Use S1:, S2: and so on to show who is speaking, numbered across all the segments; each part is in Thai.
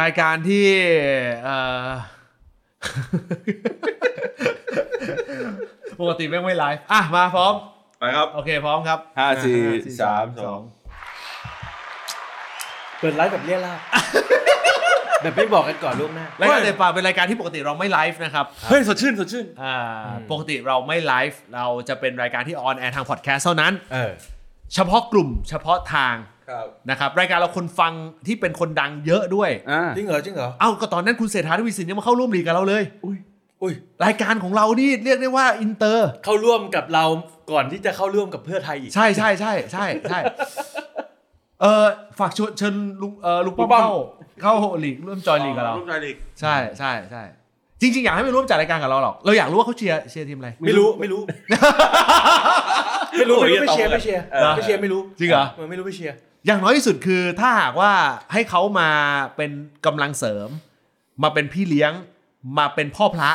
S1: รายการที่เอ่อ ปกติแม่งไม่ไลฟ์อ่ะมาพร้อม
S2: ไปครับ
S1: โอเคพร้อมครับ
S2: ห้าสี่สาม
S1: ห้
S2: สอง
S3: เปิดไลฟ์แบบเรียลาบ แบบไม่บอกกันก่อนล่วงหน้า
S1: รายการเตะปากเป็นรายการที่ปกติเราไม่ไลฟ์นะครับ
S2: เฮ้ยสดชื่นสดชื่น
S1: อ่าปกติเราไม่ไลฟ์เราจะเป็นรายการที่ออนแอร์ทางพอดแคสต์เท่านั้น
S3: เออ
S1: เฉพาะกลุ่มเฉพาะทาง
S2: ครับ
S1: นะครับรายการเราคนฟังที่เป็นคนดังเยอะด้วย
S2: อ่า
S3: จริงเหรอจริงเหรอ
S1: เอ้าก็ตอนนั้นคุณเศรษฐาทวีสินยังมาเข้าร่วมลีกกับเราเลย
S3: อุ้ย
S1: รายการของเรานี่เรียกได้ว่าอินเตอร์
S3: เข้าร่วมกับเราก่อนที่จะเข้าร่วมกับเพื่อไทยอีก
S1: ใช่ใช่ใช่ใช่ใช่เออฝากชวนเชิญลุงเออลุงป้อม
S3: ลุงป้อม
S1: เข้าเข้าลีกร่วมจอยลีกกับเรา
S2: ร่วมใจลีก
S1: ใช่ใช่ใช่จริง ๆ อยากให้ไปร่วมจัดรายการกับเราหรอกเราอยากรู้ว่าเขาเชียร์เชียร์ทีมอะไร
S3: ไม่รู้ไม่รู้ ไม่รู้ ไม่รู้ ไม่เชียร์ไม่เชียร์
S2: ออ
S3: ไม่เชียร์ไม่รู้
S1: จริงเหรอ
S3: มันไม่รู้ไม่เชียร์
S1: อย่างน้อยที่สุดคือถ้าหากว่าให้เขามาเป็นกำลังเสริม มาเป็นพี่เลี้ยงมาเป็นพ่อพระ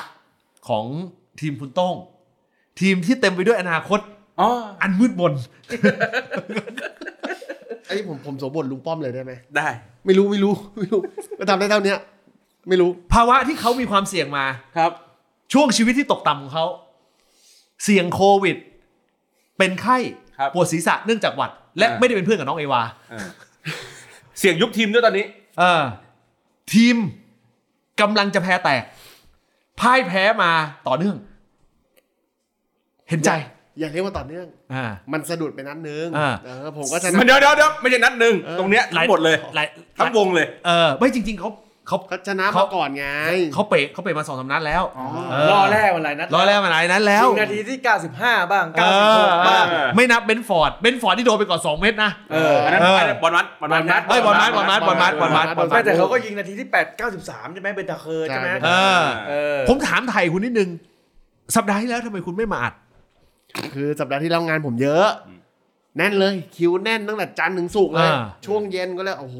S1: ของทีมคุณโต้ง ทีมที่เต็มไปด้วยอนาคต
S3: อ๋อ
S1: อันมืดมน
S4: ไอ้ยผมผมโสมบทลุงป้อมเลยได้ไหม
S3: ได้
S4: ไม่รู้ไม่รู้ไม่รู้มาทำได้เท่าเนี้ยไม่รู้
S1: ภาวะที่เขามีความเสี่ยงมา
S3: ครับ
S1: ช่วงชีวิตที่ตกต่ำของเขา เสี่ยงโควิด เป็นไข้
S2: ครับ
S1: ปวดศีรษะเนื่องจากหวัด และ
S2: อ่า
S1: ไม่ได้เป็นเพื่อนกับน้องเอวา
S2: เสียงยุบทีมด้วยตอนนี้
S1: เออทีมกำลังจะแพ้แตกพ่ายแพ้มาต่อเนื่อง เห็นใจ
S4: อย่าเรียกว่าต่อเนื่อง
S1: อ่า
S4: มันสะดุดไปนัดนึง
S1: อ่า
S4: เออผมก็ชนะ
S2: มันเดี๋ยวเดี๋ยวเดี๋ยวไม่ใช่นัดหนึ่งตรงเนี้ยทั้งหมดเลย
S1: หาย
S2: ทั้งวงเลย
S1: เออไม่จริง ๆเขาเขา
S4: ก็ชนะมาก่อนไง
S1: เขาเปะเขาเปะมาสองสามนัดแล้วเ
S3: รอแรกวันไรนัด
S1: รอแรกมาหลายนัดแล้ว
S3: สิบนาทีที่ 95 บ้าง
S1: เออ
S3: 96 บ้าง
S2: เออ
S1: ไม่นับเบนฟอร์ดเบนฟอร์ดที่โดนไปก่อนสองเม็ดนะ
S3: เออ
S2: อันนั้น
S1: เออ
S2: อันนั้นบอลมัดบอลมัด
S3: เอ้ย
S1: เอ้ยบอลมัดบอลมัดบอลมัดบอลมัดบอลมั
S3: ไม่
S1: ด
S3: แต่เขาก็ยิงนาทีที่ 8 93 ใช่ไหมเบนตาเคอร์ใช่ไหม
S4: ใช่
S1: เออ
S3: เออ
S1: ผมถามไทยคุณนิดนึง สัปดาห์ที่แล้วทำไมคุณไม่มาอัด
S4: คือสัปดาห์ที่แล้วงานผมเยอะ แน่นเลยคิวแน่นตั้งแต่จันทร์ถึงศุกร์เลย
S1: อ่า
S4: ช่วงเย็นก็เลยโอ้โห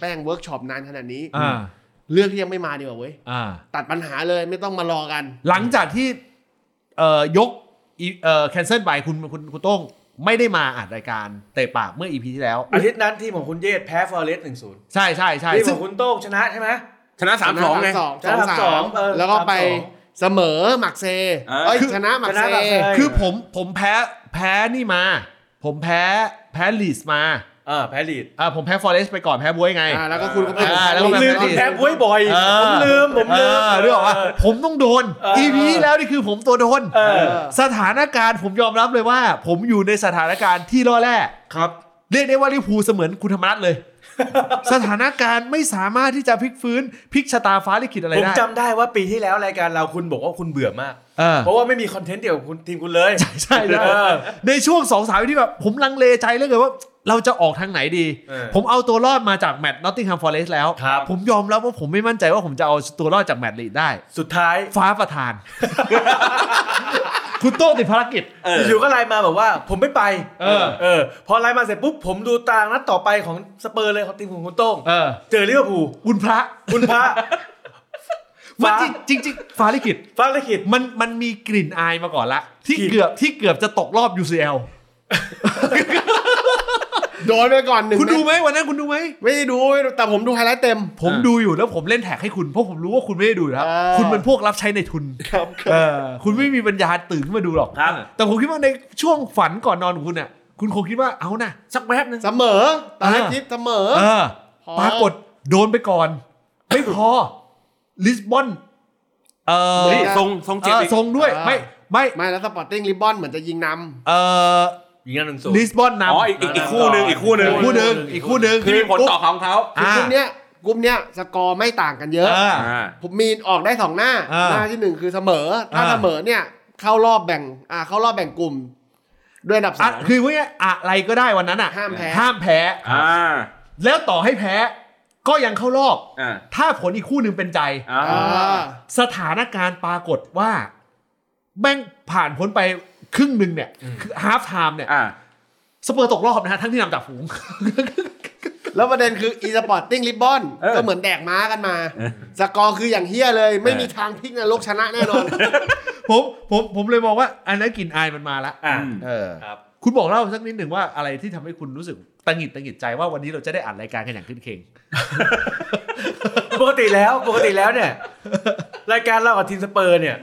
S4: แป้งเวิร์กช็อปนานขนาดนี้
S1: อ่า
S4: เลือกที่ยังไม่มาดีกว่าเว้ย
S1: อ่า
S4: ตัดปัญหาเลยไม่ต้องมารอกัน
S1: หลังจากที่เอ่อยกอีเอ่อแคนเซิลไปคุณคุณคุณโต้งไม่ได้มาอัดรายการเตะปากเมื่ออีพีที่แล้ว
S3: อาทิตย์นั้นทีมของคุณเยศแพ้ฟอร์เรสต์หนึ่งศูนย์
S1: ใช่ใช่ใช่
S3: ทีมข
S1: ซึ่ง
S3: องคุณโต้งชนะใช่ไหม
S2: ชนะสามสองไง
S4: สอง
S3: ชนะ
S4: สอง
S3: เออ
S4: แล้วก็ไป
S3: สามสอง
S4: เสมอหมักเซ
S2: อ่า
S4: เอ้ยชนะหมัก
S3: ชนะ
S4: เซ
S3: หมักเซ
S1: คือผมผมแพ้แพ้นี่มา ผมแพ้แพ้ลีสมา
S3: เออแพ้ลีด
S1: อ่าผมแพ้ฟอร์เรสไปก่อนแพ้บวยไง
S4: อ่าแล้วก็คุณก็เป็น
S1: อ่าแล้วก็
S3: ลืม
S1: ไป
S3: แพ้บุ้ยบ่อย
S1: เออ
S3: ผมลืม ผมลืม
S1: เออเรื่องว่าผมต้องโดน
S3: เออ
S1: อีพีที่แล้วนี่คือผมตัวโดน
S3: เอ
S4: เอ
S3: อ
S4: อ
S1: สถานการณ์ผมยอมรับเลยว่า ผมอยู่ในสถานการณ์ที่ล่อแร่
S2: ครับ
S1: เรียกได้ว่าลิเวอร์พูลเสมือนคุณธรรมนัฐเลย สถานการณ์ไม่สามารถที่จะพลิกฟื้นพลิกชะตาฟ้าลิขิตอะไร
S3: ผม
S1: ได้
S3: จำได้ว่าปีที่แล้วรายการเราคุณบอกว่าคุณเบื่อมาก
S1: เออ
S3: เพราะว่าไม่มีคอนเทนต์เกี่ยวกับคุณทีมคุณเลย
S1: ใช่ใช่ใช่
S3: เออ
S1: ในช่วงสองสามที่แบบผมลังเลใจเหลยเกินว่า เราจะออกทางไหนดี
S3: เออ
S1: ผมเอาตัวรอดมาจากแมตต์นอตติงแฮมฟอร์เรสแล้ว
S3: ครับ
S1: ผมยอมรับว่าผมไม่มั่นใจว่าผมจะเอาตัวรอดจากแมตต์ลีดได้
S3: สุดท้าย
S1: ฟ้าประทาน คุณโต้ติดภารกิจ
S2: เออ
S3: อยู่ๆก็ไลน์มาบอกว่า ผมไม่ไป
S1: เออ
S3: เออ พอไลน์มาเสร็จปุ๊บผมดูตารางนัดต่อไปของสเปอร์เลยของทีมของคุณโต้ง
S1: เออ
S3: เจอลิเวอร์พูล
S1: คุณพระ
S3: คุณพระ
S1: มั
S3: ฟ้า
S1: นจริงจริงๆฟ้าลิขิต
S3: ฟ้าลิขิต
S1: มันมันมีกลิ่นอายมาก่อนละ ที่
S3: กลิ่น
S1: เกือบที่เกือบจะตกรอบ UCL
S4: โดนไปก่อนหนึ่ง
S1: คุณดู
S4: เม็
S1: ไหมวันนั้นคุณดูไหม
S4: ไม่ได้ดูไม่ได้ดูแต่ผมดูไฮไลท์เต็ม
S1: ผม
S2: อ่า
S1: ดูอยู่แล้วผมเล่นแท็กให้คุณ เพราะผมรู้ว่าคุณไม่ได้ดูอยู่แล้ว
S4: อ่า
S1: คุณเป็นพวกรับใช้ในทุน
S4: ครับ
S1: เออคุณไม่มีปัญญาตื่นขึ้นมาดูหรอก
S2: ครับ
S1: แต่ผมคิดว่าในช่วงฝันก่อนนอนของคุณเนี่ยคุณคงคิดว่าเอานะ
S2: สักแวบหนึง
S4: เสมอตอนแรก
S1: อ่า
S4: คิดเสมอ
S1: เออ
S4: พอ
S1: ปรากฏโดนไปก่อน ไม่พอลิสบอนเออ
S2: นี่ทรงทรง
S1: เอ
S2: เจ็บ
S1: อ
S2: อีก
S1: ทรงด้วยไม่ไม่
S4: ไม่แล้วสปอร์ติ้งริบบอนเหมือนจะยิงนำ
S1: เออ
S3: ยิงกันหนึ่งศูนย์
S1: ลิสบอนนำ
S2: อ๋ออีกอีกอีกคู่หนึ่งอีกคู่หนึ่ง
S1: อีกคู่หนึ่งอีกคู่หนึ่ง
S2: ที่มีผลต่อของเขา
S4: คือกลุ่มเนี้ยกลุ่มเนี้ยสกอร์ไม่ต่างกันเยอะ
S1: เออ
S2: อ่า
S4: ผมมีนออกได้สองหน้า
S1: อ่า
S4: หน้าที่หนึ่งคือเสมอ ถ้า
S1: อ่า
S4: เสมอเนี่ยเข้ารอบแบ่งอ่าเข้ารอบแบ่งกลุ่ม ด้วยอันดับส
S1: อ่ะ
S4: อง
S1: คือว่าอะไรก็ได้วันนั้นอ่ะ
S4: ห้ามแพ้
S1: ห้ามแพ้
S2: อ่า
S1: แล้วต่อให้แพ้ก็ยังเข้ารอบ
S2: อ่า
S1: ถ้าผลอีกคู่หนึ่งเป็นใจ
S2: อ่า
S4: อ่า
S1: สถานการณ์ปรากฏว่าแม่งผ่านพ้นไปครึ่งหนึ่งเนี่ย คือฮาฟไทม์เนี่ย
S2: อ่า
S1: สเปอร์ตกรอบนะฮะทั้งที่นำจากฝูง
S4: แล้วประเด็นคืออีสปอร์ตติ้งริบบอน
S2: เออ
S4: ก็เหมือนแดกม้ากันมา สกอร์คืออย่างเฮี้ยเลย ไม่
S2: เออ
S4: มีทางพลิกนรกชนะแน่นอน
S1: ผมผมผมเลยมองว่า อันนั้นกลิ่นอายมันมาละ
S3: อ่ะ
S2: อืม
S1: เออ
S3: ครับ
S1: คุณบอกเล่าสักนิดหนึ่งว่าอะไรที่ทำให้คุณรู้สึกตังหงิดตังหงิดใจว่าวันนี้เราจะได้อ่านรายการกันอย่างขึ้นเคง
S3: ติแล้วปกติแล้วเนี่ย รายการเรากับทีมสเปอร์เนี่ย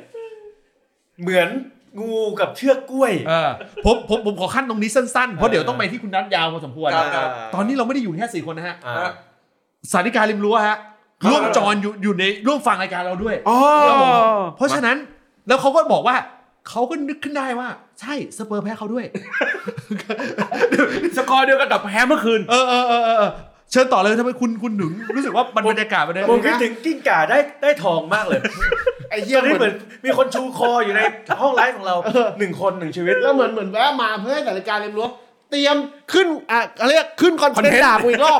S3: เหมือนงูกับเชือกกล้วย
S1: เออผมผมผมขอขั้นตรงนี้สั้นๆ เพราะเดี๋ยวต้องไปที่คุณนัทยาวพอสมควร
S2: ครับครับ
S1: ตอนนี้เราไม่ได้อยู่แค่สี่คนนะฮะ
S3: อ่า
S1: สาริการิมรั้วฮะร่วมจอนอยู่อยู่ในร่วมฟังรายการเราด้วย
S2: อ๋อ
S1: ครับผมเพราะฉะนั้นแล้วเขาก็บอกว่าเขาก็นึกขึ้นได้ว่า ใช่สเปอร์แพ้เขาด้วย
S2: สกอร์เดียวกันกับแพ้เมื่อคืน
S1: เออเออเออเออเออเชิญต่อเลยทำไมคุณคุณถึงรู้สึกว่ามันบรรยากาศมันได้
S3: ผมคิดถึงกิ้งก่าได้ได้ทองมากเลย
S4: ไอ้เหี้
S3: ต
S4: ย
S3: อนนี้
S4: เห
S3: เห
S4: มื
S3: มื
S4: อ
S3: อน นมีคนชูคออยู่ในห้องไลฟ์ของเราหนึ่งคนหนึ่งชีวิต
S4: แล้วเหมือนเหมือนแวะมาเพื่อให้สถานการณ์เรียนรู้เตรียมขึ้นอ่ะอะไรยกขึ้นคอนเทนต์ด่ากูอีกรอบ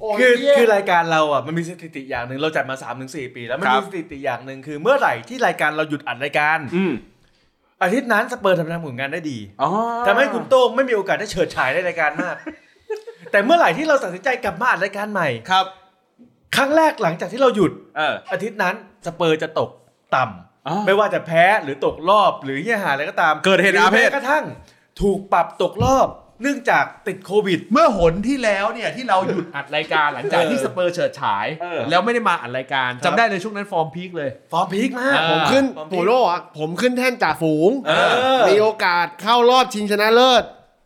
S4: โอ้ย
S3: คือ
S4: เหี้ย
S3: คือรายการเราอ่ะมันมีสถิติอย่างหนึ่งเราจัดมา3าถึงสปี แล้วมัน
S2: ครั
S3: มี
S2: บ
S3: สถิติอย่างหนึ่งคือเมื่อไหร่ที่รายการเราหยุดอัดรายการ
S2: อืม
S3: อาทิตย์นั้นสเปอร์ทำทำผลงานได้ดี
S2: อ๋อ
S3: ทำให้คุณโต้งไม่มีโอกาสได้เฉิดฉายในรายการมาก แต่เมื่อไหร่ที่เราตัดสินใจกลับมาอัดรายการใหม่
S2: ครับ
S3: ครั้งแรกหลังจากที่เราหยุด
S2: เออ
S3: อาทิตย์นั้นสเปอร์จะตกต่ำ
S2: อ๋อ
S3: ไม่ว่าจะแพ้หรือตกรอบหรือเหี้ยหาอะไรก็ตาม
S2: เกิดเหตุ
S3: รือ
S2: อาเพศ
S3: แม้กระทั่ง ถูกปรับตกรอบ เนื่องจากติดโควิด
S1: เมื่อหนที่แล้วเนี่ยที่เราหยุดอัดรายการหลังจากที่สเปอร์เฉิดฉาย
S2: เออ
S1: แล้วไม่ได้มาอัดรายการ
S4: ครั
S1: จำ
S4: บ
S1: ได้เลยช่วงนั้นฟอร์มพีคเลย
S3: ฟอร์มพีคมาก
S1: อ่า
S4: ผมขึ้น
S3: ผมผิด
S4: โหโลอ่ะผมขึ้นแท่นจ่าฝูง
S3: เออ
S4: มีโอกาสเข้ารอบชิงชนะเลิศ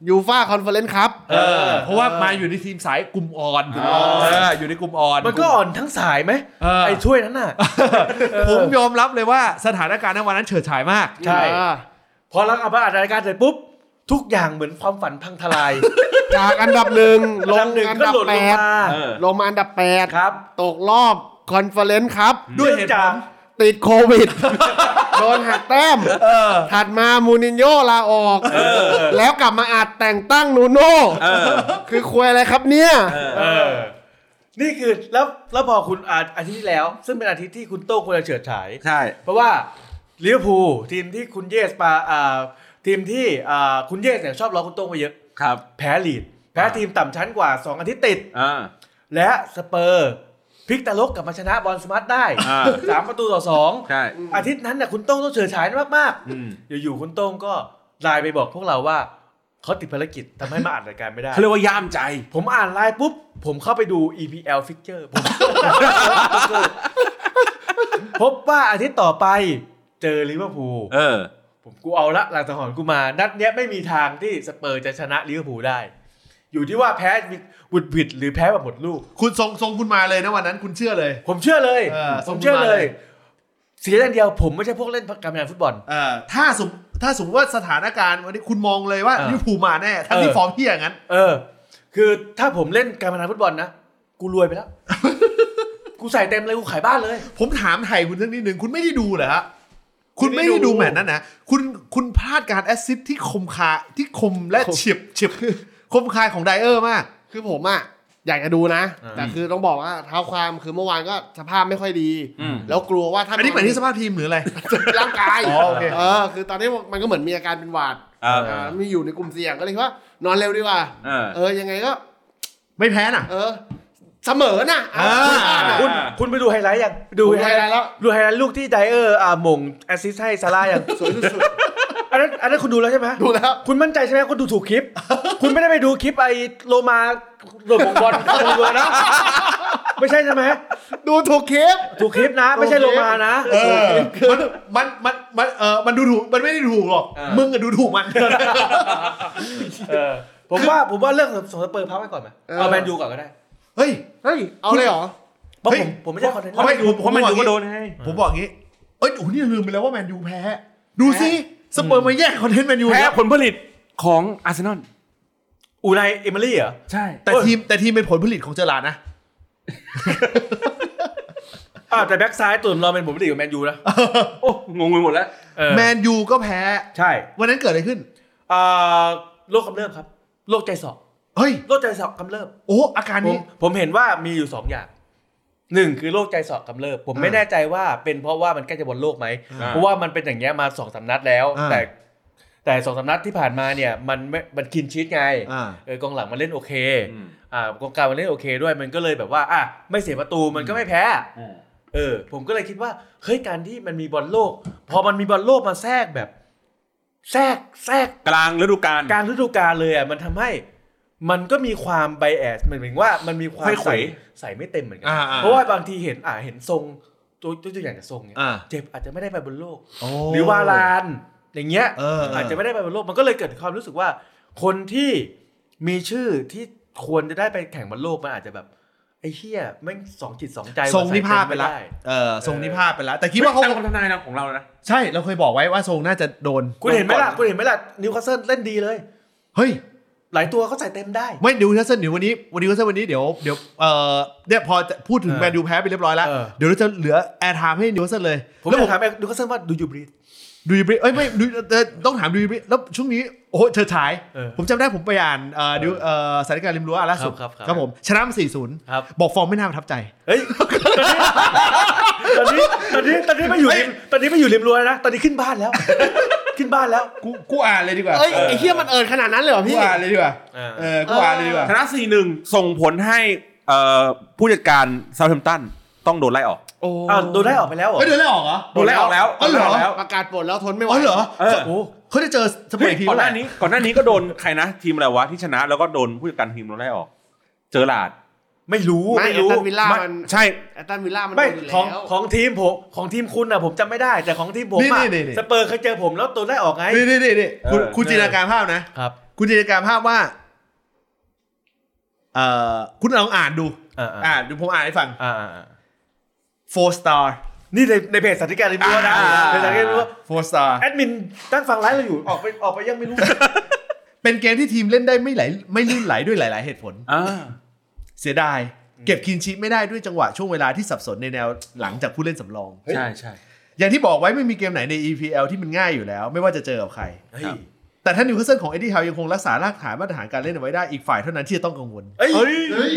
S4: ยูฟ่าคอนเฟอเรนซ์ครับ
S1: เออ เพราะว่ามาอยู่ในทีมสายกลุ่มอ่อน
S2: อ๋อ
S1: เอออยู่ในกลุ่มอ่อน
S3: มันก็อ่อนทั้งสายไหม
S1: เออ
S3: ไอ้ถ้วยนั้นน่ะ
S1: ผมยอมรับเลยว่าสถานการณ์ในวันนั้นเฉิดฉายมาก
S3: ใช่ พอรักอับอัดรายการเสร็จปุ๊บ ทุกอย่างเหมือนความฝันพังทลาย
S4: จากอันดับหนึ่งลง
S3: ลำหนึ่ง
S4: อัน
S3: ก็
S4: ดับ
S3: หล่น
S4: แป
S3: ลง
S4: ด
S3: มา
S2: เออ
S4: ลงมาอันดับแปด
S3: ครับ
S4: ตกรอบคอนเฟอเรนซ์ครับ
S1: ด้วยเหตุผ
S3: จาก
S1: ล
S4: ติดโควิด โดนหักแต้ม
S1: เออ
S4: ถัดมามูนินโญ่ลาออก แล้วกลับมาอาจแต่งตั้งนูโน่
S2: เออ
S4: คือควยอะไรครับเนี่ย
S3: เออ นี่คือแล้วแล้วพอคุณอาอาทิตย์ที่แล้ว ซึ่งเป็นอาทิตย์ที่คุณโต้งควรจะเฉิดฉาย
S2: ใช่
S3: เพราะว่าลิเวอร์พูลทีมที่คุณเยสปาอ่าทีมที่อ่าคุณเยสเนี่ยชอบล้อคุณโต้งไปเยอะ
S2: ครับ
S3: แพ้ลีด แพ้ทีมต่ำชั้นกว่า 2 อาทิตย์ติด
S2: อ่า
S3: และสเปอร์พลิกตะลกกลับมาชนะบอลสมาร์ทได้
S2: อ่า
S3: สามประตูต่อสอง
S2: ใช่
S3: อาทิตย์นั้นน่ะคุณโต้งต้องเฉิดฉายมาก
S2: อืม
S3: ๆอยู่ๆคุณโต้งก็ไลน์ไปบอกพวกเราว่าเขาติดภารกิจทำให้มาอัดรายการไม่ได้
S2: เขาเรียกว่าย่ามใจ
S3: ผมอ่านไลน์ปุ๊บ ผมเข้าไปดู EPL fixture ผม พบว่าอาทิตย์ต่อไปเจอลิเวอร์พูล
S2: เออ
S3: ผมกูเอาละหลังสังหรณ์กูมา นัดเนี้ยไม่มีทางที่สเปอร์จะชนะลิเวอร์พูลได้ อยู่ที่ว่าแพ้บุดบิดหรือแพ้แบบหมดลูก
S1: คุณทรงทรงคุณมาเลยนะวันนั้นคุณเชื่อเลย
S3: ผมเชื่อเลย
S1: เออ
S3: ผมเชื่อเลย เสียอย่างเดียวผมไม่ใช่พวกเล่นการพนันฟุตบอล
S1: เออถ้าสมถ้าสมมติว่าสถานการณ์วันนี้คุณมองเลยว่า
S3: เออ
S1: ลิเวอร์พูลมาแน่ทั้งที่
S3: เออ
S1: ฟอร์มเฮียอย่างนั้น
S3: เออ คือถ้าผมเล่นการพนันฟุตบอลนะ กูรวยไปแล้ว กูใส่เต็มเลย กูขายบ้านเลย
S1: ผมถามไทยคุณสักนิดหนึ่งคุณไม่ได้ดูเหรอฮะคุณ
S3: ไม่
S1: ไม่
S3: ได้ดู
S1: ได้ดูแมตช์นั้นนะคุณคุณพลาดการแอสซิสต์ที่คมคาที่คมและเฉียบเฉียบคมคายของไดเออร์มาก
S4: คือผมอ่ะอยากจะดูนะ
S3: อ่า
S4: แต่คือต้องบอกว่าเท้าความคือเมื่อวานก็สภาพไม่ค่อยดี
S2: อืม
S4: แล้วกลัวว่าถ้า
S1: อันนี้หมายถึงสภาพทีมหรืออะไร
S4: ร่างกาย
S1: อ๋อโอเค
S4: เออคือตอนนี้มันก็เหมือนมีอาการเป็นหวัด
S2: เออ
S4: เออมีอยู่ในกลุ่มเสี่ยงก็เลยคิดว่านอนเร็วดีกว่า
S2: เออ
S4: เออยังไงก็
S1: ไม่แพ้น่ะ
S4: เออ เสมอนะเออ
S1: อ่า
S4: อ่ะ
S3: คุณคุณไปดูไฮไลท์ยัง
S4: ดูไฮไลท์แล้ว
S3: ดูไฮไลท์ลูกที่ไดเออร์อ่าหมงแอสซิสต์ให้ซาร่ายัง
S4: สวยสุด
S3: อันนั้นอันนั้นคุณดูแล้วใช่ไหม
S4: ดูแล้ว
S3: คุณมั่นใจใช่ไหมคุณดูถูกคลิป คุณไม่ได้ไปดูคลิปไอ้โลมาหลบของบอล ของเวอร์นะ ไม่ใช่ใช่ไหม
S4: ๆดูถูกคลิป
S3: ถูกคลิปนะ ไม่ใช่โลมานะ
S1: เออมันมันมันมันเออมันดูถูกมันไม่ได้ถูกหรอก
S3: เออ
S1: มึงอะดูถูกมัน
S3: เออผมว่าผมว่าเรื่องของสเปอร์พักไว้ก่อนไหม
S4: เออ
S3: เอาแมนยูก่อนก็ได้
S1: เฮ้ย
S4: เฮ้ย เอาเลยเหรอ
S3: เพราะ
S1: เฮ้ย
S3: ผมผมไม่ใช่คอนเทนต์
S1: ไม่ผมผม
S2: เพราะมัน
S1: บอกอ
S2: ดู
S1: ย่าง
S2: ก็
S1: งี้
S2: โดนให้
S1: ผมบอกอย่างนี้ เอ้ยโอ้โหนี่ลืมไปแล้วว่าแมนยูแพ้ ดูสิสเปอร์มาแย่งคอนเทนต์แมนยู
S2: แพ้
S1: แล้ว
S2: ผลผลิตของอาร์เซนอล
S3: อูไนเอมิลี่เหรอ
S2: ใช่
S1: แต่
S3: เอ้ย
S1: ทีมแต่ทีมเป็นผลผลิตของเจอราร์ดนะ
S3: อ้าวแต่แบ็กซ้ายตุ่นเราเป็นผมไม่ดีกับแมนยูนะ
S2: โอ้ งงไปหมดแล้ว
S1: แมนยูก็แพ้
S3: ใช่
S1: วันนั้นเกิดอะไรขึ้น
S3: อ่าโรคกำเริบครับโรคใจสอบ
S1: เฮ้ย
S3: โรคใจสอบกำเริบ
S1: โอ้ อาการ
S3: ผม
S1: นี้
S3: ผมเห็นว่ามีอยู่สองอย่างหนึ่งคือโรคใจสอบกำเริบ ผมไม่
S1: อ่า
S3: แน่ใจว่าเป็นเพราะว่ามันใกล้จะบอลโลกไหม
S2: อ่า
S3: เพราะว่ามันเป็นอย่างเงี้ยมาสองสามนัดแล้ว
S1: อ่า
S3: แต่ แต่สองสามนัดที่ผ่านมาเนี่ย มันไม่มันกินชีสไง
S1: อ่า
S3: เออกองหลังมันเล่นโอเคอ่ากองกลางมันเล่นโอเคด้วยมันก็เลยแบบว่า อ่ะไม่เสียประตูมันก็ไม่แพ้ เออผมก็เลยคิดว่าเฮ้ยการที่มันมีบอลโลก พอมันมีบอลโลกมาแทรกแบบ แทรกแทรก
S2: กลางฤดูกาล
S3: กลางฤดูกาลเลยอ่ะมันทำให้ มันก็มีความไบแอสเหมือนเหมือนว่ามันมีความ
S2: ไม่ขวย
S3: ใส่ใส่ไม่เต็มเหมือนกั
S1: อ่าๆ
S3: เพราะว่าบางทีเห็นอ่าเห็นทรงตัวตัวอย่างจากทรงเนี่ย
S1: อ่า
S3: เจ็บอาจจะไม่ได้ไปบนโลก
S1: โอ้
S3: หรือวาลานอย่างเงี้ย
S1: เออเอออ
S3: อาจจะไม่ได้ไปบนโลกมันก็เลยเกิดความรู้สึกว่า คนที่มีชื่อที่ควรจะได้ไปแข่งบนโลกมันอาจจะแบบไอ้เหี้ยแม่งสองจิตสองใจ
S1: ทรงนิพาพไปละ
S3: ม่ด้
S1: เออทรงนิพาพไปละแต่คิดว่าเขา
S2: แต่คนทำนายนะของเรานะ
S1: ใช่เราเคยบอกไว้ว่าทรงน่าจะโดน
S3: คุณเห็นไหม
S2: ก่
S3: ล่ะ
S2: อน
S3: คุณเห็นไหมล่ะ นิวคาสเซิลเล่นดีเลย
S1: เฮ้ย
S3: หลายตัวเขาใส่เต็มได้
S1: ไม่ดิวทัสเซนเดี๋ยววันนี้วันนี้ทัสเซนวันนี้เดี๋ยวเดี๋ยวเออเนี่ยพอจะพูดถึง
S3: เออ
S1: แมนยูแพ้ไปเรียบร้อยแล้ว
S3: เออ
S1: เดี๋ยวเราจะเหลือแอร์ไทม์ให้ดิวทัสเซนเลย
S3: ผม
S1: แล้ว
S3: อ
S1: ผ
S3: ยาม กถามไอ้นิวคาสเซิลว่าดูยูบรี
S1: ดูยูบริเอ้ยไม่ดูเอ่อต้องถามดูยูบริแล้วช่วงนี้โอ้โหเธอฉาย
S3: เออ
S1: ผมจำได้ผมไปอ่านเอ่อดิวเอ่อสถานการณ์ริมรั้วอันล่าสุด
S3: ครับครับครับ
S1: ครับผมชนะมาสี่ศูนย์
S3: ครับ
S1: บอกฟอร์มไม่น่าประทับใจ
S3: เฮ้ย ตอนนี้ ตอนนี้ ตอนนี้ไม่อยู่ริมตอนนี้ไม่อยู่ริมรั้วแล้วนะ ตอนนี้ขึ้นบ้านแล้ว ขึ้นบ้านแล้ว
S1: กูกูอ่านเลยดีกว่า
S4: เอ้ยไอ้เฮียมันเอิญขนาดนั้นเลยเหรอ
S1: กู
S4: พี่
S1: อ่านเลยดีกว่า
S3: อ่า
S1: เออกูอ่านเลยดีกว่า
S2: ชนะสี่หนึ่งส่งผลให้เอ่อผู้จัดการเซาท์แฮมป์ตันต้องโดนไล่ออก
S1: โอ้
S3: อ้าวโดนได้ออกไปแล้วเหรอ
S1: ไม่โดนไล่ออกเหรอ
S2: โดนไล่ออกแล้ว
S1: อ๋อเหรอ
S2: โดนไล่ออกแล้ว
S4: ประกาศปลดแล้วทนไม่ไหว
S1: อ๋อเหรอ
S2: เออ
S3: โอ้
S1: เขาจะเจอสเป
S2: เฮ้
S1: น
S2: ย
S1: ทีม
S2: ก่อนห
S1: เมื่อ
S2: น้า
S1: ไหร่
S2: นี้ก่อนหน้านี้ก็โดนใครนะ ทีมอะไรวะที่ชนะแล้วก็โดนผู้จัดการทีมโดนไล่ออก เจอหลาด
S3: ไม่รู้
S4: ไม่
S3: ไม่
S4: แอต
S3: รู้
S4: ตันวิลล่า
S2: ไม่
S4: มัน
S2: ใช่
S4: แอตตันวิลล่ามัน
S3: ไม่
S4: โดนอยู่
S3: ของ
S4: แล้ว
S3: ของทีมผม ของทีมคุณอ่ะผมจำไม่ได้ แต่ของทีมผมอ่ะ
S1: นี่นี่นี่นี่
S3: สเปอร์เคยเจอผมแล้วตัวได้ออกไง
S1: นี่นี่นี่นี่คุณ
S2: เออ
S1: คุณจินตนาการภาพนะ
S3: ครับ
S1: คุณจินตนาการภาพว่า เอ่อ คุณลองอ่านดู
S3: อ่าๆ
S1: เดูผมอ่านให้ฟัง
S3: อ่าอ่าอ่า
S1: four star
S3: นี่ในในเพจสันติการริมรั้วนะ
S1: อ่า
S3: เพจสันติการริมรั้ว
S1: four star
S3: แอดมินตั้งฟังไลฟ์เราอยู่ ออกไปออกไปยังไม่รู้
S1: เป็นเกมที่ทีมเล่นได้ไม่ไหลไม่ลื่นไหลด้วยหลาย ๆ เหตุผล
S2: อ่า
S1: เสียดาย เก็บคินชีไม่ได้ด้วยจังหวะช่วงเวลาที่สับสนในแนวหลังจากผู้เล่นสำรอง
S2: ใช่ใช่
S1: อย่างที่บอกไว้ไม่มีเกมไหนใน EPL ที่มันง่ายอยู่แล้ว ไม่ว่าจะเจอกับใคร
S3: เฮ้ย
S1: แต่ถ้านิวคาสเซิลของเอ็ดดี้เฮายังคงรักษารากฐานมาตรฐานการเล่นเอาไว้ได้อีกฝ่ายเท่านั้นที่จะต้องกังวล
S3: เอ้ย
S4: เฮ้ย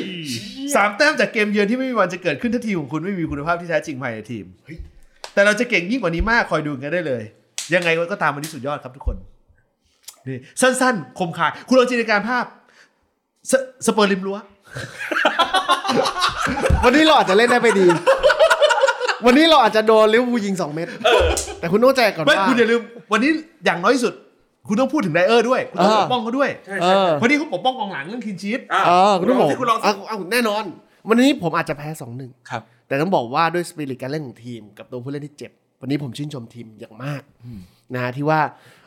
S1: สามแต้มจากเกมเยือนที่ไม่มีวันจะเกิดขึ้นถ้าทีมของคุณไม่มีคุณภาพที่แท้จริงภายในทีม แต่เราจะเก่งยิ่งกว่านี้มากคอยดูกันได้เลย ยังไงก็ตามวันนี้สุดยอดครับทุกคน นี่สั้นๆ คมคาย คุณลองจินตนาการภาพ สสเปอร์ริมรั้ว
S4: วันนี้เราอาจจะเล่นได้ไปดี วันนี้เราอาจจะโดนลิเวอร์พูลยิงสองเม็ดแต่คุณต้องใจก่อน
S1: ไม่
S4: ว่า
S1: คุณอย่าลืม วันนี้อย่างน้อยที่สุด คุณต้องพูดถึงไดเออร์ด้วย คุณต้อง
S4: เออ
S1: ปกป้องเขาด้วย
S4: เออ
S1: เพราะนี่เขาปกป้องกองหลังเรื่องคินชีต
S2: อ่า
S4: เออคุณต้องบอก
S2: ลองสิคุณลองสิ
S4: เอาเอาแน่นอน วันนี้ผมอาจจะแพ้สองหนึ่ง
S2: ครับ
S4: แต่ต้องบอกว่าด้วยสปิริตการเล่นของทีม กับตัวผู้เล่นที่เจ็บ วันนี้ผมชื่นชมทีมอย่างมากนะฮะที่ว่า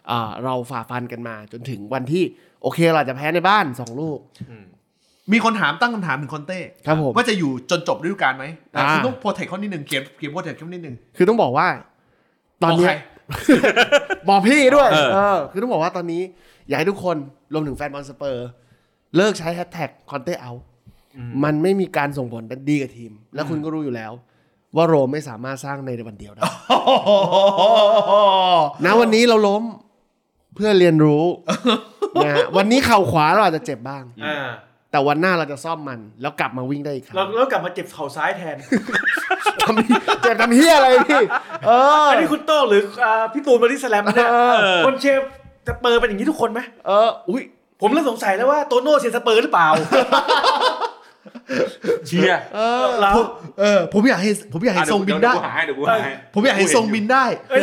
S4: เอ่อเราฝ่าฟันกันมาจนถึงวันที่โอเคเราอาจจะแพ้ในบ้านสองลูก
S1: มีคนถามตั้งคำถามถึงคอนเต้
S4: ครับผม
S1: ว่าจะอยู่จนจบฤดูกาลไหมแต่คุณ
S4: อ่า
S1: ต้องโปรเทคเขานิดหนึ่งเกมเกมโปรเทคเขานิดหนึ่ง
S4: คือต้องบอกว่า ตอนเนี้ย
S1: บอกใคร
S4: บอกพี่ด้วย
S2: เออ
S4: เออคือต้องบอกว่าตอนนี้ อยากให้ทุกคนรวมถึงแฟนบอลสเปอร์ เลิกใช้แฮชแท็กคอนเต้เอามันไม่มีการส่งผลดีกับทีม และคุณก็รู้อยู่แล้ว ว่าโรมไม่สามารถสร้างในวันเดียวได้ นะวันนี้เราล้มเพื่อเรียนรู้ นะฮะวันนี้เข่าขวาเราอาจจะเจ็บบ้าง
S3: อ่า
S4: แต่วันหน้าเราจะซ่อมมัน แล้วกลับมาวิ่งได้อีกครั้ง
S3: เราเรากลับมาเจ็บเข่าซ้ายแทน
S4: ทำเจ็บทำเฮียอะไรพี่เออ
S3: อันนี้คุณโต้งหรืออ่าพี่ตูนบอดี้สแลมเนี่ย
S4: เออ
S3: คนเชฟสเปอร์เป็นอย่างนี้ทุกคนไหม
S4: เอออุ้ย
S3: ผมเริ่มสงสัยแล้วว่าโตโน่เชียร์สเปอร์หรือเปล่า
S2: เชียร์
S3: เออเรา
S1: ผมเออผมอยากเห็นผมอยากเห็นทรงบินได้
S2: เยวกูหาให้เดี๋ยวกูหาให้
S1: ผมอยากเห็นทรงบินได้
S3: เอ้ย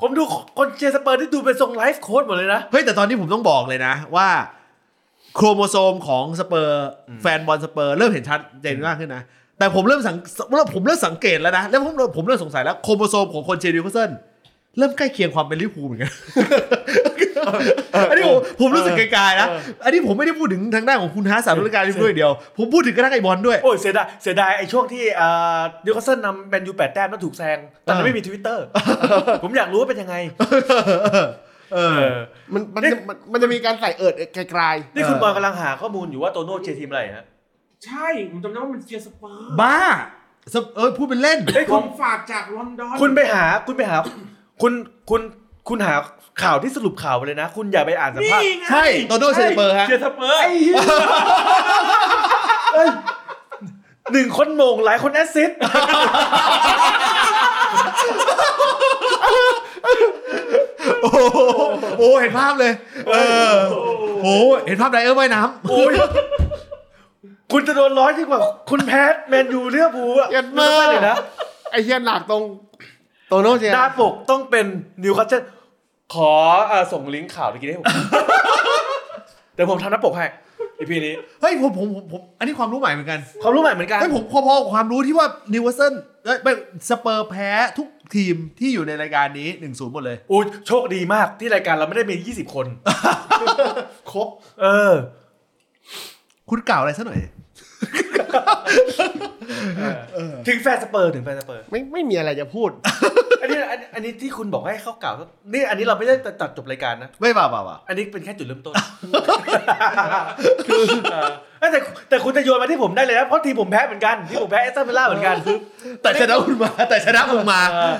S3: ผมดูคนเชียร์สเปอร์ที่ดูเป็นทรงไลฟ์โค้ดหมดเลยนะ
S1: เฮ้ย แต่ตอนนี้ผมต้องบอกเลยนะว่า โครโมโซมของสเปอร์แฟนบอลสเปอร์เริ่มเห็นชัดเจนมากขึ้นนะ แต่ผมเริ่มสังผมเริ่มสังเกตแล้วนะ แล้วผมผมเริ่มสงสัยแล้วโครโมโซมของคนเชยร์นิวคาสเซิลเริ่มใกล้เคียงความเป็นลิเวอร์พูลเหมือนกัน อันนี้ผมผมรู้สึกไกลๆนะ อันนี้ผมไม่ได้พูดถึงทางด้านของคุณฮาร์ดสามฤดูกาลลิเวอร์พูลอย่างเดียว ผมพูดถึงกระทั่งไอบอลด้วย
S3: โอ้ยเสียดายเสียดายไอ้ช่วงที่อ่านิวคาสเซิลนำแมนยูแปดแต้มแล้วถูกแซงตอนนั้นไม่มีทวิตเตอร์ ผมอยากรู้ว่าเป็นยังไง เออ
S4: มันมัน
S3: นี่
S4: จะมันมันจะมีการใส่เอิดไกล
S3: นี่คุณบอลกำลังหาข้อมูลอยู่ว่าโตโน่เชียร์ทีมอะไรฮะ
S2: ใช่ ผมจำได้ว่ามันเชียร์สเปอร์
S1: บ้าสเปเออพูดเป็นเล่น
S3: เฮ้ย
S2: ข
S3: คุ
S2: อ
S3: ณ
S2: งฝากจากลอนดอน
S3: คุณไปหาคุณไปหา คุณคุณคุณหาข่าวที่สรุปข่าวไปเลยนะ คุณอย่าไปอ่านสัมภาษณ์
S1: ใช่โตโน่เชยร์สเปอร์ฮะ
S2: เชียร์สเปอร์
S3: หนึ่งคนโมงหลายคนแอสซิสต์
S1: โอ้โหโอ้เห็นภาพเลย เออโอ้เห็นภาพไดเออร์ว่ายน้ำ
S3: โอ้ยคุณจะโดนร้อยยิ่งกว่า คุณแพทแมนยูเลือบูลอะ
S4: ๆเอียดมาก
S3: เลยนะ
S4: ไอเฮียหนักตรงโตโน่เชียร์
S3: ดาปกต้องเป็นนิวคาสเซิล ขอเอ่อส่งลิงก์ข่าวเมื่อกี้ให้ผม เดี๋ยวผมทำหน้าปกให้ อีพีนี้
S1: เฮ้ยผมผมผมผมอันนี้ความรู้ใหม่เหมือนกัน
S3: ความรู้ใหม่เหมือนกัน
S1: เฮ้ยผมพอๆกับความรู้ที่ว่านิวเวอร์เซนเอ้ยไม่สเปอร์แพ้ทุกทีมที่อยู่ในรายการนี้1นศูนย์หมดเลย
S3: อู้โชคดีมากที่รายการเราไม่ได้มี 20 คน ครบ เออ
S1: คุณกล่าวอะไรซะหน่อย
S3: ถึงแฟนสเปอร์ถึงแฟนสเปอร์
S4: ไม่ไม่มีอะไรจะ พูด
S3: อันนี้อันอันนี้ที่คุณบอกให้เข้ากล่าวนี่อันนี้เราไม่ได้ตัดจบรายการนะ
S1: ไม่เปล่าเปล่าเปล่า
S3: อันนี้เป็นแค่จุดเริ่มต้น คือเออแต่แต่คุณจะโยนมาที่ผมได้เลยนะเพราะทีมผมแพ้เหมือนกันที่ผมแพ้เอสตันวิลล่าเหมือนกัน
S1: แต่ชนะคุณมาแต่ชนะคุณมา
S3: เออ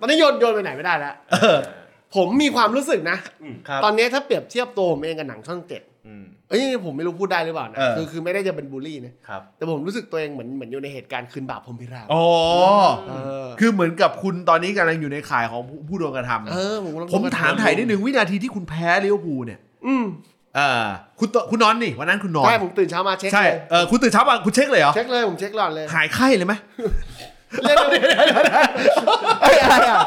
S4: ตอนนี้โยนโยนไปไหนไม่ได้แล้วผมมีความรู้สึกนะ
S3: ครับ
S4: ตอนนี้ถ้าเปรียบเทียบตัวผมเองกับหนังช่องเจ็ด
S3: อืม
S4: เอ้ยผมไม่รู้พูดได้หรือเปล่านะ
S1: เออ
S4: คือคือไม่ได้จะเป็นบูลลี่นะครับ แต่ผมรู้สึกตัวเองเหมือนเหมือนอยู่ในเหตุการณ์คืนบาปพรหมพิราบ
S1: อ๋อ
S4: เออ
S1: คือเหมือนกับคุณตอนนี้กำลังอยู่ในข่ายของผู้ผู้โดนกระท
S4: เออผมกำลัง
S1: ำผมถามถ่ายนิดนึงวินาทีที่คุณแพ้ลิเวอร์พูลเนี่ย
S4: อืม
S1: เออคุณตคุณนอนนี่วันนั้นคุณนอน
S4: ใช่ผมตื่นเช้ามาเช็ค
S1: ใช่
S4: เลย
S1: เออคุณตื่นเช้ามาคุณเช็คเลยเหรอ
S4: เช็คเลยผมเช็คหลอดเลย
S1: หายไข้เลยไหม
S4: เล่นเอ้ยอะไรอ่ะ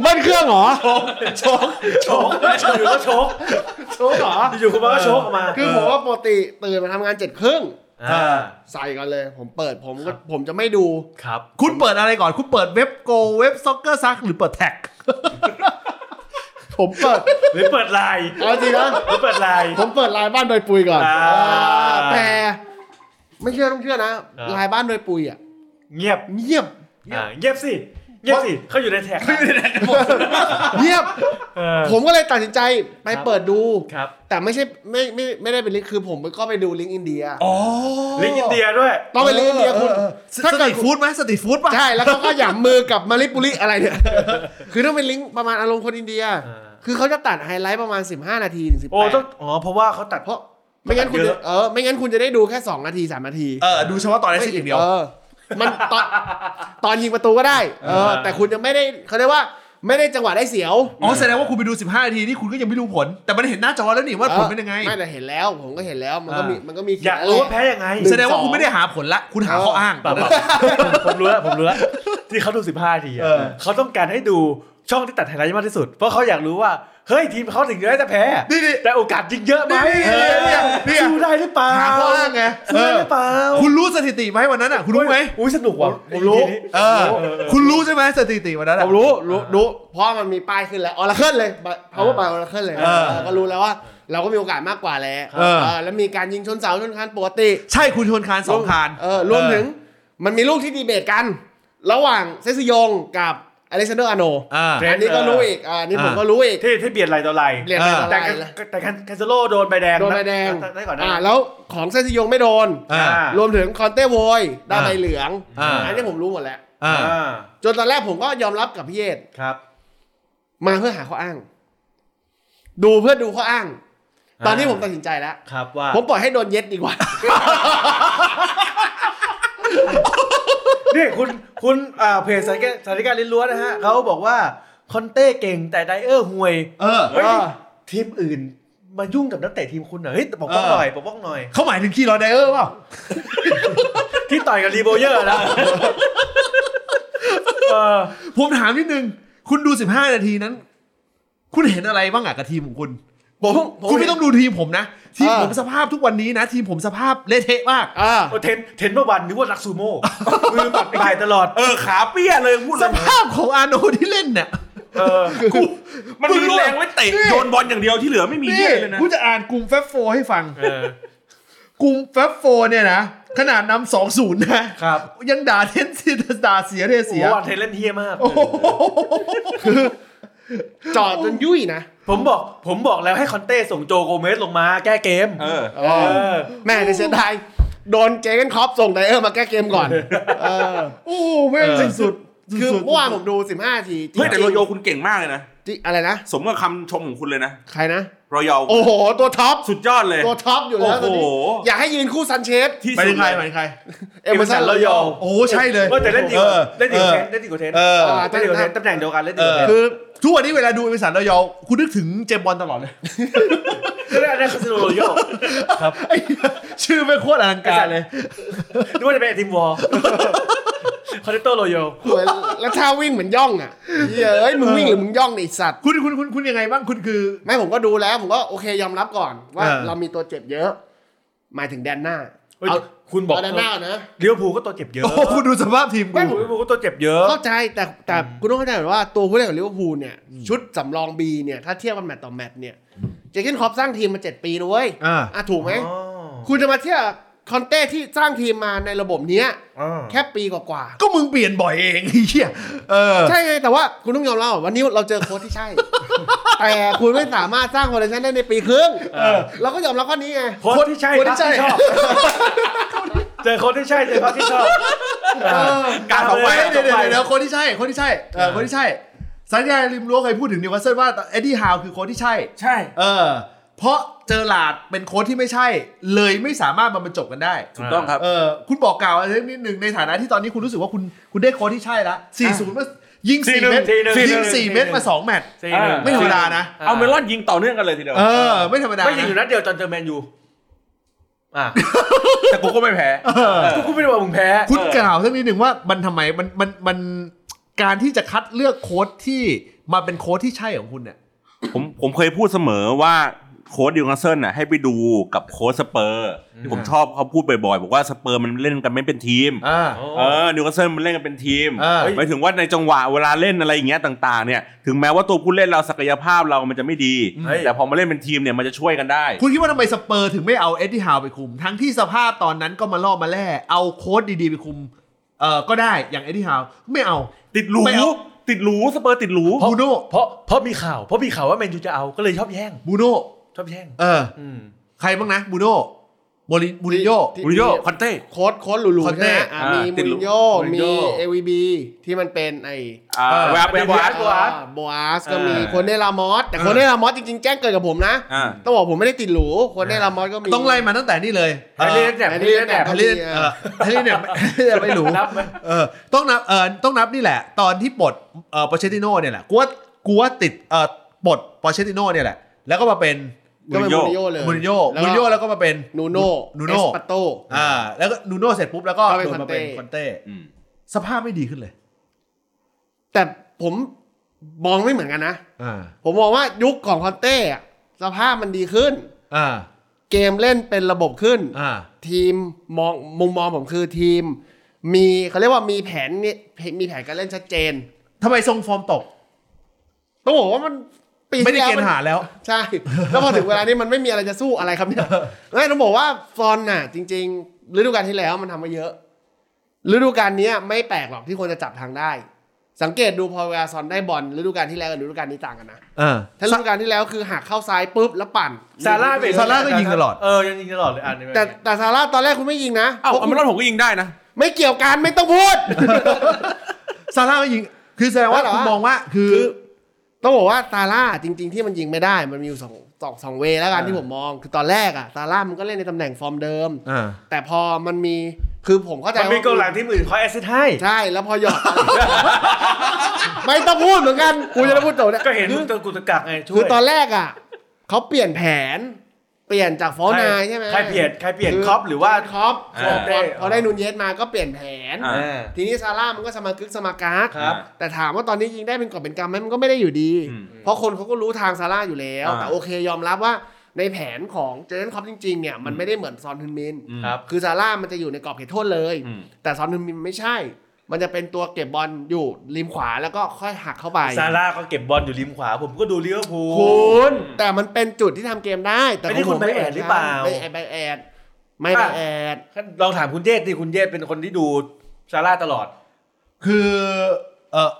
S4: เบิ้ลเครื่องเหรอ
S1: โชก
S3: โชกอยู่ก็โชก
S4: โชว์เหรอ
S3: อยู่คุณมาก็โชกออกมา
S4: คือผมว่าปกติตื่นมาทำงานเจ็ดครึ่ง
S3: อ่า
S4: ใส่กันเลย ผมเปิดผมก็ผมจะไม่ดู
S3: ครับ
S1: คุณเปิดอะไรก่อน คุณเปิดเว็บโกเว็บซ็อกเกอร์ซักหรือเปิดแท็ก
S4: ผมเปิด
S3: หรือเปิดไลน์
S4: เอาจริงนะ
S3: หรือเปิดไลน์
S4: ผมเปิดลายบ้านโดยปุยก่อน
S3: อ่า
S4: แต่ไม่เชื่อต้องเชื่อนะ
S3: อ่า
S4: ลายบ้านโดยปุยอ่ะ
S3: เงียบ
S4: เงียบ
S3: อ่าเงียบสิเงียบสิเขาอยู่ในแท็ก
S4: เงียบ
S3: เออ
S4: ผมก็เลยตัดสินใจไป
S3: ครับ
S4: เปิดดู
S3: ครับ
S4: แต่ไม่ใช่ไม่ไม่ไม่ได้เป็นลิงก์คือผมก็ไปดูลิงก์อินเดีย
S1: อ๋อ
S3: ลิงก์อินเดียด้วย
S4: ต้องเป็นลิงก์อินเดียคุณ
S1: ถ้า
S4: ถ้า
S1: เกิ
S4: เกิ
S1: ด
S4: ด
S1: ฟู้ดไหมสตรีทฟู้ดป่ะ
S4: ใช่แล้วเขาก็หยามมือกับมาริปุริอะไรเนี่ย คือต้องเป็นลิงก์ประมาณอารมณ์คนอินเดีย
S3: อ่า
S4: คือเขาจะตัดไฮไลท์ประมาณ 15 นาทีถึงสิบ
S3: โอ้
S4: แปด
S3: ต้องอ๋อเพราะว่าเขาตัด
S4: เพราะไม่งั้นคุณ
S3: เย
S4: จะ
S3: อะ
S4: เออไม่งั้นคุณจะได้ดูแค่ 2 นาที 3 นาที
S1: เออ ดูเฉพาะตอนแรกอย่างเดียว
S4: ออมันตอน ตอนยิงประตูก็ได้ เออ แต่คุณจะไม่ได้เขาเรียกว่าไม่ได้จังหวะได้เสียว
S1: อ๋อ แสดงว่าคุณไปดู 15 นาทีนี่คุณก็ยังไม่รู้ผล แต่มันเห็นหน้าจอแล้วนี่ว่าผลเป็นยังไง
S4: ไม่แต่เห็นแล้ว ผมก็เห็นแล้วมันก็มี
S3: อ่ามั
S4: มันก็มี
S3: อยากรู้ว่าแพ้ยังไง
S1: แสดงว่าคุณไม่ได้หาผลละ คุณหาข้ออ้าง
S3: เปล่าเปล่าผมรู้แล้วผมรู้แล้วที่เขาดู 15ทีอะ
S1: เออ
S3: เขาต้องการให้ดูช่องที่ตัดไฮไลท์มากที่สุด เพราะเขาอยากรู้ว่า เฮ้ย ทีมเขาถึงได้จะแพ้
S1: นี่นี่
S3: แต่โอกาสยิงเยอะไหม
S1: นี่
S3: เออ
S1: เนี่ยเนี่ย
S3: สู้ได้หรือเปล่า
S1: หาข้ออ้างไง
S3: สู้ได้หรือเปล่า
S1: คุณรู้สถิติไหมวันนั้นอ่ะ คุณรู้ไหม
S3: อุ้ยสนุกว่ะ
S4: ผมรู้
S3: ทีนี้
S1: เออ คุณรู้ใช่ไหมสถิติวันนั้น
S4: ผ
S1: อ่ะ
S4: มรู้รู้รู้เพราะมันมีป้ายขึ้นแล้วออร์เคิลเลยเพราะว่าไปออร์เคิลเลย
S1: เออ
S4: เออก็รู้แล้วว่า เราก็มีโอกาสมากกว่าแล้ว
S1: เออ
S4: เออแล้วมีการยิงชนเสาชนคานปกติ
S1: ใช่คุณชวนคานสองคาน
S4: เออรวมถึงมันมีลูกที่ดีเบตกัน ระหว่างเซซยงกับอเล็กซานเดอร์อาโน
S1: อ่า
S4: อันนี้ก็รู้อีกอ่าอันนี่ผม
S1: อ่า
S4: ก็รู้อีก
S3: ที่ที่เบียดไหลต่อไหล
S4: เรียนไป
S1: เออ
S4: อะ
S3: แต่
S4: ไร
S3: กัน
S4: ละ
S3: แต่กันแคนเซโลโดนใบแดง
S4: โดนใบแดง
S3: ได้ก่อนนะ
S4: อ่าแล้วของเซนซิโยงไม่โดน
S1: อ่า
S4: รวมถึงคอนเต้โวยได้
S1: อ่า
S4: ใบเหลือง
S1: อ่า
S4: นนี้ผมรู้หมดแล้ว
S1: อ่า
S3: อ่า
S4: จนตอนแรกผมก็ยอมรับกับพี่เยศ
S3: ครับ
S4: มาเพื่อหาข้ออ้าง ดูเพื่อดูข้ออ้าง ตอนนี้ผมตัดสินใจแล้ว
S3: ครับว่า
S4: ผมปล่อยให้โดนเย็ดดีกว่า
S3: นี่คุณคุณอ่าเพจสายแกสายการเรียนรู้นะฮะเขาบอกว่าคอนเต้เก่งแต่ไดเออร์ห่วย
S1: เออ
S3: เฮ้ย
S4: อ่า
S3: ทีมอื่นมายุ่งกับนักเตะทีมคุณเหรอเฮ้ยปกป้อง
S1: เออ
S3: หน่อยปกป้องหน่อย
S1: เขาหมายถึงคีรอเดอร์เปล่า
S3: ที่ต่อยกับรีโบเยอร์นะเออ
S1: ผมถามนิดนึง คุณดู 15 นาทีนั้น คุณเห็นอะไรบ้างอะกับทีมของคุณ
S4: ผมผม
S1: คุณไม่ต้องดูทีมผมนะ ทีม
S4: เออ
S1: ผมสภาพทุกวันนี้นะ ทีมผมสภาพเละเทะมาก
S4: อ่า
S3: โอ้เทนเทนเมื่อวันนึกว่านักซูโม่มือปัดบ่ายตลอด
S2: เออขาเปี้ยเลยพูด
S1: ส
S2: เลย
S1: ภาพของอาร์โนที่เล่นเนี่ย
S3: เออ
S1: กู
S2: มันมีแรงไว้เตะโยนบอลอย่างเดียวที่เหลือไม่มี
S1: นี่
S2: เหี้ยเลยนะ
S1: กูจะอ่านกลุ่มแฟบโฟให้ฟัง
S3: เออก
S1: ลุ่มแฟบโฟเนี่ยนะ ขนาดนำสองศูนย์นะ
S3: ครับ
S1: ยังด่าเทนซีด่าเสียเทเสีย
S3: โอ้วันเทนเล่นเฮียมาก
S4: จอดจนยุ่ยนะ
S3: ผมบอกผมบอกแล้วให้คอนเต้ส่งโจโกเมสลงมาแก้เกม
S2: เออ
S3: เออ
S4: แม่จะเสียดายโดนเจเกนคอปส่งไดเออร์มาแก้เกมก่อน เออ
S1: โอ้โหแม่งสุดสุดๆ
S4: คือ
S1: สุดๆ
S4: เมื่อวานผมดู 15นาทีจริง
S2: เฮ้ยแต่โร
S4: ๆ
S2: โยคุณเก่งมากเลยนะ
S4: จริงอะไรนะ
S2: สมกับคำชมของคุณเลยนะ
S4: ใครนะ
S2: โรโย
S4: โอ้โห ตัวท็อป
S2: สุดยอดเลย
S4: ตัวท็อปอยู่แล้วตอนนี้
S2: โอ้โห
S4: อยากให้ยืนคู่ซันเชส
S2: ที่
S1: หมาย
S2: สุ
S1: ถึ
S2: ด
S1: งใคร
S2: เลย
S1: หมายถึงใคร
S4: เอเมอร์สัน
S3: Emerson
S4: ลอยอ
S3: Royal
S1: โอ้โหใช่เลย
S3: เออแต่เล่นดีก
S1: เออ
S3: ว่าเล่นดีกว่าเทน
S1: เออ
S3: เล่นดีก
S1: เออ
S3: ว่าเทนเล่นดีก
S4: อ่า
S3: ว่าเทนตำแหน่งเดียวกันเล่นดี
S1: เอกอ
S3: ว่าเทน
S1: คือทุกวันนี้เวลาดูเอเมสันเรายอคุณนึกถึงเจมส์บอลตลอดเลย
S3: ก็ได้อันนั้นคาสิโนโรโยครับ
S1: ไอ้เหี้ยชื่อไม่งโคตรอลังการเลย
S3: นึกว่าจะเป็นไอติมวอล คอนเนตโตโรโย
S4: เหมือนแล้วท่าวิ่งเหมือนย่องอ่ะเหี้ยเอ้ยมึงวิ่งหรือมึงย่องเนี่ยไอ้สัตว์
S1: คุณคุณคุณคุณยังไงบ้างคุณคือ
S4: ไม่ผมก็ดูแล้ว ผมก็โอเคยอมรับก่อน ว่า
S1: เออ
S4: เรามีตัวเจ็บเยอะ หมายถึงแดนหน้า
S3: เฮ้ย
S4: เอา
S3: คุณบอก
S4: เาแดนหน้าก่อนนะ
S3: เลี้ยวภูลก็ตัวเจ็บเยอะ
S1: โอ้โหคุณดูสภาพทีม
S4: ไม่
S1: กู
S4: ผม
S3: ลิเวอร์พูลก็ตัวเจ็บเยอะ
S4: เข้าใจแต่แต่คุณต้องเข้าใจก่อนว่าตัวผู้เล่นของลิเวอร์พูลเนี่ยชุดสำรองบีเนี่ยถ้าเทียบกันแมตต์ต่อแมตต์เนี่ยเจเกนครอปสร้างทีมมาเจ็ดปีนะเว้ย
S1: อ่า
S4: อ่ะถูกไหม คุณจะมาเทียบคอนเต้ที่สร้างทีมมาในระบบเนี้ยแค่ปีกว่า
S1: ก็มึงเปลี่ยนบ่อยเองไอ้เหี้ยเออ
S4: ๆใช่ไงแต่ว่าคุณต้องยอมรับว่าวันนี้เราเจอโค้ชที่ใช่ แต่คุณไม่สามารถสร้างคอนเทนต์ได้ในปีครึ่ง
S3: เออ
S4: เราก็ยอมรับข้อนี้ไง
S3: โค้ชที่ใช่
S1: โค้ชที่
S3: ที่
S1: ใช่
S3: ชอบ เจอโค้ชที่ใช่เจอโค้ชที่ชอบ
S2: การสองใบ
S1: เดี๋ยวเดี๋ยว
S3: สองใบ
S1: เดี๋ยวเดี๋ยวคนที่ใช่คนที่ใช่เออ
S3: เออ
S1: คนที่ใช่สัญญาริมรั้วเคยพูดถึงนิวคาสเซิลว่าเอ็ดดี้ฮาวคือโค้ชที่ใช่
S3: ใช่
S1: เออ เพราะเจอหลาดเป็นโค้ชที่ไม่ใช่ เลยไม่สามารถมาบรรจบกันได้
S2: ถูกต้องครับ
S1: เออคุณบอกกล่าวอะไรสักนิดหนึ่งในฐานะที่ตอนนี้คุณรู้สึกว่าคุณคุณได้โค้ชที่ใช่ละ40มายิง
S3: สี่
S1: 4
S3: ห
S1: เม็
S3: นึ่
S1: ด
S3: งสี่
S1: ยิง4
S3: หนึ่ง
S1: เม็ดมาสองแมตช์
S3: สี่หนึ่ง
S1: ไม่ธรรมดานะ
S2: เอาเมลอนยิงต่อเนื่องกันเลยทีเดียว
S1: เออ ไม่ธรรมดา
S3: ไม่ยิงอยู่นัดเดียวตอนเจอแมนยูอ่ะ
S2: แต่กูก็ไม่แพ้
S1: เออ
S3: กูก็ไม่ได้ว่ามึงแพ้
S1: คุณกล่าวสักนิดหนึ่งว่ามันทำไมมันมันมันการที่จะคัดเลือกโค้ดที่มาเป็นโค้ดที่ใช่ของคุณเนี่ย
S2: ผมผมเคยพูดเสมอว่าโค้ดดิวคัสเซิลน่ะให้ไปดูกับโค้ดสเปอร์ที่ผมชอบเขาพูดบ่อยๆบอกว่าสเปอร์มันเล่นกันไม่เป็นทีม
S1: อ่า
S2: เออนิวคาสเซิลมันเล่นกันเป็นทีม
S1: เออ
S2: หมายถึงว่าในจังหวะเวลาเล่นอะไรอย่างเงี้ยต่างๆเนี่ย ถึงแม้ว่าตัวผู้เล่นเราศักยภาพเรามันจะไม่ดี แต่พอมาเล่นเป็นทีมเนี่ยมันจะช่วยกันได้
S1: คุณคิดว่าทำไมสเปอร์ถึงไม่เอาเอ็ดดี้ฮาวไปคุม ทั้งที่สภาพตอนนั้นก็มาล่อมาแล่ เอาโค้ดดีๆไปคุม เออก็ได้อย่างเอ็ดดี้ฮาวไม่เอา
S2: ติดหรู
S1: ไม่เอา
S2: ติดหรูสเปอร์ติดหรู
S1: บูโน่
S3: เพราะเพราะมีข่าว เพราะมีข่าวว่าแมนยูจะเอาก็เลยชอบแย่ง
S1: บูโน่
S3: ชอบแย่ง
S1: เออ
S3: อืม
S1: ใครบ้างนะบูโน่โมริมูรินโญ่
S4: ที่
S2: มูรินโญ่คอนเต้
S4: โค้ชโค้ชหลู
S1: ค
S4: ๆ
S1: อนเต้
S4: ใช่ไหมอ่ะ
S2: อ่า
S4: มี
S2: ติ
S4: มู
S2: ดลู
S4: ริ
S2: ก
S4: นโญ่
S3: มูริน
S4: มี
S3: โญ่
S4: เอวีบีที่มันเป็นไอ้
S2: อ่า
S1: เออ
S2: แวบแวบ
S3: โบ
S2: แว
S3: อา
S2: บ
S3: สโบอาส
S4: อ่โบอาสก็มี
S3: อ่า
S4: โคนเดลามอสแต่โคนเดลามอสจริงๆแจ้งเกิดกับผมนะ
S2: อ่า
S4: ต้องบอกผมไม่ได้ติดหรูโคนเดลามอสก็มี
S1: ต้องไล่มาตั้งแต่นี่เลย
S3: แฮร์รี่แนบแฮร์รี่แนบ
S1: แฮร์รี่เออแฮร์รี่เนี่ยไม่รู้
S3: นับไหม
S1: เออต้องนับเออต้องนับนี่แหละ ตอนที่ปลดเออปอเชติโน่เนี่ยแหละกูว่ากูว่าติดเออปลดปอเชติโน่เนี่ยแหละ แล้วก็มาเป็น
S4: ก็เป็น
S2: มู
S4: มู
S2: ริน
S4: ริน
S2: โญ่
S4: โญ่เลย
S1: มูรินโญ่
S4: แล้ว
S1: มู
S4: ก็
S1: รินโญ่แล้วก็มาเป็น
S4: นูโน่
S1: นูโน่
S4: เอสปาโต้
S1: อ่าแล้วก็นูโน่เสร็จปุ๊บแล้วก็
S4: ก็เป็น
S1: โดนมาเป็นค
S4: ค
S1: อ
S4: อน น
S1: เต้
S4: เต้
S2: อืม
S1: สภาพไม่ดีขึ้นเลย
S4: แต่ผมมองไม่เหมือนกันนะ
S1: อ่า
S4: ผมมองว่ายุคของคอนเต้อะสภาพมันดีขึ้น
S1: อ่า
S4: เกมเล่นเป็นระบบขึ้น
S1: อ่า
S4: ทีมมองมุมมองผมคือทีม มีเขาเรียกว่ามีแผนนี่มีแผนการเล่นชัดเจน
S1: ทำไมทรงฟอร์มตก
S4: ต้องบอกว่ามันปี
S1: ไม่ได้
S4: ที่แล้ว
S1: เกณฑ์ทหารแล้ว
S4: ใช่ แล้วพอถึงเวลานี้มันไม่มีอะไรจะสู้อะไรครั บเนี่ยไม่ต้องบอกว่าฟอนน่ะ จริง ๆ ฤดูกาลที่แล้วมันทำมาเยอะ ฤดูกาลเนี้ยไม่แปลกหรอกที่คนจะจับทางได้ สังเกตดูพอเวลาซอนได้บอลฤดูกาลที่แล้วกับฤดูกาลนี้ต่างกันนะ
S1: อ่า
S4: ถ้าฤดูกาลที่แล้วคือหักเข้าซ้ายปุ๊บแล้วปั่น
S3: ซาร่าเป็น
S1: ซาร่าก็ยิงตลอด
S3: เออยังยิงตลอดเลยอ่านใน
S4: แต่แต่ซาร่าตอนแรกคุณไม่ยิงนะ
S2: เอ้า
S4: พวก
S2: เอา
S4: คุ
S2: เม
S4: ณ
S2: ลอนผมก็ยิงได้นะ
S4: ไม่เกี่ยวกันไม่ต้องพูด
S1: ซาร่าก็ยิง คือแสดงว่า
S4: ไม่หรอ
S1: คุณมองว่าคือ
S4: คือต้องบอกว่าซาร่าจริง ๆ ที่มันยิงไม่ได้มันมีอยู่สองสองสองเวย์แล้วกันที่ผมมอง คือตอนแรกอะซาร่ามันก็เล่นในตำแหน่งฟอร์มเดิม
S1: อ่า
S4: แต่พอมันมีคือผมเข้าใจ
S3: มันมี
S4: ว่า
S3: โกองหลังที่มือคอยแอสซิสต์ให้
S4: ใช่แล้วพอหยอด ไม่ต้องพูดเหมือนกันกูจะได้พูดต่อเนี่ย
S3: ก็เห็น
S4: คือ
S3: ตัวกุตะกักไงช่วย
S4: คือตอนแรกอะเขาเปลี่ยนแผน เปลี่ยนจากฟอร์นายใช่ไหม
S3: ใครเปลี่ยนใครเปลี่ยน
S4: คื
S3: ครอปหรือว่า
S4: คอป
S2: อ่า
S4: พอพอได้นูนเยสมาก็เปลี่ยนแผน
S2: อ่า
S4: ทีนี้ซาร่ามันก็สมากึกสมากาก
S3: ครับ
S4: แต่ถามว่าตอนนี้ยิงได้เป็นกอบเป็นกำไหมมันก็ไม่ได้อยู่ดี
S2: อืม
S4: เพราะคนเขาก็รู้ทางซาร่าอยู่แล้ว
S2: อ่า
S4: แต่โอเคยอมรับว่าในแผนของเจเนคอปจริงๆเนี่ยมันไม่ได้เหมือนซอนฮึนมิน
S2: อืม
S3: ครับ
S4: คือซาร่ามันจะอยู่ในกรอบเขตโทษเลย
S2: อืม
S4: แต่ซอนฮึนมินไม่ใช่ มันจะเป็นตัวเก็บบอลอยู่ริมขวาแล้วก็ค่อยหักเข้าไป
S3: ซาร่าก็เก็บบอลอยู่ริมขวา ผมก็ดูลิเวอร์พูล
S4: คุณแต่มันเป็นจุดที่ทำเกมได้ แต่
S3: ไม่ได้
S4: ขงผม
S3: คุณไปแอดหรือเปล่า
S4: ไม่แอดไปแอดไม่ไปแอด
S3: ลองถามคุณเยศดิคุณเยศเป็นคนที่ดูซาร่าตลอด
S1: คือ เออ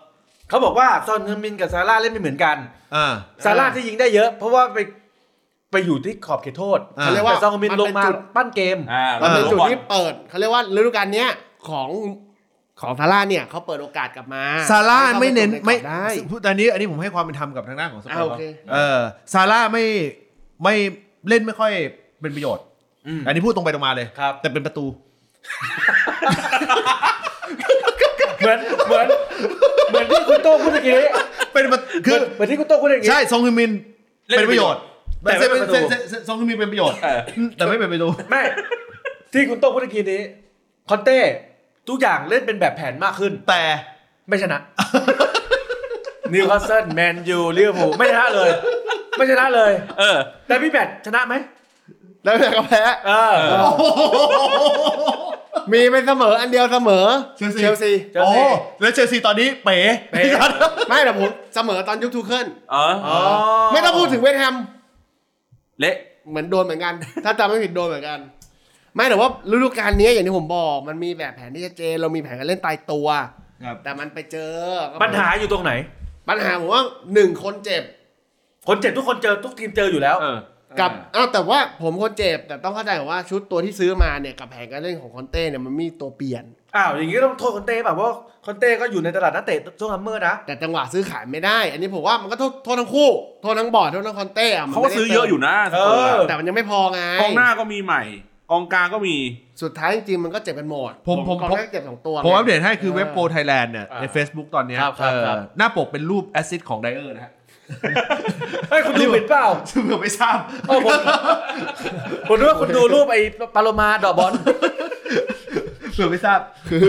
S3: เขาบอกว่าซอนเฮอร์มินกับซาร่าเล่นไม่เหมือนกัน
S1: อ่า
S3: ซาร่าที่ยิงได้เยอะ เพราะว่าไปไปอยู่ที่ขอบเขตโทษ
S1: อ่า
S4: เขาเรียกว่า
S3: แต่ซอนเฮอร์มินลงมา
S4: จุด
S3: ปั้นเกม
S2: อ่า
S4: มันเป็นจุด
S2: บอล
S4: ที่เปิดเขาเรียกว่าฤดูกาลเนี้ยของของซาร่าเนี่ยเขาเปิดโอกาสกลับมา
S1: ซาร่า
S4: ให้ขป
S1: ไม่เน้น
S4: ส่งใกรอบ
S1: ไม่
S4: ได้
S1: พูดอันนี้อันนี้ผมให้ความเป็นธรรมกับทางด้านของสเปอ
S4: อ่า
S1: ร์
S4: โอเค
S1: เออซาร่าไม่ไม่เล่นไม่ค่อยเป็นประโยชน์
S3: อืม
S1: อันนี้พูดตรงไปตรงมาเลย
S3: ครับ
S1: แต่เป็นประตู
S3: เหมือนเหมือนเหมือนที่คุณโต้งพูดเมื่อกี้
S1: เป็นประ
S3: คื
S1: คืออ
S3: เหมือนที่คุณโต้งพูดเมื่อกี้
S1: ใช่ซองฮึมิน
S2: เล่น
S1: เป็นประโยชน์
S3: แต่ไม่เป็นประตู
S1: เซเซเซซองฮึมินเป็นประโยชน์ แต่ไม่เป็นประตู
S3: ไม่ ที่คุณโต้งพูดเมื่อกี้นี้คอนเต้ ทุกอย่างเล่นเป็นแบบแผนมากขึ้น
S1: แต่
S3: ไม่ ชนะ นิวคาสเซิลแมนยูลิเวอร์พูลไม่ชนะเลย ไม่ชนะเลย
S2: เออ
S3: แต่พี่แบทชนะไหม
S4: แล้วแต่ก็แพ้
S3: เออ
S4: มีเป็นเสมออันเดียวเสมอ
S1: เชลซี
S4: ลซี
S3: เชลซี
S1: โอ้แล้วเชลซีตอนนี้เป๋
S3: เป๊ะ
S4: ไม่แต่ผมเสมอตอนยุคทูเคิล
S2: เออ
S3: อ๋อ
S4: ไม่ต้องพูดถึงเวทแฮม
S2: เละ
S4: เหมือนโดนเหมือนกัน ถ้าจำไม่ผิดโดนเหมือนกัน ไม่แต่ว่าฤดูกาลนี้อย่างที่ผมบอก มันมีแบบแผนที่ชัดเจนเรามีแผนการเล่นตายตัว
S1: ครับ
S4: แต่มันไปเจอ
S3: ปัญหาอยู่ตรงไหน
S4: ปัญหาผมว่าหนึ่งคนเจ็บ
S3: คนเจ็บทุกคนเจอทุกทีมเจออยู่แล้ว
S2: เออ
S4: กับอ้าวแต่ว่าผมคนเจ็บ แต่ต้องเข้าใจก่อนว่าชุดตัวที่ซื้อมาเนี่ยกับแผนการเล่นของคอนเต้เนี่ยมันมีตัวเปลี่ยน
S3: อ้าวอย่างนี้ต้องโทษคอนเต้ป่ะเพราะว่าคอนเต้ก็อยู่ในตลาดนักเตะช่วงซัมเมอร์นะ
S4: แต่จังหวะซื้อขายไม่ได้ อันนี้ผมว่ามันก็โทษโทษทั้งคู่โทษทั้งบอร์ดโทษทั้งคอนเต้อะมัน
S2: เขา
S4: ไม่
S2: ก็
S4: ได้
S2: ซื้อเยอะอยู่นะสปร์
S3: เออ
S4: แต่มันยังไม่พอไง
S2: กองหน้าก็มีใหม่ กองกลางก็มี
S4: สุดท้ายจริงๆมันก็เจ็บกันหมด
S1: ผมผม
S4: กองหน้าเจ็บสองตัว
S1: ผมอัปเด
S4: ไง
S1: ตให้คือ
S4: เออ
S1: เว็บโปรไทยแลนด์เนี่ย
S3: อ่า
S1: ใน Facebook ตอนเนี้ย
S3: ครับครับ
S1: เอ่อ
S3: ครับ
S1: หน้าปกเป็นรูปแอสซิดของไดเออร์นะฮะ
S3: เฮ้ยคุณดูผิดเปล่า
S1: ซึ่งผมไม่ทราบ
S3: เออผมผมรู้ว่าคุณดูรูปไอ้ปาโลมาดอกบอล
S1: เผื่อไม่ทราบ
S4: คือ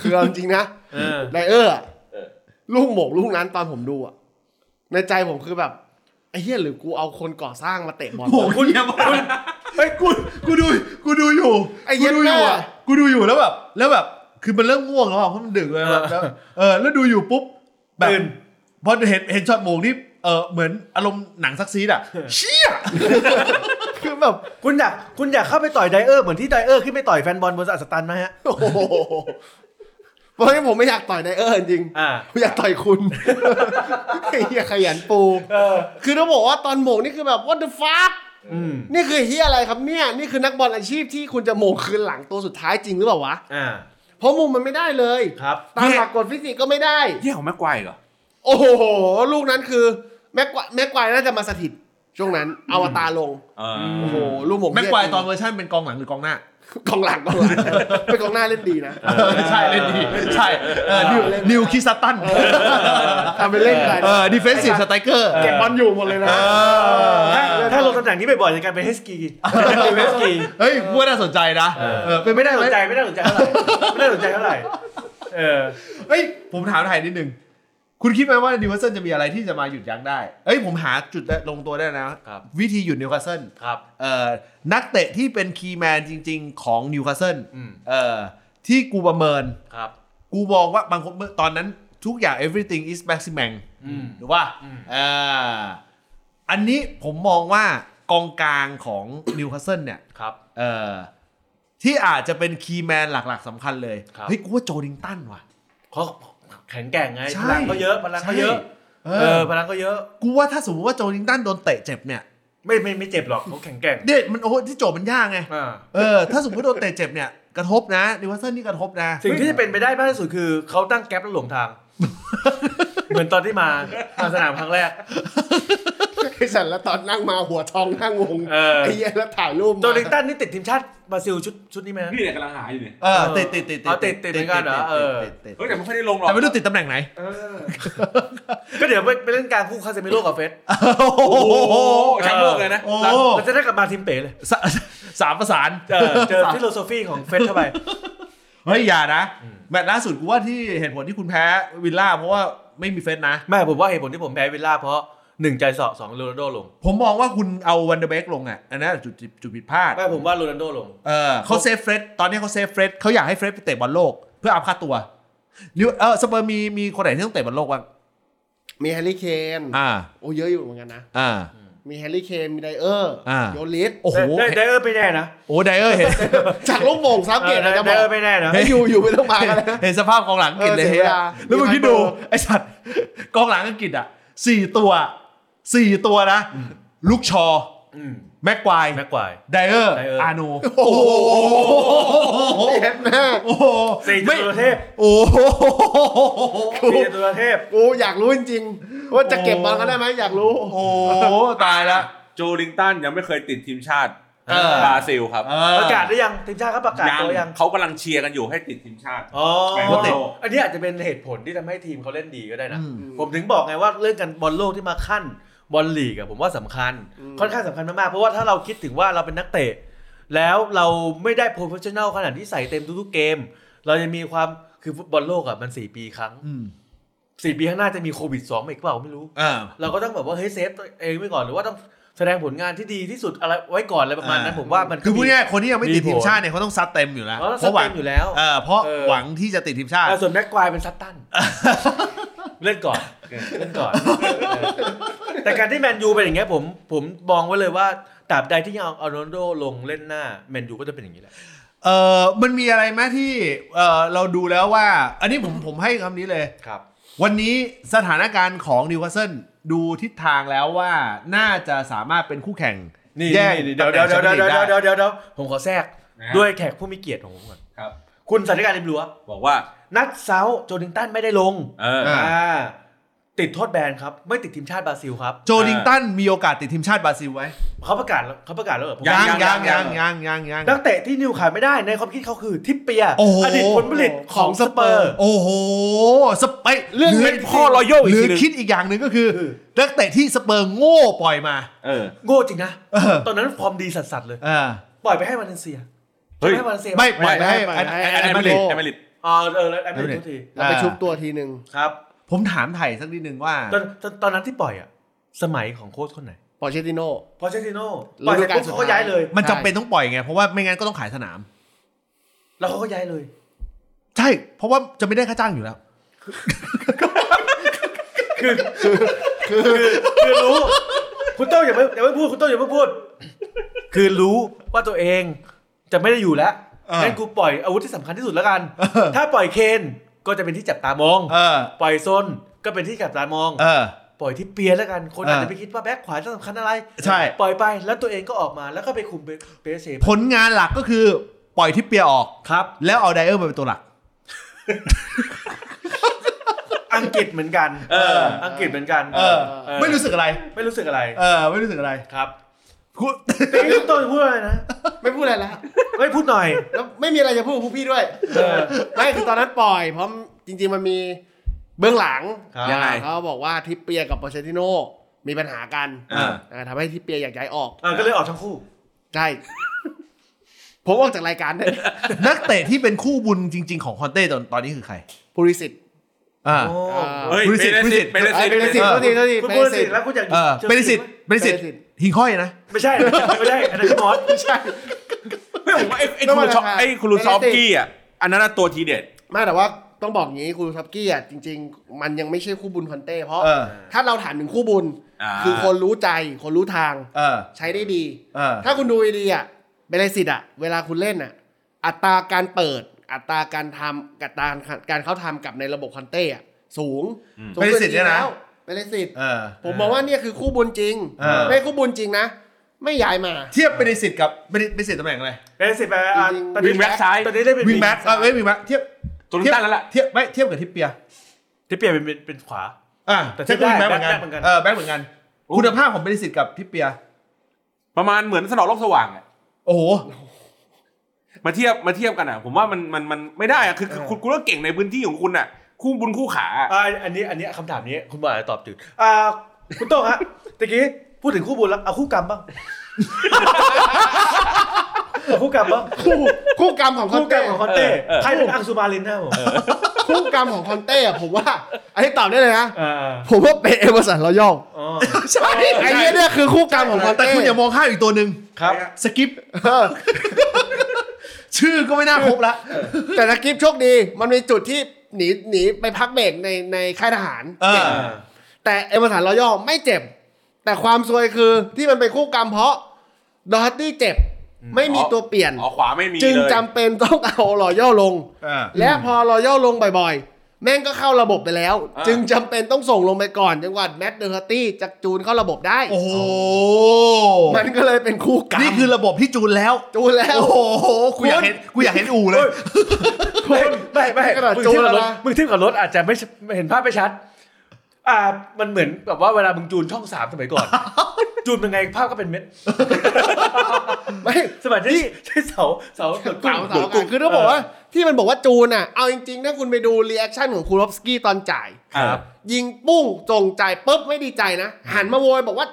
S4: คือเอาจริงๆนะ
S3: เออ
S4: ไดเออร์อะ
S2: เออ
S4: ลูกหมกลูกนั้นตอนผมดูอะในใจผมคือแบบไอ้เหี้ยหรือกูเอาคนก่อสร้างมาเตะบอล
S1: โห
S4: วะ
S1: คุณเนี่ยบ้าไอ้ยกูกูดูกูดูอยู่
S4: ไอ้เหี้ย
S1: กูดูอยู่อะ
S4: หน้า
S1: กูดูอยู่แล้วแบบแล้วแบบคือมันเริ่มง่วงแล้วอะเพราะมันดึกเลยแบบ
S3: เออ
S1: แล้วเออแล้วดูอยู่ปุ๊บแบบ
S3: ตื่น
S1: พอเห็นเห็นช็อตโมงนี่เออเหมือนอารมณ์หนังซักซีดอ่ะเชี่ย
S4: คือแบบ
S3: คุณอยากคุณอยากเข้าไปต่อยไดเออร์เหมือนที่ไดเออร์ขึ้นไปต่อยแฟนบอลบนสนามสตันไหมฮะ
S4: โอ้โหเพราะงั้นผมไม่อยากต่อยไดเออร์จริง
S3: อ่า
S4: ผมอยากต่อยคุณไอ้เหี้ยขยันปู
S3: เออ
S4: คือต้องบอกว่าตอนหมกนี่คือแบบ what the fuck
S3: อืม
S4: นี่คือเหี้ยอะไรครับเนี่ย นี่คือนักบอลอาชีพที่คุณจะโมงคืนหลังตัวสุดท้ายจริงหรือเปล่าวะ
S3: อ่า
S4: เพราะมุมมันไม่ได้เลย
S3: ครับ
S4: ตามหลักกฎฟิสิกส์ก็ไม่ได้
S2: เยี่ยของแม็กไกวร์เหรอ
S4: โอ้โห ลูกนั้นคือแม็กไกวแม็กไกวน่าจะมาสถิต ช่วงนั้นอวตารลง
S2: เออ
S4: โอ้โห ลูกหมง
S1: แม็กควาย
S4: เหี้ย
S1: ตอนเวอร์ชันเป็นกองหลังหรือกองหน้า
S4: กองหลังกองหลัง เป็นกองหน้าเล่นดีนะ
S1: ใช่เล่นดีใช่เออนิวนิวคิสตัน
S4: ทำเป็นเล่นไป
S1: เออดิเฟนซีฟสไตรเกอร์
S4: เก็บบอลอยู่หมดเลยนะ
S1: เออ
S3: ถ้าถ้าลงตำแหน่งนี้บ่อยๆจะกลายเป็นเฮสกีเป็นเฮสกี
S1: เฮ้ยกูว่าน่าสนใจนะ
S3: เออ
S1: เออเป็นไม่ได้
S3: ไม่
S1: ไหม
S3: น่าสนใจไม่น่าสนใจเท่าไหร่ไม่น่าสนใจเท่าไหร่เออ
S1: เอ้ยผมถามถ่ายนิดนึง คุณคิดไหมว่านิวคาสเซิลจะมีอะไรที่จะมาหยุดยั้งได้ เอ้ยผมหาจุดลงตัวได้นะ
S3: ครับ
S1: วิธีหยุดนิวคาสเซิล
S3: ครับ
S1: เอ่อนักเตะที่เป็นคีย์แมนจริง ๆ ของนิวคาสเซิล
S3: อืม
S1: เอ่อที่กูประเมิน
S3: ครับ
S1: กูมองว่าบางคนเมื่อตอนนั้นทุกอย่าง everything is maximum
S3: อืม
S1: หรือว่า
S3: อืม
S1: เอ่ออันนี้ผมมองว่ากองกลางของ นิวคาสเซิลเนี่ย
S3: ครับ
S1: เอ่อที่อาจจะเป็นคีย์แมนหลักๆสำคัญเลย
S3: ครับ
S1: เฮ้ยกูว่าโจลิงตันว่ะ
S3: เขาแข็งแกร่งไง
S1: ใช่
S3: พลังก็เยอะพลังก็เยอะ
S1: ใช่
S3: เอ
S1: เอ
S3: อ
S1: อ
S3: พลังก็เยอะ
S1: กูว่าถ้าสมมติว่าโจลิงตันโดนเตะเจ็บเนี่ย
S3: ไม่ไม่ไม่เจ็บหรอกเขาแข็งแกร่ง
S1: เด็ดมันโอ้โหที่โจทย์มันยากไง
S3: อ่า
S1: เออถ้าสมมติโดนเตะเจ็บเนี่ยกระทบนะนิวคาสเซิลนี่กระทบนะ
S3: สิ่งที่จะเป็นไปได้มากที่สุดคือเขาตั้งแก๊ปแล้วหลงทาง เหมือนตอนที่มามาสนามครั้งแรก
S4: ไอ้สันแล้วตอนนั่งมาหัวทองนั่งงง
S3: เออ
S4: ไอ้เหี้ยแล้วถ่ายรูปมา
S3: โจลิงตันนี่ติดทีมชาติบราซิลชุดชุดนี้ไหมฮะ
S2: นี่เนี่ยกำลังหาอยู่เนี่ย
S1: เออติดติดติด
S3: อ๋อติดติดเหมือนกันเหรอเออ
S1: ติดติด
S2: เฮ้ยแต่ไม่ค่อยได้ลงหรอก
S1: แต่ไม่รู้ติดตำแหน่งไหน
S3: ก็เดี๋ยวไปไปเล่นกลารคู่คาเซมิโร่กับเฟส
S1: โอ้โห
S2: โอ้โหแชมป์โลกเลยนะ
S1: โอ้
S3: เราจะได้กลับมาทีมเป๋เลย
S1: สาสามประสาน
S3: เออเจอฟิโลโซฟีของเฟสเข้าไป
S1: เฮ้ยอย่านะแมตช์ล่าสุดกูว่าที่เหตุผลที่คุณแพ้วิลล่าเพราะว่าไม่มีเฟสนะ
S3: ไม่ผมว่าเหตุผลที่ผมแพ้วิลล่าเพราะหนึ่งใจเสาะสองโรนัลโดลง
S1: ผมมองว่าคุณเอาวันเดอร์เบกลงอ่ะอันนั้นจุดจุดผิดพลาด
S3: ไม่ผมว่าโรนัลโดลง
S1: เออเขาเซฟเฟรดตอนนี้เขาเซฟเฟรดเขาอยากให้เฟรดไปเตะบอลโลก เพื่ออัพค่าตัวนิวเออสเปอร์มีมีคนไหนที่ต้องเตะบอลโลกบ้าง
S4: มีแฮร์รี่เคน
S1: อ่า
S4: โอ้เยอะอยู่เหมือนกันนะ
S1: อ่า
S4: มีแฮร์รี่เคนมีไดเออร์
S1: อ่า
S4: โยลิส
S1: โอ้โห
S3: ได้ได้เออไม่แน่นะ
S1: โอ้ไดเออร์เห็น
S4: จากลูกโป่งซับเกตนะจะบ
S3: ได้
S4: อก
S3: เออไม่แน่นะ
S4: ให้อยู่อยู่ไม่ต้องมากันนะ
S1: เห็นสภาพกองหลังอังกฤษเลย
S4: เออเสีย
S1: เฮ้ย
S4: เวลา
S1: แล้วมึงคิดดู
S4: มีไฮเปอร์
S1: ไอสัตว์กองหลังอังกฤษอ่ะสี่ตัวสี่ตัวนะ ลูกชอ
S3: อืม
S1: แม็กควาย
S3: แม็กควาย
S1: ไดเออร์
S3: ไดเออร์
S1: อาโน
S4: โอ้โหเห็นหน้า
S1: โอ้โห
S3: สี่
S1: ไม่
S3: ตัวเทพ
S1: โอ้โห
S3: สี่ตัวเทพ
S4: กูอยากรู้จริงๆว่าจะเก็บบอลเขาได้ไหมอยากรู้
S1: โอ้โหตายละ
S2: โจลิงตันยังไม่เคยติดทีมชาติ
S1: เออ
S2: บราซิลครับ
S1: เออ
S3: ประกาศได้ยังทีมชาติเขาประกาศตัวยัง
S2: เขากำลังเชียร์กันอยู่ให้ติดทีมชาติ
S3: อ๋อ
S2: แปลว่าติด
S3: อันนี้อาจจะเป็นเหตุผลที่ทำให้ทีมเขาเล่นดีก็ได้นะ
S1: อืม
S3: ผมถึงบอกไงว่าเรื่องการบอลโลกที่มาขั้นบอลลีกอะผมว่าสำคัญ
S4: อืม
S3: ค่อนข้างสำคัญมากๆ เพราะว่าถ้าเราคิดถึงว่าเราเป็นนักเตะ แล้วเราไม่ได้โปรเฟชชั่นแนลขนาดที่ใส่เต็มทุกๆเกม เรายังมีความคือฟุตบอลโลกอ่ะมันสี่ปีครั้ง
S1: อืม
S3: สี่ปีข้างหน้าจะมีโควิดสองอีกเปล่าไม่รู้
S1: อ่า
S3: เราก็ต้องแบบว่าเฮ้ยเซฟตัวเองไว้ก่อนหรือว่าต้องแสดงผลงานที่ดีที่สุดอะไรไว้ก่อนอะไรประมาณนั้น
S1: อ่า
S3: ผมว่ามัน
S1: คือพูด
S3: มี
S1: ง่ายๆคนที่ยังไม่ติด
S3: มีผล
S1: ทีมชาติเนี่ยเขาต้องซัดเต็มอยู่แล้ว
S3: เพราะเราสเต็มอยู่แล้ว
S1: เออเพราะ
S3: เออ
S1: หวังที่จะติดทีมชาติ
S3: แต่ส่วนแม็กควายเป็นซัตตัน เล่นก่อนเล่นก่อนเออ แต่การที่แมนยูเป็นอย่างเงี้ยผมผมมองไว้เลยว่าตราบใดที่ยังเอาเอาโรนลโดลงเล่นหน้าแมนยูก็จะเป็นอย่างนี้แหละ
S1: เออมันมีอะไรไหมที่เออเราดูแล้วว่า อันนี้ผมผมให้คำนี้เลย
S3: ครับ
S1: วันนี้สถานการณ์ของนิวคาสเซิลดูทิศทางแล้วว่าน่าจะสามารถเป็นคู่แข่ง
S3: นี่
S1: แย่ง
S3: นี่เดี๋ยวเดี๋ยวเดี๋ยวเดี๋ยวเดี๋ยวเดี๋ยวเดี๋ยวเดี๋ยวผมขอแทรกด้วยแขกผู้มีเกียรติของผมก่อน
S2: ครับ
S3: คุณสันติการริมรั้ว
S2: บอกว่า
S3: นัดเซาท์โจลิงตันไม่ได้ลง
S2: เออ
S1: า
S3: อ่าติดโทษแบนครับ ไม่ติดทีมชาติบราซิลครับ
S1: โจลิงตันมีโอกาสติดทีมชาติบราซิลไว้
S3: เขาประกาศแล้วเขาประกาศแล้วเหรอผม
S2: ยั
S1: ยัง
S2: งยั
S1: ยังยั
S2: ง
S1: ง
S2: ยั
S1: ยัง
S2: ง
S1: ยังยัง
S3: นักเตะที่นิวขาดไม่ได้ในความคิดเขาคือทิปเปีย
S1: โอ้โห
S3: ดีตผลผลิตของสเปอร์
S1: โอ้โหสเปย
S2: เรื่อง
S1: ห
S2: เป็นพ่อ Royal อีก
S1: หรื
S2: ทีหนึ่ง
S1: คิดอีกอย่างหนึ่งก็คือ
S3: คือ
S1: นักเตะที่สเปอร์โง่ปล่อยมา
S2: เออ
S3: โง่จริงนะ
S1: เออ
S3: ตอนนั้นฟอร์มดีสัสๆเลย
S1: เออ
S3: ปล่อยไปให้วาเลนเซีย
S2: เฮ้ย
S3: ให้วาเลนเซีย
S1: ไม่ปล่อยไปให้
S4: ไม่
S1: อัน
S4: ไม่
S1: อันอัน
S2: แอ
S1: อัน
S2: ม
S1: อัน
S2: เบ
S1: อันอัน
S2: ลิดแอมเบลิด
S3: เออเออแล้วแอดมิน
S1: ไม่เป็นไร
S3: ทุกที
S4: แล้วไปชุบตัวทีหนึ่ง
S3: ครับ
S1: ผมถามไถ่สักนิดนึงว่า
S3: ตอนตอนตอนนั้นที่ปล่อยอ่ะ สมัยของโค้ชคนไหน
S4: ปอเชติโน
S3: พอเชติโน่ปล่อยเสร็จปุ๊บเขาก็ย้ายเลย
S1: มันจำเป็นต้องปล่อยไง เพราะว่าไม่งั้นก็ต้องขายสนาม
S3: แล้วเขาก็ย้ายเลย
S1: ใช่ เพราะว่าจะไม่ได้ค่าจ้างอยู่แล้ว
S3: คือคือคือรู้ คุณโต้งอย่าไม่อย่าไม่พูดคุณโต้งอย่าไม่พูด คือรู้ว่าตัวเองจะไม่ได้อยู่แล้ว
S1: เออ
S3: งั้นกูปล่อยอาวุธที่สำคัญที่สุดแล้วกัน
S1: เออ
S3: ถ้าปล่อยเคนก็จะเป็นที่จับตามอง
S1: เออ
S3: ปล่อยโซนก็เป็นที่จับตามอง
S1: เออ
S3: ปล่อยที่เปียแล้วกัน คนอาจ
S1: เออ
S3: จะไปคิดว่าแบ็คขวาจะสำคัญอะไร
S1: ใช่
S3: ปล่อยไปแล้วตัวเองก็ออกมาแล้วก็ไปคุมเปเปเซ
S1: ผลงานหลักก็คือปล่อยทิปเปียออก
S3: ครับ
S1: แล้วเอาไดเออร์มาเป็นตัวหลัก
S3: อังกฤษเหมือนกัน
S1: เออ
S3: อังกฤษเหมือนกัน
S1: เออ
S3: เออ
S1: ไม่รู้สึกอะไร
S3: ไม่รู้สึกอะไร
S1: เออ ไม่รู้สึกอะไร
S3: ครับ
S1: คุณ
S3: แต่ที่คุณโต้งพูดอะไรนะ
S4: ไม่พูดอะไรละ
S3: ไม่พูดหน่อย
S4: แล้วไม่มีอะไรจะพูดกับพวกพี่ด้วย
S3: เออ
S4: ไม่คือตอนนั้นปล่อยเพราะจริง ๆ มันมีเบื้องหลัง
S3: ครับ
S2: ยังไง
S4: เขาบอกว่าทิปเปียกับปอเชติโนมีปัญหากัน
S1: อ่า
S4: อ่าทำให้ทิปเปียอยากย้ายออก
S3: อ่ะก็เลยออกทั้งคู่
S4: ใช่ผมออกจากรายการเนี่ย
S1: นักเตะที่เป็นคู่บุญจริง ๆ ของคอนเต้ตอนตอนนี้คือใคร
S4: ภูริสิทธิ์
S1: อ่า
S3: โอ้
S2: เฮ้ย
S1: บริ
S2: เป
S1: สิทธิ์
S2: เรสิตเปเร
S4: เอ้
S2: สิต
S4: ยเปเรสิต
S2: เออ
S4: โทษทีโทษที
S3: คุณ
S4: เป
S3: พูด
S4: เรสิ
S3: สิ
S4: ต
S3: แล้วคุณอยาก
S1: เออเป็นสิทธิ์เป็นสิทธิ์
S4: เป็นสิทธิ์
S1: หิงห้อยนะ
S3: ไม่ใช่ไม่ใช่อันนั้นพี่มอส
S4: ไม่ใช่
S2: เฮ้ยผมว่าไอ้ไอ้
S4: ไม่
S2: คุ
S4: ว่า
S2: ณชอป
S4: ราคา
S2: ไอ้คุณลูซอฟกี้อ่ะอันนั้นน่ะตัวทีเด็ด
S4: ไม่แต่ว่าต้องบอกอย่างนี้คุณทับกี้อ่ะจริง ๆ มันยังไม่ใช่คู่บุญคอนเต้เพราะ
S1: เออ
S4: ถ้าเราถามถึงคู่บุญ
S2: อ่า
S4: คือคนรู้ใจคนรู้ทาง
S1: เออ
S4: ใช้ได้ดี
S1: เออ
S4: ถ้าคุณดูดีๆอ่ะเบลสิตอ่ะ เวลาคุณเล่นอ่ะ อัตราการเปิด อัตราการทำกับการการเข้าทำกับในระบบคอนเต้อ่ะสูงสูง
S1: เบลสิตเนี่ยนะ
S4: เบลสิต
S1: เออ
S4: ผมมองว่าเนี่ยคือคู่บุญจริง
S1: เออ
S4: ไม่คู่บุญจริงนะ ไม่ย้ายมา
S1: เทียบเป็นสิทธิ์กับเป็นสิทธิ์ตำแหน่งอะไร
S3: เป็นสิทธิ์ไปอ่ะ
S4: จริงๆ
S3: ตอน
S2: วิ
S3: นี้
S2: งแบ็คซ้าย
S3: ตอนนี้ได้เป็น
S1: วิงแบ็กเอ้ยวิงแบ็กเทียบ
S2: ตัวลูก
S1: เทียบ
S2: ต้านแล้วล่ะ
S1: เทียบไม่เทียบกับทิปเปีย
S3: ที่เปลี่ยนเป็นเป็นเป็นขวา
S1: อ่า
S3: แต่
S1: แต่ใช่ก็
S3: ได้
S1: วิ่งแบ็ค
S3: แบ็
S1: เหมื
S3: ค
S1: อนกัน
S3: แบ็คเหมือนกัน
S1: เออแบ็คเหมือนกัน คุณภาพของเบนิสิตกับทิปเปีย
S2: ประมาณเหมือนสนองโลกสว่างอ่ะ
S1: โอ้โห
S2: มาเทียบมาเทียบกันอ่ะ ผมว่ามันมันมันไม่ได้อ่ะคือคือคุณคุณก็เก่งในพื้นที่ของคุณอ่ะ คู่บุญคู่ขาอ่ะ
S3: อ่ะอันนี้อันนี้คำถามนี้คุณบอยอาจจะตอบถูกอ่าคุณโต้ง ฮะตะกี้พูดถึงคู่บุญแล้วเอาคู่กรรมบ้างเอาคู่กรรมบ้าง
S4: คู่คู่กรรมของคอน
S3: คู่กร
S4: เต้
S3: รมของคอนเต้ใครเป็นอังสุมาลินนะผม
S4: คู่กรรมของคอนเต้อะผมว่า อันนี้ตอบได้เลยนะ
S3: อ่า
S4: ผมว่าเป็นเอเวอร์สันรอยัล
S3: อ๋อ
S1: ใช่
S4: ไอ้เนี่ยเนี่ยคือคู่กรรมของคอนเต้
S1: แต่คุณอย่ามองข้ามอีกตัวหนึ่ง
S3: ครับ
S1: สกิป
S4: เออ
S1: ชื่อก็ไม่น่าครบละ
S4: แต่ตะกิฟโชคดี มันมีจุดที่หนีหนีไปพักเบรกในในค่ายทหาร
S1: เออ
S3: อ่า
S4: แต่เอเวอร์สันรอยัลไม่เจ็บ แต่ความซวยคือที่มันเป็นคู่กรรมเพราะดอร์ตี้เจ็บ ไม่มีตัวเปลี่ยน
S2: อ๋อขวาไม่มีเลย
S4: จึงจำเป็นต้องเอารอยัลลง
S1: เออ
S4: และพอรอยัลลงบ่อยๆ แม่งก็เข้าระบบไปแล้ว
S2: อ่า
S4: จึงจำเป็นต้องส่งลงไปก่อนจนกว่าแมตต์เดอร์ตี้จะจูนเข้าระบบได้
S1: โอ้โห
S4: มันก็เลยเป็นคู่กรรม
S1: นี่คือระบบที่จูนแล้ว
S4: จูนแล้ว
S1: โอ้โห กูอยากเห็น กูอยากเห็นอู่เลย
S3: ไม่ไม่ไม่
S4: ขนาด
S3: มึง
S4: จู
S3: เทีย
S4: น
S3: บกับรถ
S4: แล้วนะ
S3: มึงเทียบกับรถอาจจะไม่ไม่เห็นภาพไม่ชัด อ่า มันเหมือนแบบว่าเวลามึงจูนช่องสามสมัยก่ อน จูนเป็นไงภาพก็เป็นเม็ด
S4: ไม่
S3: สมัยที่ที่เสาเสาเสา
S4: สาวสาวกันคือต้องบอกว่าที่มันบอกว่าจูนอ่ะ เอาจริงๆ ถ้าคุณไปดูรีแอคชั่นของคูรอฟสกี้ตอนจ่าย
S2: ครับ
S4: ยิงปุ้งจงใจายปุ๊บไม่ดีใจนะ หันมาโวยบอกว่า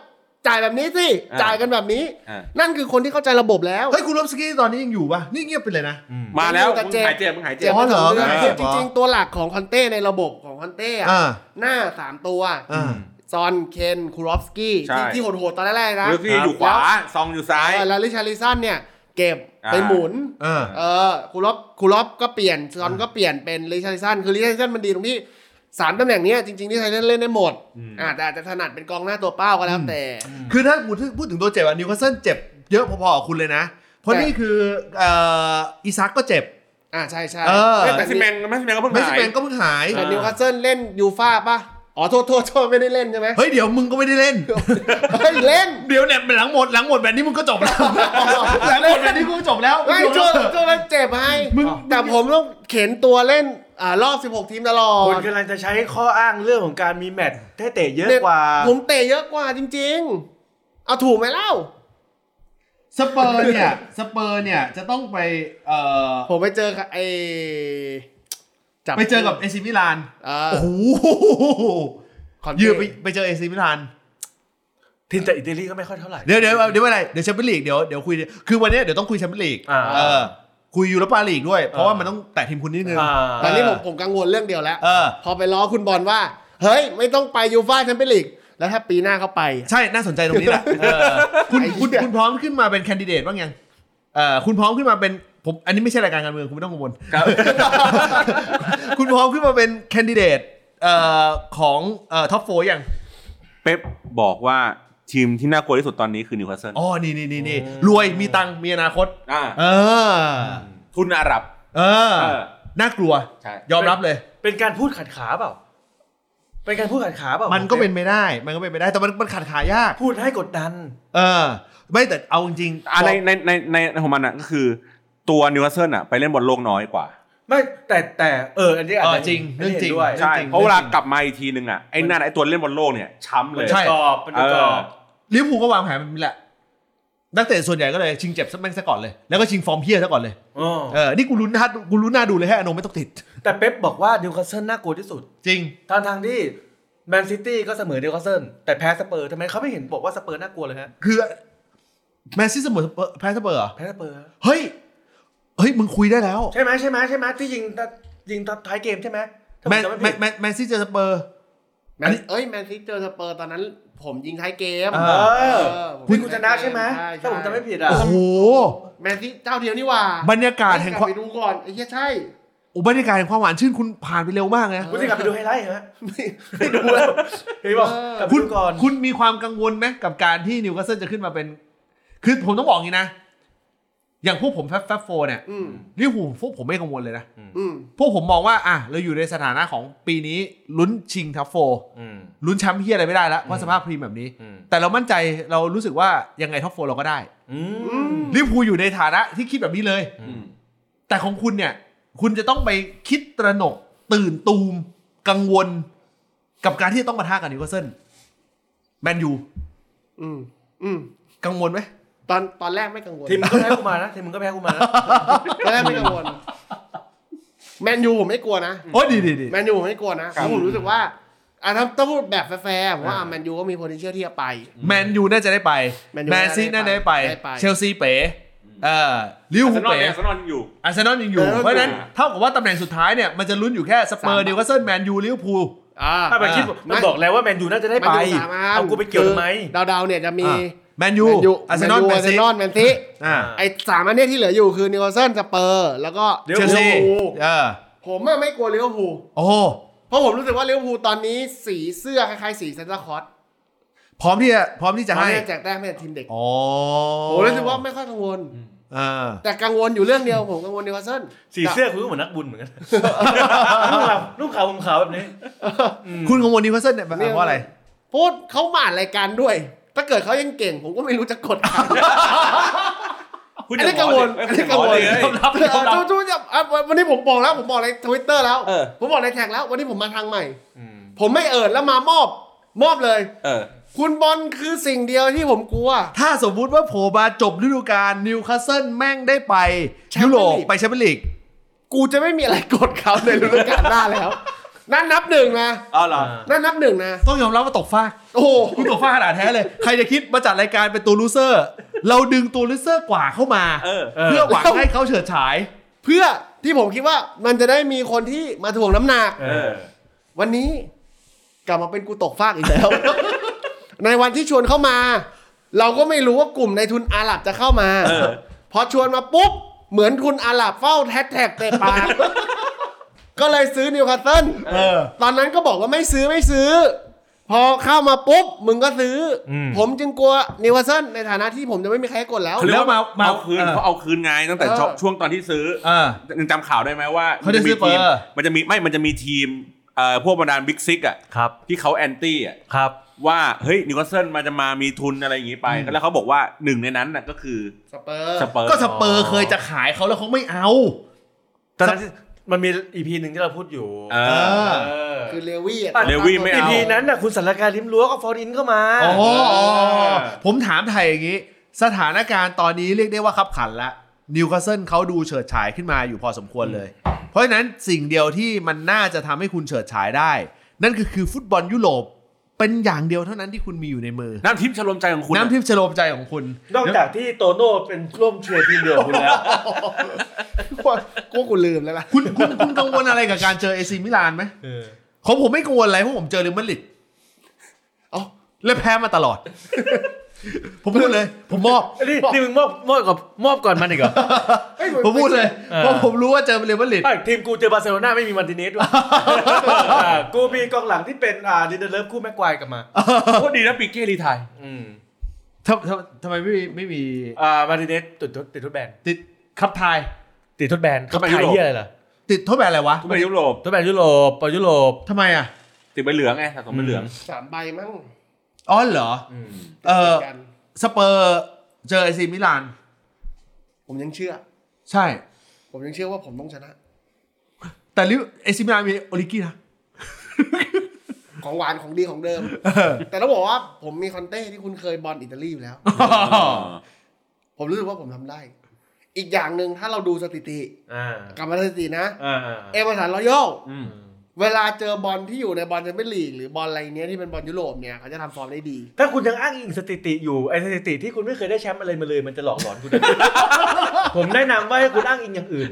S4: จ่ายแบบนี้สิ
S2: อ่า
S4: จ่ายกันแบบนี้
S2: อ่า
S4: นั่นคือคนที่เข้าใจระบบแล้ว
S1: เฮ้ยคุณลบสกี้ตอนนี้ยังอยู่ป่ะ นี่เงียบไปเลยนะ
S2: มาแล้ว
S4: แต่
S2: มึง
S4: เจ็บ
S2: หายเจ็บมึงหายเจ็
S4: เจ็
S2: บ
S4: บ
S1: อ๋อเหรอ
S4: ไม่ถึงดืน
S2: เจ็บ
S4: จ
S1: เหรอ
S4: ริงๆ ตัวหลักของคอนเต้ในระบบของคอนเต้อะ
S1: อ่า
S4: หน้าสามตัว
S1: อ่า
S4: จอห์นเคนคูรอฟสกี้
S2: ใช่
S4: ที่ที่โหดๆตอนแรกๆนะ
S2: ลูฟี่อยู่ขวาซองอยู่ซ้าย
S4: เออแล้วลิชาริสันเนี่ยเก็บไป
S2: อ่า
S4: หมุน
S1: เออ
S4: เออคูลอฟคูลอฟก็เปลี่ยนซอนก็เปลี่ยนเป็นลิชาริสันคือลิชาริสันมันดีตรงที่สามตำแหน่งเนี้ยจริงๆลิชาริสันเล่นได้หมดอ่าแต่อาจจะถนัดเป็นกองหน้าตัวเป้าก็แล้วแต่
S1: คือถ้าพูดถึงพูดถึงตัวเจ็บอะนิวคาสเซิลเจ็บเยอะพอๆกับคุณเลยนะ เพราะ
S4: แต่
S1: นี่คือเอ่ออีซักก็เจ็บ
S4: อ่าใช่ใช่
S1: เออ
S4: แต่
S2: แม
S4: แต่
S2: ส
S4: นิ
S2: ซี่แมนแมสซี่แมนก็เพิ่ง
S1: แมส
S2: หา
S1: ซี่
S2: ย
S1: แมนก็เพิ่งหาย
S4: แต่นิวคาสเซิลเล่นยูฟ่าป่ะ อ๋อโทษโทษโทษไม่ได้เล่นใช่ไหม
S1: เฮ้ยเดี๋ยวมึงก็ไม่ได้เล่น
S4: เฮ้ยเล่น
S1: เดี๋ยวเนี่ยหลังหมดหลังหมดแบบนี้มึงก็จบแล้ว หลังหมดแบบนี้มึงก็จบแล้ว
S4: ไม่ช่วงช่วงนั้นเจ็บไห้แต่ผมต้องเข็นตัวเล่นอ่ารอบ 16 ทีมตลอ
S3: คน
S4: ด
S3: กำลังจะใช้ข้ออ้างเรื่องของการมีแมตช์ให้เตะเยอะกว่า
S4: ผมเตะเยอะกว่าจริง ๆ เอาถูกไหมเล่า
S1: สเปอร์เนี่ยสเปอร์เนี่ยจะต้องไปเอ่อ
S4: ผมไปเจอไอจั
S1: ไปเจอกับเอซิมิลาน
S4: อ่า
S1: โอ้โห
S4: คอนเต้
S1: ยืมไปไปเจอเอซิมิลาน
S3: ทีมจากอิตาลีก็ไม่ค่อยเท่าไหร่
S1: เดี๋ยวเดี๋ยวเดี๋ยวไม่เป็นไรเดี๋ยวแชมเปี้ยนลีกเดี๋ยวเดี๋ยวคุย คือวันเนี้ยเดี๋ยวต้องคุยแชมเปี้ยนลีก
S3: อ่า
S1: เออคุยยูโรปาลีกด้วย เพราะว่า
S3: อ่ามั
S1: มันต้องแตะทีมคุณนิดนึง
S3: อ่า
S4: ตอนนี้ผมผมกังวลเรื่องเดียวแล้ว
S1: เออ
S4: พอไปล้อคุณบอลว่า เฮ้ย ไม่ต้องไปยูฟ่าแชมเปี้ยนลีก แล้วถ้าปีหน้าเขาไป
S1: ใช่น่าสนใจตรงนี้แหละเออคุณ
S4: ไอ้เหี้ย
S1: คุณคุณพร้อมขึ้นมาเป็นแคนดิเดตบ้างยังเออคุณพร้อมขึ้นมาเป็นผมอันนี้ไม่ใช่รายการการเมืองคุณไม่ต้องกังวล
S2: ครับ
S1: คุณพร้อมขึ้นมาเป็นแคนดิเดตเอ่อของเอ่อท็อปโฟยัง
S2: เป๊ปบอกว่าทีมที่น่ากลัวที่สุดตอนนี้คือนิวคาสเซิล
S1: อ๋อนี่นี่นี่นี่รวยมีตังค์มีอนาคต
S2: อ่า
S1: เออ
S2: ทุนอาหรับ
S1: เออ
S2: เออ
S1: น่ากลัว
S2: ใช่
S1: ยอมรับเลย
S3: เป็นการพูดขัดขาเปล่า เป็นการพูดขัดขาเปล่า มั
S1: มันก็เป็นไม่ได้ มันก็เป็นไม่ได้แต่มันมันขัดขายาก
S3: พูดให้กดดัน
S1: เออ ไม่แต่เอาจริง
S2: อ่ะในในในในในของมันอ่ะก็คือตัวนิวคาสเซิลอ่ะไปเล่นบอลโลกน้อยกว่า
S3: ไม่แต่แต่เอออันนี้อาจ
S1: เออ
S3: จะ
S1: จริงเรื่องจริง
S3: ด้วย
S2: ใช่
S1: องจง
S2: เพราะเวลากลับมาอีกทีนึงอ่ะไอ้นั่นไอ้ตัวเล่นบอลโลกเนี่ยช้ำเลย
S1: ใช่
S3: กรอบเป็นกรอบ
S1: ลิเวอร์พูลก็วางแผนแบบนี้แหละ นักเตะส่วนใหญ่ก็เลยชิงเจ็บซะแม่งซะก่อนเลย แล้วก็ชิงฟอร์มเฮียซะก่อนเลย
S3: อ๋อ
S1: เออ นี่กูรุ้นหน้ากูรุ้นหน้าดูเลยให้อโนไม่ต้องติด
S3: แต่เป๊ปบอกว่าดิวคาสเซิลน่ากลัวที่สุด
S1: จริง
S3: ทางทางที่แมนซิตี้ก็เสมอดิวคาสเซิลแต่แพ้สเปอร์ทำไมเขาไม่เห็นบอกว่าสเปอร์น่ากลัวเลยฮะ
S1: คือแมนซิตี้เสมอสเปอร์แพ้สเปอร์เหรอ
S3: แพ้สเปอร์ฮะ
S1: เฮ้ย เฮ้ย มึงคุยได้แล้ว
S3: ใช่ไหมใช่ไหมใช่ไหมที่ยิงยิงท้ายเกมใช่ไหมถ้าผ
S1: แมน
S3: จำไผิด
S1: แมนแมนแมนซิตี้เจอสเปอร์
S4: แมนเอ้ย แมนซิตี้เจอสเปอร์ตอนนั้น ผมยิงท้ายเกม
S1: เอ
S3: เออ
S4: ผม
S3: คุณคุณชนะใช่ไหม
S4: ใช่
S3: ถ้าผมจำไม่ผิดอ่ะ
S1: โอ้โห
S4: แมนซิตี้เจ้าเดียวนี่หว่า
S1: บรรยากาศแห่งความ
S4: เฮ้ยกลับไปดูก่อนไอ้เหี้ยใช่
S1: โอ้บรรยากาศแห่งความหวานชื่นคุณผ่านไปเร็วมากนะ
S3: คุณจะกลับไปดูไฮไลท์เหรอ
S4: ไม่ดูแล้ว
S3: เฮ้ยบอก
S4: เออ
S3: กลับไป
S1: คุณ
S3: ดูก่อน
S1: คุณมีความกังวลไหมกับการที่นิวคาสเซิลจะขึ้นมาเป็น คือผมต้องบอกอย่างนี้นะ อย่างพวกผมแฟบแฟบโฟเนี่ย
S4: อืม
S1: ลิเวอร์พูลพวกผมไม่กังวลเลยนะ
S4: อืม
S1: พวกผมมองว่าอ่ะเราอยู่ในสถานะของปีนี้ลุ้นชิงทัฟโฟร์
S3: อืม
S1: ลุ้นแชมป์เฮียอะไรไม่ได้แล้วเพราะสภาพพรีมแบบนี้
S3: อืม
S1: แต่เรามั่นใจเรารู้สึกว่ายังไงท็อปโฟร์เราก็ได้
S3: อื
S4: อื
S3: ม
S4: ม
S1: ลิเวอร์พูลอยู่ในฐานะที่คิดแบบนี้เลย
S2: อืม
S1: แต่ของคุณเนี่ย คุณจะต้องไปคิดตระหนก ตื่นตูม กังวล กับการที่จะต้องมาท่ากับนิวคาสเซิลแมนยู
S4: อืมอืม
S1: กังวลไหม
S4: ตอนตอนแรกไม่กังวล
S3: ทีมมึงก็แพ้กูมานะทีมมึงก็แพ้กูมานะ
S4: ตอนแรกไม่กังวลแมนยูผมไม่กลัวนะ
S1: โอ้ยดีดีดี
S4: แมนยูผมไม่กลัวนะเพราะผมรู้สึกว่าอ่ะถ้าต้องพูดแบบแฟร์ๆผมว่าอ่ะแมนยูก็มี potential ที่จะไป
S1: แมนยูน่าจะได้ไป
S4: แมนยู
S1: แมนซีน่าจะได้ไป
S4: ได้ไป
S1: เชลซีเป๋เอ่อลิเวอร์
S2: อาร์
S1: พูล
S2: เซนอล
S1: เป๋
S2: เนี่ยอาร์เซนอลอยู่
S1: อาร์เซนอลยังอยู่
S4: อาร์เซนอล
S1: เพราะฉะนั้น
S2: อยู่
S1: เท่ากับว่าตำแหน่งสุดท้ายเนี่ย มันจะลุ้นอยู่แค่สเปอ
S4: สามอั
S1: ร์
S4: น
S1: นิวคาสเซิลแมนยูลิเวอร์พูล
S4: อ่า
S3: ถ้าไปคิดมันบอกแล้วว่าแมนยูน่าจะได้ไป
S4: แมนยูสมอัน
S3: เอากูไปเกี่ยวทำไม
S4: คือดาวๆเนี่ยจะมี
S1: อ่ะแมนยูอา
S4: อา
S1: ร์
S4: ร์
S1: เซ
S4: เซ
S1: น
S4: น
S1: อ
S4: อ
S1: ล
S4: ล
S1: แม
S4: แม
S1: นซี
S4: นซีแมนซี
S1: อ่า
S3: อ่ะ
S4: ไอ้สามอันเนี้ยที่เหลืออยู่คือนิวคาสเซิลสเปอร์แล้วก็
S3: เดี๋ยว
S1: เชลซี
S3: ลิเวอร์พูล
S1: เออ
S4: ผมอะไม่กลัวลิเวอร์พูล
S1: โอ้โห
S4: เพราะผมรู้สึกว่าลิเวอร์พูลตอนนี้สีเสื้อคล้ายๆสีเซนต์คอร์ส
S1: พร้อมที่จะพร้อมที่จะ
S4: เขา
S1: ให้
S4: เนี่ยแจกแต้มให้กับทีมเด็ก
S1: อ๋อ
S4: ผมรู้สึกว่าไม่ค่อยกังวล
S1: เออ
S4: แต่กังวลอยู่เรื่องเดียวผมกังวลนิวคาสเซิล
S3: สีเสื้อคุณก็เหมือนนักบุญเหมือนกันนุ่งขาวนุ่งขาวผมขาวแบบนี้
S1: คุณกังวลนิวคาสเซิลเนี่ยหมายความว่าอะไร
S4: พูดเขามาอ่านรายการด้วย ถ้าเกิดเขายังเก่ง ผมก็ไม่รู้จะกดใคร
S2: คุณ
S4: อันนี้
S2: ย่า
S4: กัง
S2: ห
S4: ว
S2: ม
S4: ล
S2: เย
S4: อันนี้กังว
S2: อ
S4: ล
S2: ย่าหมอเลย
S1: รับเลยครับ
S4: เออจู่ๆเนี่ยอ่ะวันนี้ผมบอกแล้ว ผมบอกในทวิตเตอร์แล้ว
S2: เออ
S4: ผมบอกในแท็กแล้ว วันนี้ผมมาทางใหม่ ผมไม่เอิดแล้วมามอบ มอบเลย
S2: เออ
S4: คุณบอลคือสิ่งเดียวที่ผมกลัว
S1: ถ้าสมมุติว่าโผล่มาจบฤดูกาลนิวคาสเซิลแม่งได้ไป
S4: แชมป์
S1: ยุโรป
S4: ลีก
S1: ไปแชมเปี้ยนลีก
S4: กูจะไม่มีอะไรกดเขาในฤดูกาลหน้าแล้ว นั่นนับหนึ่งนะ
S2: เอาเหรอ
S4: นั่นนับหนึ่งนะ
S1: ต้องยอมรับว่าตกฟาก
S4: โอ้โห
S1: คุณตกฟากขนาดแท้เลย ใครจะคิดมาจัดรายการเป็นตัวลูเซอร์ เราดึงตัวลูเซอร์กว่าเข้ามา
S2: เออ
S1: เพื่อหวังให้เขาเฉิดฉาย
S4: เพื่อที่ผมคิดว่ามันจะได้มีคนที่มาถ่วงน้ำหนัก
S3: เอ
S2: เอ
S3: อ
S2: อ
S4: วันนี้กลับมาเป็นกูตกฟากอีกแล้ว ในวันที่ชวนเข้ามา เราก็ไม่รู้ว่ากลุ่มในายทุนอาหรับจะเข้ามา
S2: เออ
S4: พอชวนมาปุ๊บ เหมือนทุนอาหรับเฝ้าแฮชแท็กเตะปาก ก็เลยซื้อนิวคาสเซิล
S1: เออ
S4: ตอนนั้นก็บอกว่าไม่ซื้อไม่ซื้อ พอเข้ามาปุ๊บ มึงก็ซื้ออผมจึงกลัวนิวคาสเซิลในฐานะที่ผมจะไม่มีใครให้กดแล้ว
S1: คือ แล้วมามา
S2: เอาคืน
S1: เออ
S2: เขาเอาคืนไงตั้งแต่
S4: เออ
S2: ช่วงช่วงตอนที่ซื้อ
S1: เออ
S2: ยังจำข่าวได้ไหมว่า
S1: เขาจะซื้อ
S2: มันจะมีทีม
S1: เปอร์
S2: มันจะมีไม่มันจะมีทีมเอ่อพวกบรรดาบิ๊กซิกอ่ะ
S3: ครับ
S2: ที่เขาแอนตี้อ่ะ
S3: ครับ
S2: ว่าเฮ้ยนิวคาสเซิลมันจะมามีทุนอะไรอย่างงี้ไป แล้วเขาบอกว่าหนึ่งในนั้นน่ะก็คือ
S4: สเปอร์
S2: สเปอร์
S1: ก็สเปอร์เคยจะขายเขาแล้วเขาไม่เอา
S3: ตอนนั้นที่มันมีอีพีหนึ่งที่เราพูดอยู่
S2: เอ
S1: เออ
S2: อ
S3: เออ
S4: คือเลวี่อะ
S2: เลวี่ไม่
S3: อี
S2: เอา
S3: พีนั้นน่ะคุณสารการลิ้มรั้วก็ฟอร์ดินเข้ามา
S1: อ๋ออ๋ออ๋อ
S3: เออ
S1: ผมถามไทยอย่างนี้ สถานการณ์ตอนนี้เรียกได้ว่าขับขันละนิวคาสเซิลเขาดูเฉิดฉายขึ้นมาอยู่พอสมควรเลย เพราะฉะนั้นสิ่งเดียวที่มันน่าจะทำให้คุณเฉิดฉายได้ นั่นก็คือฟุตบอลยุโรปเป็นอย่างเดียวเท่านั้นที่คุณมีอยู่ในมือ
S2: น้ำทิพย์ชโลมใจของคุณ
S1: น้ำทิพย์ชโลมใจของคุณ
S3: นอกจากที่โตโน่เป็นร่วมเชียร์ทีมเดียวกับคุณแล้ว
S4: กลัวกูลืมแล้วล่ะ
S1: คุณคุณคุณกังวลอะไรกับการเจอเอซีมิลานไหมของผมไม่กังวลอะไรเพราะผมเจอเรอัลมาดริด
S4: เอ้า
S1: และแพ้มาตลอด ผมพูดเลย ผมมอบ
S3: นี่นี่มึงมอบมอบกับมอบก่อนมัน อีกเหรอ
S4: เอ้ย
S1: ผมพูดเลย
S3: เออ
S1: เพราะผมรู้ว่าเจอเรอัลมาดริด
S3: ไอ้ทีมกูเจอบาร์เซโลนาไม่มีมาร์ติเนสด้วย อ่ากูมีกองหลังที่เป็นอ่าดิเดเลิฟคู่แม็กควายก ลับมา
S2: โคตรดีนะปีเก้รีไทย
S3: อืม
S1: ทำทำทำไมไม่มีไม่มี
S3: อ่ามาร์ติเนสติดทดติดทดแบน
S1: ติดขับทาย
S3: ติดทดแบน
S2: ทำไมยุโรป
S3: เหี้ยอะไรล่ะ
S1: ติดโทษแบนอะไรวะ
S2: ทุกในยุโรป
S3: ทดแบนยุโรปปล่อยยุโรป
S1: ทำไมอ่ะ
S2: ติดใบเหลืองไงสะสมใบเหลือง
S4: สามใบมั้ง
S1: อ๋อเหรอ เออ
S4: กัน
S1: สเปอร์เจอไอซีมิลาน
S4: ผมยังเชื่อ
S1: ใช่
S4: ผมยังเชื่อว่าผมต้องชนะ
S1: แต่ลิเวไอซีมิลานมีโอลิกี้นะ
S4: ของหวานของดีของเดิม แต่ต้องบอกว่าผมมีคอนเต้ที่คุณเคยบอลอิตาลีอยู่แล้ว ผมรู้สึกว่าผมทำได้ อีกอย่างหนึ่งถ้าเราดูสถิติ
S3: อ่าก
S4: ลับมาสถิตินะ
S3: อ่าอ่า
S4: เอเวอร์ตันรอยัล
S2: อืม
S4: เวลาเจอบอลที่อยู่ในบอลแชมเปี้ยนลีกหรือบอลอะไรเนี้ยที่เป็นบอลยุโรปเนี่ยเขาจะทำฟอร์มได้ดี
S3: ถ้าคุณยังอ้างอิงสถิติอยู่ไอสถิติที่คุณไม่เคยได้แชมป์อะไรมาเลยมันจะหลอกหลอน คุณนะ ผมแนะนำว่าให้คุณอ้างอิงอย่างอื่น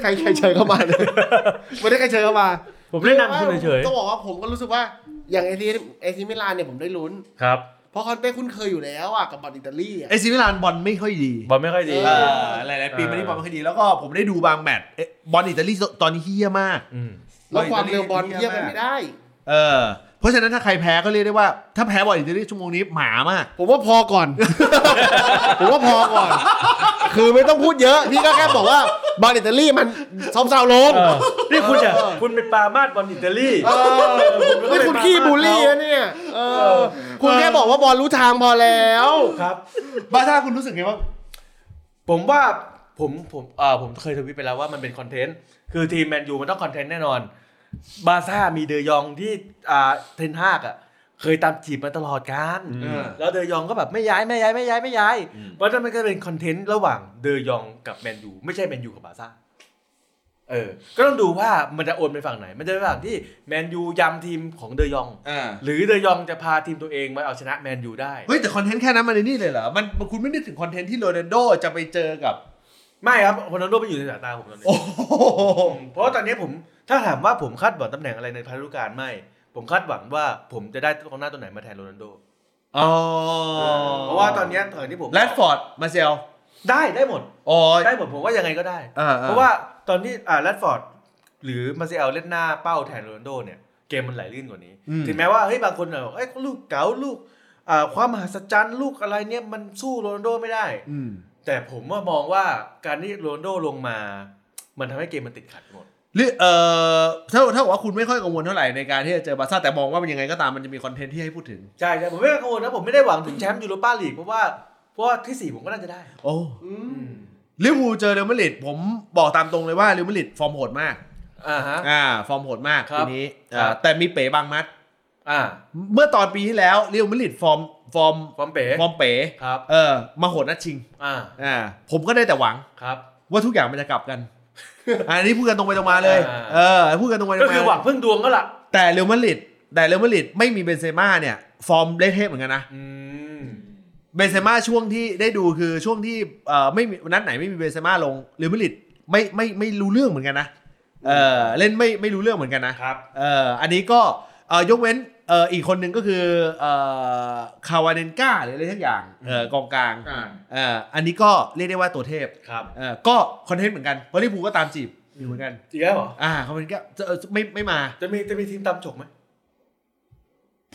S4: ใครใครเชิญเข้ามาเลย ไม่ได้ใครเชิญเข้ามา
S3: ผมแนะนำคุณเฉยๆ
S4: ต้องบอกว่าผมก็รู้สึกว่าอย่างเอซีเอซีมิลานเนี่ยผมได้ลุ้น
S3: ครับ
S4: เพราะคอนเต้คุ้นเคยอยู่แล้วอ่ะกับบอลอิตาลีอะ
S1: ไอซีมิลานบอลไม่ค่อยดี
S3: บอลไม่ค่อยดี
S4: เอ
S1: หลายๆปีมานี้บอลไม่ค่อยดีแล้วก็ผมได้ดูบางแมตช์เอ๊ะบอลอิตาลีตอนนี้เฮี้ยมาก
S3: ม
S4: แล้วความเร็วบอลเทียบกันไม่ได้
S1: เออ เพราะฉะนั้นถ้าใครแพ้ก็เรียกได้ว่า ถ้าแพ้บอลอิตาลีชั่วโมงนี้หมามาก
S4: ผมว่าพอก่อน ผมว่าพอก่อน คือไม่ต้องพูดเยอะ พี่ก็แค่บอกว่าบอลอิตาลีมันซอมเซาลง
S3: เออนี่คุณจะคุณเป็นปรามาดบอลอิตาลี
S4: ไม่คุณขี้บูลลี่นะเนี่ยเออ คุณแค่บอกว่าบอลรู้ทางพอแล้ว
S3: ครับ
S1: บ้าถ้าคุณรู้สึกไงว่า
S3: ผมว่าผมผมเออผมเคยทวิตไปแล้วว่ามันเป็นคอนเทนต์ คือทีมแมนยูมันต้องคอนเทนต์แน่นอน บาร์ซ่ามีเดยองที่อ่าเทนฮากอ่ะ เคยตามจีบมาตลอดการ
S1: อืม
S3: แล้วเดยองก็แบบไม่ย้ายไม่ย้ายไม่ย้ายไม่ย้ายเพราะฉะนั้นมันก็เป็นคอนเทนต์ระหว่างเดยองกับแมนยูไม่ใช่แมนยูกับบาร์ซ่าเออ ก็ต้องดูว่ามันจะโอนไปฝั่งไหน มันจะไปฝั่งที่แมนยูยำทีมของเดยอง หรือเดยองจะพาทีมตัวเองมาเอาชนะแมนยูได้
S1: เฮ้ยแต่คอนเทนต์แค่นั้นมันในนี่เลยเหรอ มันมันคุณไม่นึกถึงคอนเทนต์ที่โรนัลโดจะไปเจอกับ
S3: ไม่ครับโรนัลโดไปอยู่ในสายตาผมตอนนี้
S1: โอ้โห
S3: เพราะว่าตอนนี้ผมถ้าถามว่าผมคาดหวังตำแหน่งอะไรในพันธุการไม่ ผมคาดหวังว่าผมจะได้กองหน้าตัวไหนมาแทนโรนัลโด
S1: อ๋อ
S3: เพราะว่าตอนเนี้ยตอนที่ผม
S1: แรดฟอร์ด มาเซล
S3: ได้ได้หมด
S1: อ๋อ
S3: ได้หมดผมว่ายังไงก็ได้
S1: อ่าๆ
S3: เพราะว่าตอนที่อ่าแรดฟอร์ดหรือมาเซลเล่นหน้าเป้าแทนโรนัลโดเนี่ยเกมมันไหลลื่นกว่านี้ ถึงแม้ว่าเฮ้ยบางคนเนี่ยบอกเอ้ยลูกเก๋าลูกอ่าความมหัศจรรย์ลูกอะไรเนี่ยมันสู้โรนัลโดไม่ได้
S1: อืม
S3: แต่ผมว่ามองว่าการที่โรนลโดลงมา มันทำให้เกมมันติดขัดหมด
S1: หรือเออถ้าถ้าบอกว่าคุณไม่ค่อยกังวลเท่าไหร่ในการที่จะเจอบาร์ซ่าแต่มองว่ามันยังไงก็ตามมันจะมีคอนเทนต์ที่ให้พูดถึง
S3: ใช่ใช่ผมไม่กังวลนะ ผมไม่ได้หวังถึงแชมป์ยูโรปาลีกเพราะว่าเพราะว่าที่สี่ผมก็น่าจะได้
S1: โอ้ลิเวอร์พูลเจอเรอัลมาดริดผมบอกตามตรงเลยว่าเรอัลมาดริดฟอร์มโหดมาก
S3: อ่าฮะ
S1: อ่า ฟอร์มโหดมาก
S3: ครับ
S1: ทีนี้
S3: ครั
S1: อ่า
S3: บ
S1: แต่มีเป๋บางมัด
S3: อ่า
S1: เมื่อตอนปีที่แล้วเรอัลมาดริดฟอร์มฟอร์ม
S3: ฟอร์มเป๋
S1: ฟอร์มเป๋
S3: ครับ
S1: เออมาโหดนัดชิง
S3: อ่า
S1: อ่าผมก็ได้แต่หวัง
S3: ครับ
S1: ว่าทุกอย่างมันจะกลับกัน อันนี้พูดกันตรงไปตรงมาเลย
S3: อ่า
S1: เออพูดกันตรงไปตร
S3: ก็
S1: ง
S3: คือหวั
S1: มาง
S3: พึ่งดวงก็ล่ะ
S1: แต่เรอัลมาดริดแต่เรอัลมาดริดไม่มีเบนเซม่าเนี่ย ฟอร์มเละเทะเหมือนกันนะ
S3: อืม
S1: เบนเซม่าช่วงที่ได้ดูคือช่วงที่เอ่อไม่มีนัดไหนไม่มีเบนเซม่าลงเรอัลมาดริดไม่ไม่ไม่รู้เรื่องเหมือนกันนะเออเล่นไม่ไม่รู้เรื่องเหมือนกันนะ
S3: ครับ
S1: เอ่ออันนี้ก็เอ่อยกเว้นเอ่ออีกคนหนึ่งก็คือเอ่อคาวาเนนกาหรืออะไรทักอย่างเอ่อกองกลาง
S5: อ่า
S1: เอ่ออันนี้ก็เรียกได้ว่าตัวเทพ
S3: ครับ
S1: เอ่อก็คอนเทนต์เหมือนกันเพราะลิเวอร์พูลก็ตามจีบอยู่เหมือนกัน
S3: อีกแล้วเหรอ
S1: อ่าคาวาเนนกาเอ่อไม่ไม่มา
S3: จะมีจะมีทีมตามฉกไหม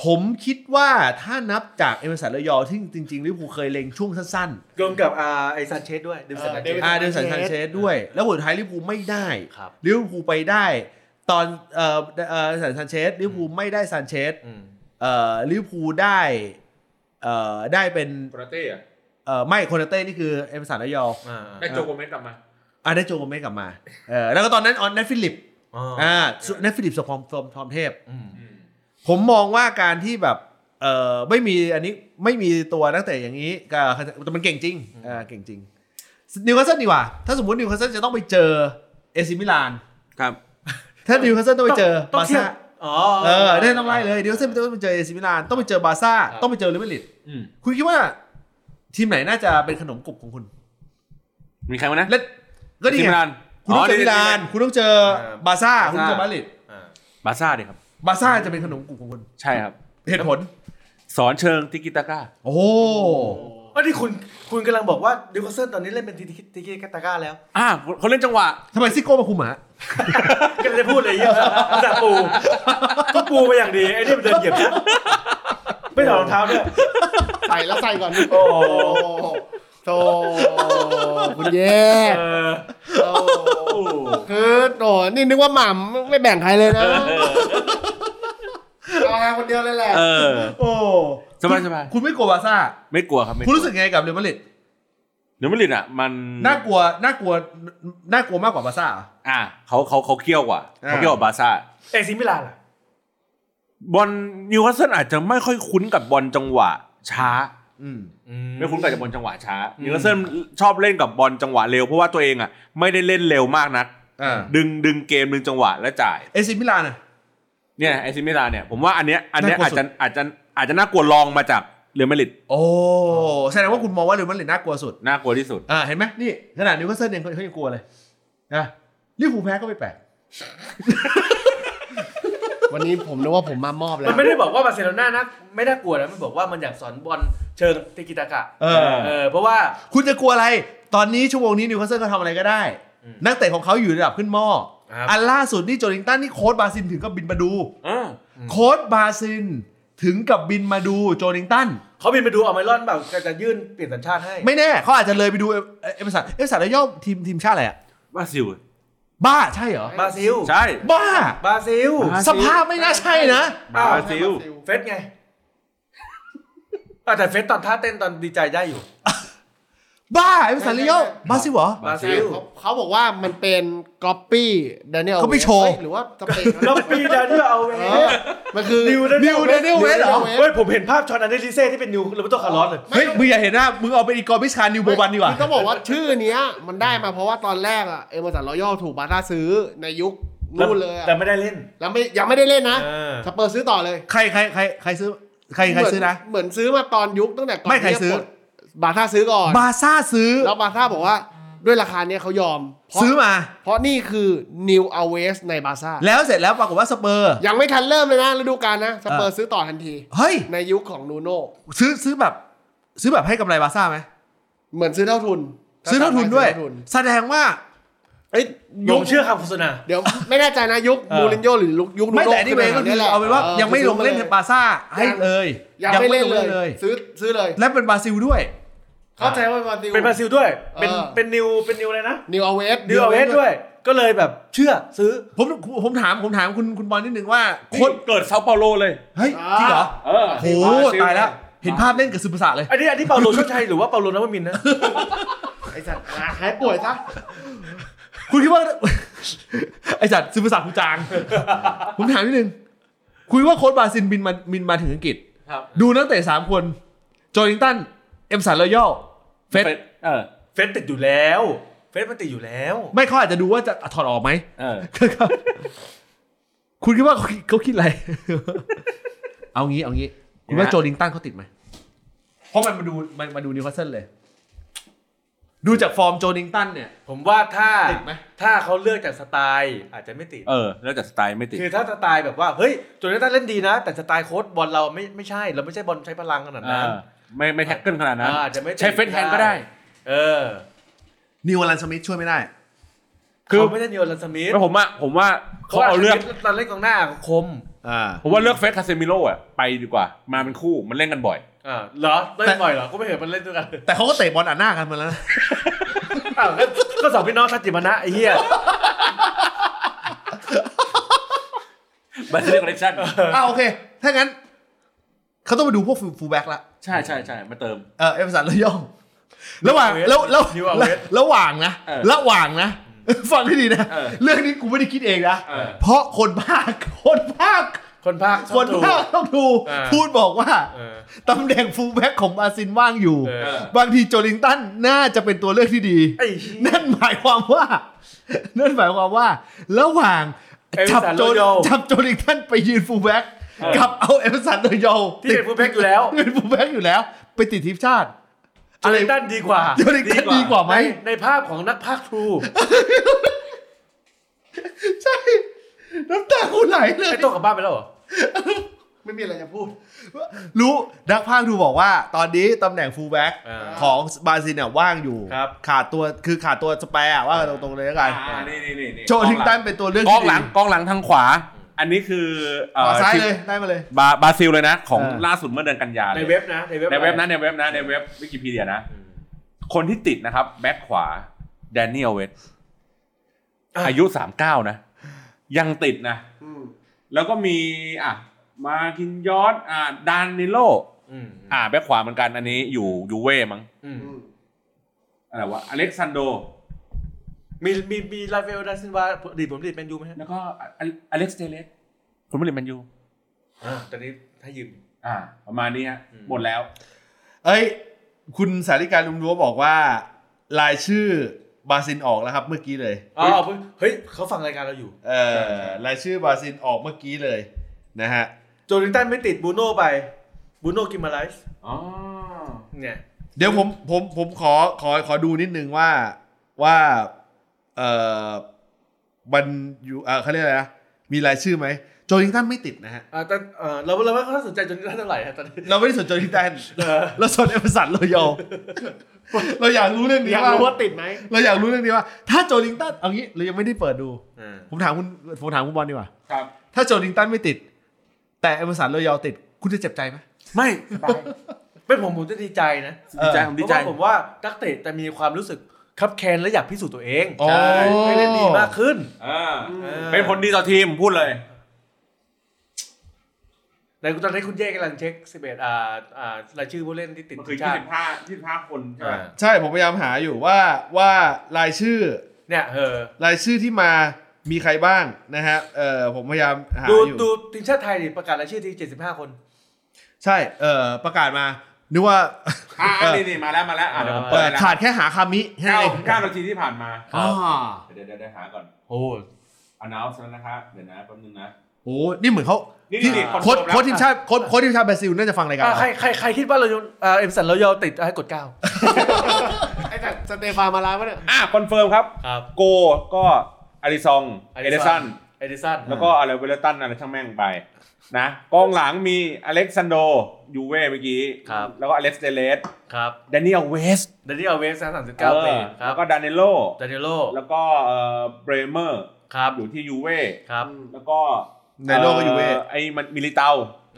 S1: ผมคิดว่าถ้านับจากเอเมอร์สันระยอที่จริงๆลิเวอร์พูลเคยเล็งช่วงสั้น
S3: รวมกับอ่าไอซันเชสด้วยเดวิสัน
S5: เออเด
S3: ซานเช
S5: วิ
S3: ส
S1: ๆ
S5: สั
S1: อ่าเดวิสันซานเชสด้วย แล้วผลท้ายลิเวอร์พูลไม่ได้
S3: ครับ
S1: ลิเวอร์พูลไปได้ ตอนเอ่อเอ่อเดวิสันซานเชสลิเวอร์พูลไม่ได้ซานเชส
S3: อืม
S1: เอ่อลิเวอร์พูลได้เอ่อได้เป็น
S5: โปรเต้อะ
S1: เอ่อไม่โคนาเต้นี่คือเอมสันและยอล
S3: อ่า
S5: ได้โจโกเมสกลับมา
S1: อ่ะได้โจโกเมสกลับมาเออแล้วก็ตอนนั้นออนเนทฟิลิป
S3: อ่า
S1: อ่าเนทฟิลิปสปอมฟอมทอมเทพ
S3: อืม
S5: อืม
S1: ผมมองว่าการที่แบบเอ่อไม่มีอันนี้ไม่มีตัวนักเตะอย่างนี้ก็แต่มันเก่งจริงอ่าเก่งจริงนิวคาสเซิลดีกว่า ถ้าสมมตินิวคาสเซิลจะต้องไปเจอเอซิมิลาน
S2: ครับ
S1: ถ้านิวคาสเซิลต้องไปเจอ
S3: ต้อง
S1: บา
S3: เทียบ
S1: ซ่า
S3: อ๋อ
S1: เออเนี่ยต้องไล่เลยนิวคาสเซิลต้องไปเจอเอซิมิลานต้องไปเจอบาซ่าต้องไปเจอลิเวอร์ลิต
S5: อืม
S1: คุณคิดว่าทีมไหนน่าจะเป็นขนมกรุบของคุณ
S2: มีใครวะนะ
S1: และก็ดี
S2: ซิ
S1: ไง
S2: มิลาน
S1: คุณต้องเจอมิลาน คุณต้องเจอบาซ่า
S2: า
S1: คุณต้องเจอบาลิด
S3: อ่า
S2: บาซ่าดิครับ
S1: บาซ่าจะเป็นขนมกรุบของคุณ
S2: ใช่ครับ
S1: เหตุผล
S2: สอนเชิงติกิตาก้า
S1: โอ้โห
S3: อันนี้คุณคุณกำลังบอกว่าเดวิสันเซนตอนนี้เล่นเป็นทีทีทีทีกาตาก้าแล้ว
S2: อ่าเขาเล่นจังหวะ
S1: ทำไมซิโก้มาคุมหมา
S3: ก็เลยพูดเลยเยอะจับปูก็ปูไปอย่างดีไอ้นี่มันเดินเหยียบนะไม่ถอดรองเท้าด้วย
S4: ใส่แล้วใส่ก่อนดิ
S3: โอ้
S4: โอ้
S3: โห
S4: โธ่คุณแย่
S3: เออ
S4: โอ้คือโอ้นี่นึกว่าหม่ำไม่แบ่งใครเลยนะเอาหาคนเดียวเลยแหละ
S2: เออ
S1: โอ้
S2: สบายสบาย
S1: คุณไม่กลัวบาซ่า
S2: ไม่กลัวครับไม่ก
S1: คุณ
S2: ลัว
S1: รู้สึกไงกับเรอัลมาดริด
S2: เดี๋ยวมาดริดอ่ะ มัน
S1: น่ากลัว น่ากลัว น่ากลัวมากกว่าบาซ่าเหรอ
S2: อ่าเขาเขาเขาเคี่ยวกว่า
S1: อ่า
S2: เขาเคี่ยวกว่าบาซ่า
S3: เอซิมิลานล่ะ
S2: บอลนิวคาสเซิลอาจจะไม่ค่อยคุ้นกับบอลจังหวะ ช้า
S1: อืม
S2: ไม่คุ้นกับบอลจังหวะช้านิวคาสเซิลชอบเล่นกับบอลจังหวะเร็วเพราะว่าตัวเองอ่ะไม่ได้เล่นเร็วมากนัก
S1: อ่า
S2: ดึงดึงเกมดึงจังหวะและจ่าย
S1: เอซิมิลานอ่ะ
S2: เนี่ยไอซิมิลานเนี่ยผมว่าอันเนี้ยอันเนี้ย
S1: น่า
S2: อาก
S1: ลัวสุ
S2: จจะ
S1: ด
S2: อาจจะอาจจะน่ากลัวรองมาจากเรือมาดริด
S1: โอ้ แสดงว่าคุณมองว่าเรอัลมาดริดน่ากลัวสุด
S2: น่ากลัวที่สุด
S1: อ่า เห็นไหมนี่ขนาดนิวคาสเซิลเองเขายังกลัวเลยนะลิเวอร์พูลแพ้ก็ไม่แปลก
S4: วันนี้ผมนึกว่าผมมามอบแล้ว
S3: มันไม่ได้บอกว่าบาร์เซโลนานะไม่น่ากลัวนะมันบอกว่ามันอยากสอนบอลเชิงติกิตากะ
S1: เออ
S3: เออเพราะว่า
S1: คุณจะกลัวอะไร ตอนนี้ชั่วโมงนี้นิวคาสเซิลก็ทำอะไรก็ได้
S3: อืม
S1: นักเตะของเขาอยู่ระดับขึ้นหม้อ
S3: ครับ
S1: อันล่าสุดนี่โจลิงตันนี่โค้ชบราซินถึงกับบินมาดู โค้ชบราซินถึงกับบินมาดูโจลิงตัน
S3: เขาบินไปดูเอาไมลอนแบบจะยื่นเปลี่ยนสัญชาติให้
S1: ไม่แน่เขาอาจจะเลยไปดูเอเอเอเมสันเอเมสันแล้วย่อทีมทีมชาติอะไรอะ
S2: บราซิล
S1: บ้าใช่เหรอ
S3: บราซิล
S2: ใช่
S1: บ้า
S3: บราซิล
S1: สภาพไม่น่าใช่นะ
S2: บราซิล
S3: เฟสไง อ่ะแต่เฟสตอนท่าเต้นตอนดีใจได้อยู่
S1: บ้าเอเมสันแล้วย่อบราซิลเหรอ
S3: บราซิล
S4: เขาเขาบอกว่ามันเป็นก๊อปปี้แดเนียล
S1: Copy show
S4: หรือว่าสเปน
S3: แล้วปีเดียวที่เอาเว
S4: เออมันคือ
S3: นิวเด
S1: นิวเดนิลเวสเหรอ
S4: West
S3: เฮ้ยผมเห็นภาพชอนอันเดลิเซ่ที่เป็นนิวหรือว่าตัวคาร์ลอสเลย
S1: เฮ้ยมึงอย่าเห็นนะมึงเอาไปอีกอร์บิชคานนิวโบบันดีกว่า
S4: คือต้องบอกว่าชื่อเนี้ยมันได้มาเพราะว่าตอนแรกอะเอเมอร์สันรอยัลถูกบาร์ซ่าซื้อในยุคนู่นเลยอะ
S3: แต่ไม่ได้เล่น
S4: แล้วไม่ยังไม่ได้เล่นนะ
S3: เออ
S4: สเปอร์ซื้อต่อเลย
S1: ใครใครใครใครซื้อ ใครใครซื้อนะ
S4: เหมือนซื้อมาตอนยุคตั้งแต่ก่อน
S1: ไม่ใครซื้อ
S4: ที่จะปลดบาร์ซ่าซื้อก่อน
S1: บาซ่าซื้อ
S4: แล้วบาร์ซ่าบอกว่าด้วยราคาเนี้ยเขายอมเพราะ
S1: ซื้อมา
S4: เพราะนี่คือนิวอเวสในบาร์ซ่า
S1: แล้วเสร็จแล้วปรากฏว่าสเปอร์
S4: ยังไม่ทันเริ่มเลยนะฤดูกาลนะสเปอร์ซื้อต่อทันที
S1: เฮ้ย
S4: ในยุคของนูโน่
S1: ซื้อซื้อแบบ ซื้อแบบให้กำไรบาร์ซ่าไหม
S4: เหมือนซื้อเท่าทุน
S1: ซื้อเท่าทุนด้วย
S4: ซื้อเท่าทุน
S1: แสดงว่า
S4: เอ้ย
S3: หล
S4: ยุ
S3: ง
S4: ค
S3: เชื่อคำโฆษณา
S4: เดี๋ยว ไม่แน่ใจนะยุค
S3: เออ
S4: มูรินโญ่หรือยุคนู
S1: ไม่
S4: โน่
S1: แต่นี่เองก็คือเอาเป็นว่ายังไม่ลงเล่นกับบาร์ซ่าให้เลย
S4: ยังไม่เล่นเล
S1: ง
S4: ย
S1: เลย
S4: ซื้อซื้อเลย
S1: และเป็นบราซิลด้วย
S4: เข้าใจว่าบาซิล
S3: เป็นบราซิลด้วย เป็น
S4: เออ
S3: เป็นนิวเป็นนิวอะไรนะ
S4: นิวอเวส
S3: นิวเอาเวสด้วย ก็เลยแบบเชื่อซื้อ
S1: ผมผมถามผมถามคุณคุณบอลนิดนึงว่าโค
S2: คน นเกิดเซาเปาโลเลย
S1: เฮ้ยจริงเหรอ
S2: เออ
S1: โหตายแล้วเห็นภาพเล่นกับซึมประสาเลย
S3: อันนี้อันนี้เปาโลโชดชัยหรือว่าเปาโลนวมินทร์นะ
S4: ไอสัตว์หายป่วยซะ
S1: คุณคิดว่า ไอสัตว์ซึมประสากูจาง ผมถามนิดนึงคุยว่าโค้ชบราซิลบินมาบินมาถึงอังกฤษ
S2: ครับ
S1: ดูนักเตะสามคนโจลิงตัน เอ็มสันรอยัลเฟส
S2: เออ
S3: เฟสติดอยู่แล้ว
S1: เ
S3: เฟสมันติดอยู่แล้ว
S1: ไม่เขาอาจจะดูว่าจะถอดออกไหม
S2: เออ
S1: ครับ คุณคิดว่าเขาเขาคิดอะไร เอางี้เอางี้ คุณว่า
S2: เนี่ย
S1: โจลิงตันเขาติดไหมเพราะมันมาดูมันมาดูนิวคาสเซิลเลย ดูจากฟอร์มโจลิงตันเนี่ย
S3: ผมว่าถ้า
S1: ติดไหม
S3: ถ้าเขาเลือกจากสไตล์อาจจะไม่ติด
S2: เออ แล้วจากสไตล์ไม่ติด
S3: คือถ้าสไตล์แบบว่า เฮ้ยโจนาธานเล่นดีนะ แต่สไตล์โค้ชบอลเราไม่ไม่ใช่ เราไม่ใช่บอลใช้พลังขนาดนั้น
S2: ไม่ไม่แท็กเกิลขนาดนั้น
S3: อ่าอาจจะไม่
S2: ใช้เฟสแฮนด์ก็ได้
S3: ได้ เออ
S1: นิวอลันสมิธช่วยไม่ได้
S2: คือ
S3: เขาไม่ได้นิโอลันสมิธ
S2: แล้วผมว่าผมว่าเขาเอาเลือก
S3: ตอนเล่นกองหน้าคม
S1: อ่า
S2: ผมว่าเลือกเฟสคาเซมิโร่อะไปดีกว่า มาเป็นคู่มันเล่นกันบ่อย
S3: อ่าเหรอเล่นบ่อยเหรอก็ไม่เห็นมันเล่นด้วยกัน
S1: แต่เขาก็เตะบอลอัดหน้ากันมาแล้วนะ
S3: อ้าวงั้นก็สองพี่น้องทัจจิมนะไอ้เหี้ย
S2: บัตเตอร์คอนเน คชั่น
S1: อ่าโอเค ถ้างั้น เขาต้องมาดูพวกฟูลแบ็กละ
S2: ใช่ใช่ใช่มาเติม
S1: เออเอฟสันระยองระหว่างแล้วแล้ว
S3: นิวอาเวส
S1: ระหว่างนะ
S2: เออ
S1: ระหว่างนะ ฟังให้ดีนะ
S2: เออ
S1: เรื่องนี้กูไม่ได้คิดเองนะ
S2: เออ
S1: เพราะคนภาค คนภาค
S3: คนภาคชอบ
S1: คน
S3: ดู
S1: ภาคต้องดู
S3: เออ
S1: พูดบอกว่า
S3: เออ
S1: ตำแหน่งฟูลแบ็กของบราซินว่างอยู่
S3: เออ
S1: บางทีโจลิงตันน่าจะเป็นตัวเลือกที่ดี
S3: ไอ้เหี้ย
S1: นั่นหมายความว่า นั่นหมายความว่า ระหว่าง
S3: เอเวอร์
S1: จับ
S3: สัน
S1: โจ
S3: โรโย
S1: จับโจลิงตันไปยืนฟูลแบ็ก
S2: เออ
S1: กับเอาเอฟสันโดยโย
S3: ที่เป็นฟูลแบ็กอยู่แล้ว
S1: เป็นฟูลแบ็กอยู่แล้ว ไปติดทีมชาติ
S3: โจนาธานดีกว่า
S1: โจลิงตันดีกว่าไหม
S3: ในในภาพของนักภาคทรู
S1: ใช่ น้ำตาคูไหลเลย
S3: ไอ้โต้กลับบ้านไปแล้วเหรอ
S4: ไม่มีอะไรจะพูด
S1: รู้นักพากย์ดูบอกว่า ตอนนี้ตำแหน่งฟูลแบ็ก
S3: อ่า
S1: ของบราซิลเนี่ยว่างอยู่
S3: ครับ
S1: ขาดตัวคือขาดตัวสแปร์อะว่ากันตรงๆเลยแล้วกัน
S2: อ่านี่นี่นี่
S1: โจลิงตันเป็นตัวเลือก
S2: กอง
S1: ที่
S2: หลั
S1: ดี
S2: งกองหลังทางขวา อันนี้คือเอ่อ
S1: ขอซ้าย
S2: ทีม
S1: เลยได้มาเลย
S2: บาบราซิลเลยนะ ของ
S1: เออ
S2: ล่าสุดเมื่อเดือนกันยา
S3: ใน
S2: เลย
S3: เว็บนะในเว็บ
S2: ในเว็บนะในเว็บนะในเว็บวิกิพีเดียนะ คนที่ติดนะครับ แบ็คขวาแดน i ี l เวส
S3: อ่ะ
S2: อายุสามเก้านะ ยังติดนะ
S4: อืม
S2: แล้วก็มีอ่ะมาคินยอสอ่ะดานนิโล
S3: อืม
S2: อ่ะแบ็คขวาเหมือนกันอันนี้อยู่ยูเว่มั้ง
S3: อืม
S4: อืม
S2: อะไรวะอเล็กซานโด
S3: มีมีมีลาเฟลดาซินวาดีดผมดีดแมนยูไหมฮะ
S2: แล้วก็อ่ะอเล็กซ์เตเลสคุณไม่เล่นแมนยู
S3: อ่าตอนนี้ถ้ายืม
S2: อ่ะประมาณนี้ฮะ
S3: อืม
S2: หมดแล้ว
S1: เอ้ย คุณสาริการลุมรั้วบอกว่า รายชื่อบราซิลออกแล้วครับ เมื่อกี้เลย
S3: อ๋อเพิ่งเฮ้ยเขาฟังรายการเราอยู่
S1: เออรายชื่อบราซิลออกเมื่อกี้เลยนะฮะ
S3: โจลิงตันไม่ติดบูโน่ไปบูโน่กิมมาไลส์
S2: อ๋อ
S3: เนี่ย
S1: เดี๋ยวผมผมผมขอขอขอดูนิดนึงว่าว่าเออมันอยู่เออเขาเรียกอะไรนะมีรายชื่อไหมโจลิงตันไม่ติดนะฮะ
S3: อ่าแต่เออเราเราไม่ค่อยสนใจโจลิงตันเท่าไหร่ฮะตอนนี้
S1: เราไม่ได้สนโจลิง ตัน
S3: เออ
S1: เราสนเอฟสันโรโย เราอยากรู้เรื่องนี้
S4: อยาก
S1: ว่า
S4: รู้ว่าติดไหม
S1: เราอยากรู้เรื่องนี้ว่า ถ้าโจลิงตันเอางี้เรายังไม่ได้เปิดดู
S3: อ่า
S1: ผมถามคุณผมถามคุณบอลดีกว่า
S2: ครับ
S1: ถ้าโจลิงตันไม่ติด แต่เอฟสันโรโยติด คุณจะเจ็บใจไหม
S2: ไม่สบาย
S3: เป็นผมผมจะดีใจนะ
S2: ดีใจผม
S3: เพ
S2: ดี
S3: ราะ
S2: ใจ
S3: ว่าผมว่านักเตะจะมีความรู้สึกคับแคนและอยากพิสูจน์ตัวเอง
S1: อ๋อ
S3: ให้เล่นดีมากขึ้น
S2: อ่า
S3: ออ
S2: เป็นผลดีต่อทีมพูดเลย
S3: ในตอนนี้คุณเย่กำลังเช็ค11อ่าอ่ารายชื่อผู้เล่นที่ติด
S2: มันคื
S3: ที
S2: อ
S3: ม
S2: ยี่
S3: ชาติ
S2: สิบห้ายี่สิบห้าคนใช่ไหม
S3: อ่า
S1: ใช่ผมพยายามหาอยู่ว่าว่ารายชื่อ
S3: เนี่ยเออ
S1: รายชื่อที่มามีใครบ้างนะฮะ เออผมพยายามหา
S3: ดู
S1: อยู่
S3: ดูทีมชาติไทยดิประกาศรายชื่อที75 คน
S1: ใช่ เออประกาศมา นึกว่า
S2: อ่า
S1: เออ
S2: นี่นี่มาแล้วมาแล้วอ่าเดี๋ยวผม
S1: เอ
S2: เปิด
S1: อ
S2: แล้ว
S1: ขาดแค่หาคามิให้
S2: เก้าเก้านาทีที่ผ่านมา
S1: อ๋อ
S2: เดี๋ยวเดี๋ยวเดี๋ยวหาก่อน
S3: โอ้
S2: อันนาวส์แล้วนะคะ เดี๋ยวนะแป๊บนึงนะ
S1: โอ้นี่เหมือนเขา
S2: นี่
S1: ที่
S2: นี่คน
S1: โค้ช
S2: จบแล้ว
S1: โค้ชทีมชาติโค้ชโค้ชทีมชาติบราซิลน่าจะฟังรายการ
S3: อ่ะ
S1: เรา
S3: ใครใครใครคิดว่าเรายังอ่าเอ็มสันเรายอติดให้กด 9
S4: ไอ้แต่สเตฟานมาลาวะเนี่ย
S2: อ่ะคอนเฟิร์มครับ
S3: ครับ
S2: โกก็อาริซองเอเดสัน
S3: เอเดสัน
S2: แล้วก็อะไรเวลตันอะไรช่างแม่งไปนะกองหลังมีอเล็กซานโดยูเว่เมื่อกี้
S3: ครับ
S2: แล้วก็อเล็กซ์เดเลส
S3: ครับ
S2: แดเนียลเวส
S3: เดนิเอลเวสสามสิบเก้าปีครั
S2: แล้
S3: บ
S2: วก็ดานเนโล
S3: เดนิโล
S2: แล้วก็เอ่อเบรเมอร์
S3: ครับ
S2: อยู่ที่ยูเว่
S3: ครับ
S2: แล้วก็
S1: ในโลกก็อยู่เวย
S2: ไอ้มันมิลิเตา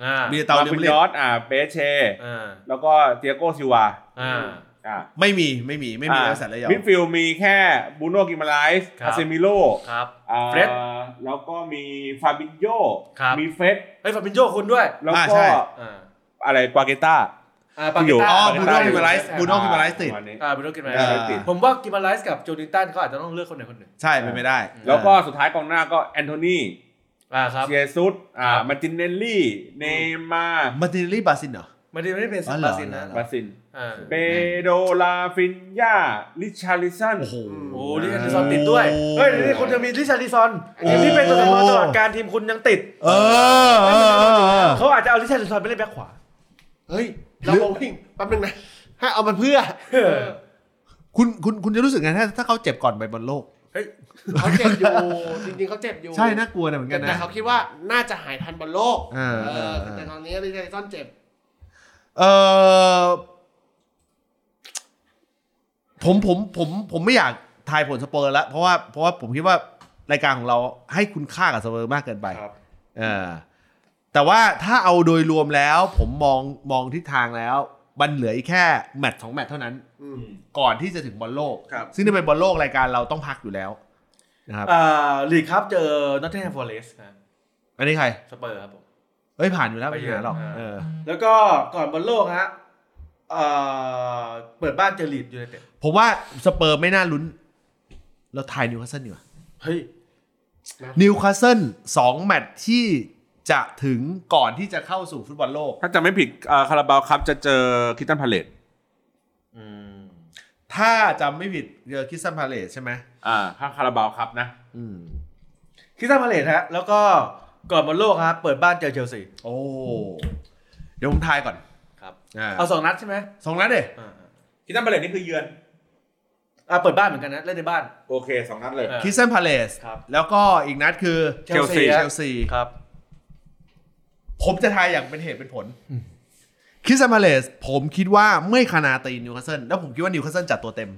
S3: อ่า
S1: มีเตา
S2: มา
S1: เดีย
S2: คุ
S1: ว
S2: ณ
S1: เลย
S2: ยอดอ่าเปเช
S3: อ่า
S2: แล้วก็เตียโกซิวา
S3: อ่า
S2: อ่า
S1: ไม่มีไม่มีไม่มี
S2: อ่า
S1: เอฟสันระยอง
S2: มิดฟิลด์มีแค่บูโน่กิมาไลส์
S3: ครับ
S2: อาเซมิโล
S3: ครับ
S2: อ่า
S3: Fred
S2: แล้วก็มีฟาบินโย
S3: ครับ
S2: มีเฟส
S3: เฮ้ยฟาบินโยคุณด้วย
S2: แล้ว
S1: อ่า
S2: ก็
S1: ใช่
S3: อ่า
S2: อะไรกวาเกต้า
S3: อ่าปา
S2: อยู่
S3: กี
S1: อ๋อ
S3: ตา
S1: บูโน่กิมาไลส์บูโน่กิมาไลส์ติด
S2: ประมาณนี้
S3: อ่าบูโน่กิมมา
S1: เออ
S3: ติดผมว่ากิมมาไลส์กับโจนิงตันเขาอาจจะต้องเลือกคนไหนคนหนึ่ง
S1: ใช่เป็นไม่ได้
S2: แล้วก็สุดท้ายกองหน้าก็แอนโทนี
S3: อ่าครับ
S2: เซียซุสอ่ามาร์ตินเนลลี่ เนย์มาร์
S1: มาร์ตินเนลลี่บราซิลเหรอ
S3: มันไม่ได้เป็น
S1: อ๋อเหรอ
S3: บราซิลนะ
S2: บาซิน
S3: อ่า
S2: เปโดลาฟินยาลิชาริสัน
S1: โอ้โห
S3: โอ้ลิชาร์ลิซอนติดด้วย เฮ้ยนี่คุณจะมีลิชาร์ลิซอน
S1: โอ้โห
S3: ที่เป็นตัวละครตลอดการทีมคุณยังติด
S1: เออเออเออเออ
S3: เขาอาจจะเอาลิชาร์ลิซอนไปเล่นแบ็คขวา
S4: เฮ้ย เราโบวิ่งแป๊บนึงนะ ให้เอามันเพื่อ
S1: คุณคุณคุณจะรู้สึกไงถ้าถ้าเขาเจ็บก่อนไปบอลโลก
S4: เขาเจ็บอยู่ จริงๆเขาเจ็บอยู่
S1: ใช่น่ากลัวนะเหมือนกัน
S4: แต่
S1: นะ
S4: เขาคิดว่าน่าจะหายทันบอลโลก
S1: เออเออ
S4: แต่ตอนนี้ลิเทนซอนเจ็บ
S1: เออผมผมผมผมไม่อยากทายผลสเปอร์แล้วเพราะว่าเพราะว่าผมคิดว่ารายการของเราให้คุณค่ากับสเปอร์มากเกินไป
S2: ครับ
S1: เออแต่ว่าถ้าเอาโดยรวมแล้ว ผมมองมองทิศทางแล้วมันเหลืออีกแค่แมตช์สองแมตช์เท่านั้น
S4: อืม
S1: ก่อนที่จะถึงบอลโลก
S2: ครับ
S1: ซึ่งถ้าเป็นบอลโลกรายการเราต้องพักอยู่แล้วนะครับ
S3: อ่าลีกครับเจอนอตเทนแฮมฟอร์เรสนะ
S1: อันนี้ใคร
S3: สเปอร์ครับผม
S1: เอ้ยผ่านอยู่แล้วไม่
S3: ไม่
S1: ใช่หรอก
S3: เยอะ
S1: เออ
S3: แล้วก็ก่อนบอลโลกฮะเอ่อเปิดบ้านเจอลีดยูไนเต็ด
S1: ผมว่าสเปอร์ไม่น่าลุ้น เราทายนิวคาสเซิลดีกว่า
S3: เฮ้ย
S1: นิวคาสเซิลสองแมตช์ที่จะถึงก่อนที่จะเข้าสู่ฟุตบอลโลก
S2: ถ้าจะไม่ผิดเอ่อคาราบาวครับจะเจอคิตันพาเลต
S3: อืม
S1: ถ้าจำไม่ผิดเจอคริสตันพาเลสใช่ไหม
S2: อ่าถ้าคาราบาวครับนะ
S1: อืม
S3: คริสตันพาเลตฮะ แล้วก็ก่อนบอลโลกฮะเปิดบ้านเจอเชลซี
S1: โอ้ เดี๋ยวผมทายก่อน
S3: ครับ
S1: อ่า
S3: เอาสองนัดใช่ไหม
S1: สองนัดเด้
S3: อ่า
S2: คิตันพาเลตนี่คือเยือน
S3: อ่าเปิดบ้านเหมือนกันนะเล่นในบ้าน
S2: โอเคสองนัดเลย
S3: เออ
S1: คริสตันพาเลส
S3: ครับ
S1: แล้วก็อีกนัดคือ
S2: เชลซี
S1: เช
S3: ฮะ
S1: ลซี
S3: ครับ
S1: ผมจะทายอย่างเป็นเหตุเป็นผล คริสตันพาเลสผมคิดว่าไม่คานาตีนิวคาสเซิลแล้วผมคิดว่านิวคาสเซิลจัดตัวเต็ม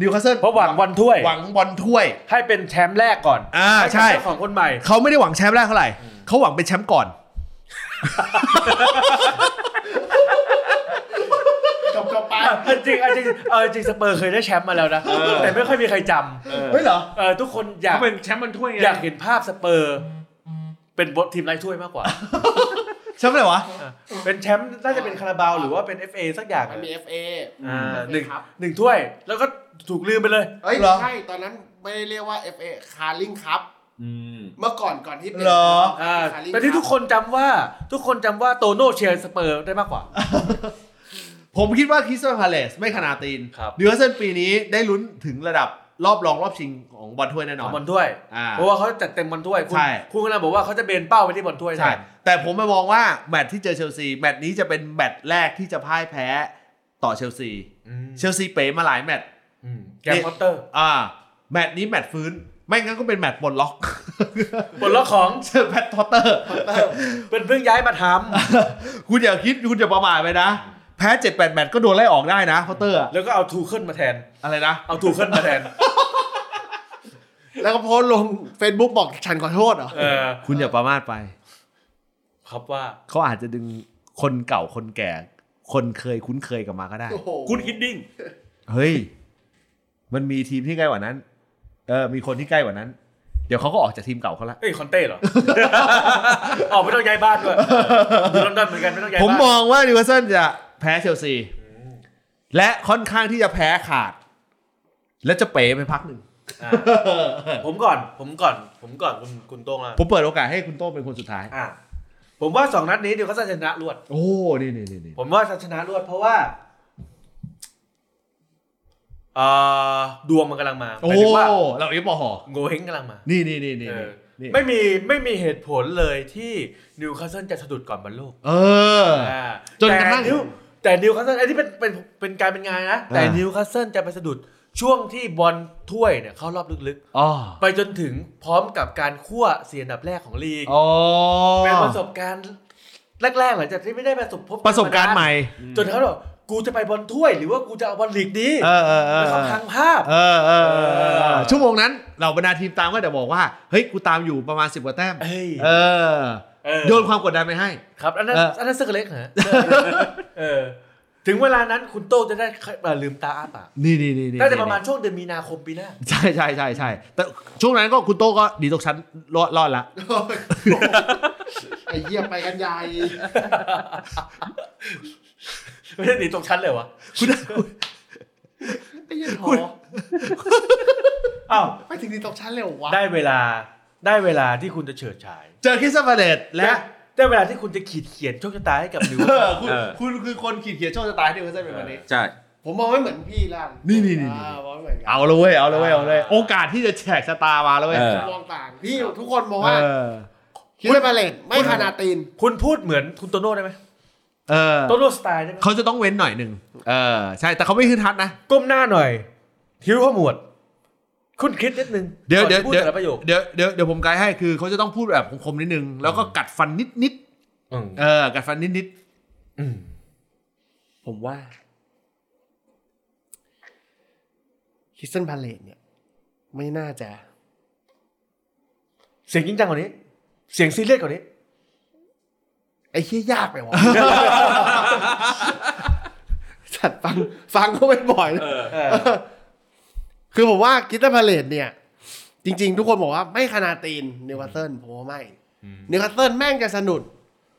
S1: นิวคาสเซิล
S3: เพราะหวังวันถ้วย
S1: หวังบอลถ้วย
S3: ให้เป็นแชมป์แรกก่อน
S1: อ่า
S3: ห้กับ
S1: ใช่
S3: เจ้าของคนใหม่
S1: เขาไม่ได้หวังแชมป์แรกเท่าไหร่ เขาหวังเป็นแชมป์ก่อน
S4: จบจบไป
S3: อ่ะจริงอ่ะจริงเออจริงสเปอร์เคยได้แชมป์มาแล้วนะ แต่ไม่ค่อยมีใครจ
S1: เฮ้ยเหรอ
S3: ำเออทุกคนอยาก
S2: เขาเป็นแชมป์มันถ้วยไง
S3: อยากเห็นภาพสเปอร์ เป็นบททีมไร้ถ้วยมากกว่า
S1: แชมป์อะไรวะ
S3: อ่ะเป็นแชมป์น่าจะเป็นคาราบาวหรือว่าเป็น FA สักอย่าง
S4: มันมี FA
S3: อ่าห
S4: มี FA
S3: นึ่ง
S4: ครับ
S3: หนึ่งถ้วย แล้วก็ถูกลืมไปเลย
S4: เอ้ย
S1: เหรอ
S4: ใช่ ตอนนั้นไม่ได้เรียกว่า FA คาร์ลิงครับ
S2: อืม
S4: เมื่อก่อนก่อนที่เป็น
S1: เหรอ
S3: อ่า
S4: ร์ลิง
S3: แต่ที่ทุกคนจำว่าทุกคนจำว่าโตโน่เชียร์สเปอร์ได้มากกว่า
S1: ผมคิดว่าคริสตันพาเลสไม่คานาตีน
S3: ครับ
S1: นิวคาสเซิลปีนี้ได้ลุ้นถึงระดับรอบรองรอบชิงของบอลถ้วยแน่นอน
S3: บอลถ้วย
S1: อ่า
S3: เพราะว่าเขาจัดเต็มบอลถ้วย คุณ
S1: ใช่
S3: คุณกำลังบอกว่าเขาจะเบนเป้าไปที่บอลถ้วย
S1: ใช่ แต่ผมมามองว่าแมตช์ที่เจอเชลซี แมตช์นี้จะเป็นแมตช์แรกที่จะพ่ายแพ้ต่อเชลซี
S3: อืม
S1: เชลซีเป๋มาหลายแมตช์
S3: อืมแกม
S1: นี่
S3: พอตเตอร์
S1: อ่า แมตช์นี้แมตช์ฟื้น ไม่งั้นก็เป็นแมตช์บอลล็อก
S3: บนล็อกของ
S1: เจอแพทพอตเตอร์
S3: เป็นเพิ่งย้ายมาทำ
S1: คุณอย่าคิดคุณอย่าประมาทไปนะ แพ้เจ็ดแปดแมตช์ก็โดนไล่ออกได้นะพอตเตอร์อะ
S3: แล้วก็เอาทูเคิลมาแทน
S1: อะไรนะ
S3: เอาทูเคิลมาแทน
S4: แล้วก็โพสต์ลง Facebook บอกฉันขอโทษเหรอ
S3: เออ
S1: คุณอย่าประมาทไป
S3: ครับว่า
S1: เขาอาจจะดึงคนเก่าคนแก่ คนเคยคุ้นเคยกลับมาก็ได้
S4: โอ้โห
S2: คุณคิดดิ้ง
S1: เฮ้ย มันมีทีมที่ใกล้กว่านั้น เออ มีคนที่ใกล้กว่านั้น เดี๋ยวเขาก็ออกจากทีมเก่าเขาละ
S3: เอ้ยคอนเต้เหรอ ออกไม่ต้องย้ายบ้านด้วยอยู่ลอนดอนเหมือนกันไม่ต้องย้าย
S1: ผม
S3: บ้าน
S1: มองว่านิวคาสเซิลจะแพ้เชลซี และค่อนข้างที่จะแพ้ขาด และจะเป๋ไปพัก หนึ่ง
S3: อ่าผมก่อน ผมก่อน ผมก่อนคุณคุณโต้งละ
S1: ผมเปิดโอกาสให้คุณโต้งเป็นคนสุดท้าย
S3: อ่า ผมว่าสองนัดนี้เดี๋ยวก็จะชนะรวด
S1: โอ้ นี่นี่นี่นี่
S3: ผมว่าจะชนะรวดเพราะว่าเอ่อดวงมันกำลังมาห
S1: โอ้
S3: มายถึงว่า
S1: เราเอฟบอหอ
S3: โงเฮงกำลังมา
S1: นี่นี่นี่นี่
S3: เออ
S1: นี่
S3: ไม่มีไม่มีเหตุผลเลยที่นิวคาสเซิลจะสะดุดก่อนบอลโลก
S1: เออ
S3: อ่า
S1: จนกระทั่ง
S3: แต่นิวแต่นิวคาสเซิลไอ้ที่เป็นเป็นเป็นการเป็นงานนะ แต่
S1: อ่านิ
S3: นิวคาสเซิลจะไปสะดุดช่วงที่บอลถ้วยเนี่ยเข้ารอบลึก
S1: อ๋อ
S3: ๆ ไปจนถึงพร้อมกับการคั่วเสียอันดับแรกของลีก
S1: อ๋อ
S3: เป็นประสบการณ์แรกๆหลังจากที่ไม่ได้ประสบพบ
S1: ประสบการณ์ใหม่
S3: จนเขาบอกกูจะไปบอลถ้วย หรือว่ากูจะเอาบอลลีกดี
S1: เออเออเออ
S3: แล้วเขาพังภาพ
S1: เออเออเออเออ
S3: เออ
S1: ชั่วโมงนั้นเราบรรดาทีมตามก็จะบอกว่า เฮ้ย กูตามอยู่ประมาณสิบกว่าแต้ม
S3: เฮ้ย
S1: เออ
S3: เออ
S1: โยนความกดดันไปให้
S3: ครับอันนั้น
S1: เอออั
S3: อันนั้นเสื้อเล็กนะเออ ถึงเวลานั้นคุณโต้งจะได้เอ่อลืมตาอ้าปาก
S1: นี่นี่นี่นี่
S3: น่าจะประมาณช่วงเดือนมีนาคมปีหน้า
S1: ใช่ใช่ใช่ใช่แต่ช่วงนั้นก็คุณโต้ก็ดีตกชั้นรอดรอดละ
S4: ไอ้เหี้ยไปกันใหญ่
S3: ไม่ได้หนีตกชั้นเลยวะ
S1: คุณ
S4: ไอ้เหี้ยท้อ
S3: อ้าว
S4: ไปถึงนี่ตกชั้นเลยเหร็ววะ
S3: ได้เวลาได้เวลาที่คุณจะเฉิดฉาย
S1: เจอคริสตันพาเลตและ
S3: ได้เวลาที่คุณจะขีดเขียนโชคชะตาให้กับนิว
S1: เออคุณ
S2: เออ
S1: คุณคือคนขีดเขียนโชคชะตาให้ดิวเซนเป็นวันนี้
S2: ใช่
S4: ผมมองไม่เหมือนพี่ล่าง
S1: นี่นี่นี่
S4: อ่ามองไม่เหมือนกัน
S1: เอาเลยเว้ยเอาเลยเว้ยเอาเลยโอกาสที่จะแฉกชะตามาแล้วเว้ย
S2: เอ
S4: มองต่างพี่ทุกคนมอง
S1: เอ
S4: ว่า
S1: อ
S4: คิดว่าเลตไม่ขนาดตีน
S3: คุณพูดเหมือนคุณโตโน่ได้ไหม
S1: เออ
S3: โตโน่สไตล์ได้ไหม
S1: เขาจะต้องเว้นหน่อยหนึ่งเออใช่แต่เขาไม่ขึ้นทัดนะ
S3: ก้มหน้าหน่อยทิ้วขมวด คุณคิดนิดนึง
S1: เดี๋ยวเดี๋ยว
S3: ก่อนจะพูด
S1: เดี๋ยว
S3: แต่ละประโยค
S1: เดี๋ยวเดี๋ยวเดี๋ยวผมไกด์ให้คือเขาจะต้องพูดแบบคมๆนิดนึง แล้วก็กัดฟันนิดนิด
S3: อืม
S1: ๆเออกัดฟันนิดนิด
S3: อืม
S4: ผมว่าคิสตันพาเลตเนี่ย ไม่น่าจะ
S3: เสียงจริงจังกว่านี้ เสียงซีเรียสกว่านี้
S4: ไอ้เชี่ยยากไปวะ สัตว์ฟังฟังก็ไม่บ่อยนะ
S3: เออ
S4: คือผมว่าคิสตันพาเลตเนี่ย จริง ๆ ทุกคนบอกว่าไม่ขนาดตีนนิวคาสเซิลผมว่าไม่นิวคาสเซิลแม่งจะสนุก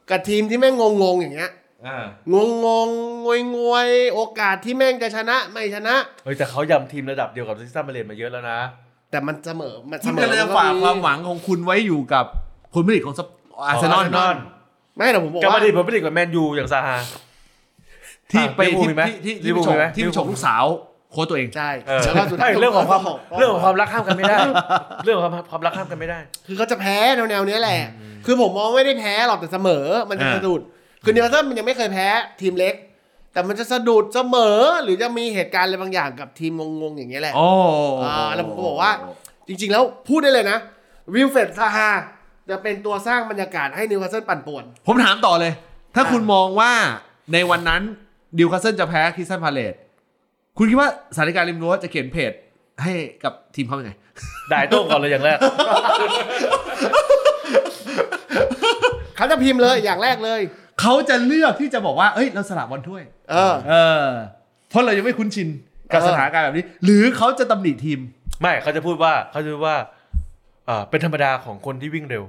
S4: กับทีมที่แม่งงงๆอย่างเงี้ย
S1: ๆอ่าง
S4: งงงวยงวยๆโอกาสที่แม่งจะชนะไม่ชนะ
S3: เฮ้ยแต่เขายำทีมระดับเดียวกับซิสซัมเบเลนมาเยอะแล้วนะ
S4: แต่มันเสมอมันเส
S1: คุณ
S4: มอ
S1: กำลังจะฝากความหวังของคุณไว้อยู่กับผลผลิตของอาร์เซนอล
S3: Arsenal
S4: ไม่แต่ผมบอก
S3: กลับมา
S4: ว่า
S3: ดีผมไม่ดีกว่าแมนยูอย่างซาฮา
S1: ที่ไป
S3: ลิเวอร์พู
S1: ที่
S3: ลมีไหม
S1: ที่ที่
S3: ลิ
S1: ที่ไป
S3: เวอร์พู
S1: ชมที่ไป
S3: ลมีไหม
S1: ชมลูกสาวโค้ชตัวเอง
S4: ใช่
S3: เออ
S4: แล้วก็สุดท้าย
S3: เรื่องของความเรื่องของความรักห้ามกันไม่ได้ เรื่องของความความรักห้ามกันไม่ได้
S4: คือเขาจะแพ้แนวๆเนี้ยแหละ คือผมมองไม่ได้แพ้หรอกแต่เสมอมันจะสะดุด คือเนลสันมันยังไม่เคยแพ้ทีมเล็ก แต่มันจะสะดุดเสมอหรือจะมีเหตุการณ์อะไรบางอย่างกับทีมงงๆอย่างเงี้ยแหละ
S1: โอ้
S4: อ่าแล้วผมก็บอกว่า จริง ๆ แล้วพูดได้เลยนะวิลเฟดซาฮาจะเป็นตัวสร้างบรรยากาศให้นิวคาสเซิลปั่นป่วน
S1: ผมถามต่อเลย ถ้าคุณมองว่าในวันนั้นดิวคาสเซิลจะแพ้คริสตันพาเลตคุณคิดว่าสถานการณ์ริมรั้วจะเขียนเพจให้กับทีมเขายังไง
S3: ด่ายโต้งก่อนเลยอย่างแรก
S4: เขาจะพิมพ์เลยอย่างแรกเลย
S1: เขาจะเลือกที่จะบอกว่า เอ้ย เราสลับบอลถ้วย
S4: เออ
S1: เออ เพราะเรายังไม่คุ้นชินกับ
S4: เออ
S1: สถานการณ์แบบนี้ หรือเขาจะตำหนิทีม
S3: ไม่เขาจะพูดว่าเขาจะพูดว่าอ่าเป็นธรรมดาของคนที่วิ่งเร็ ว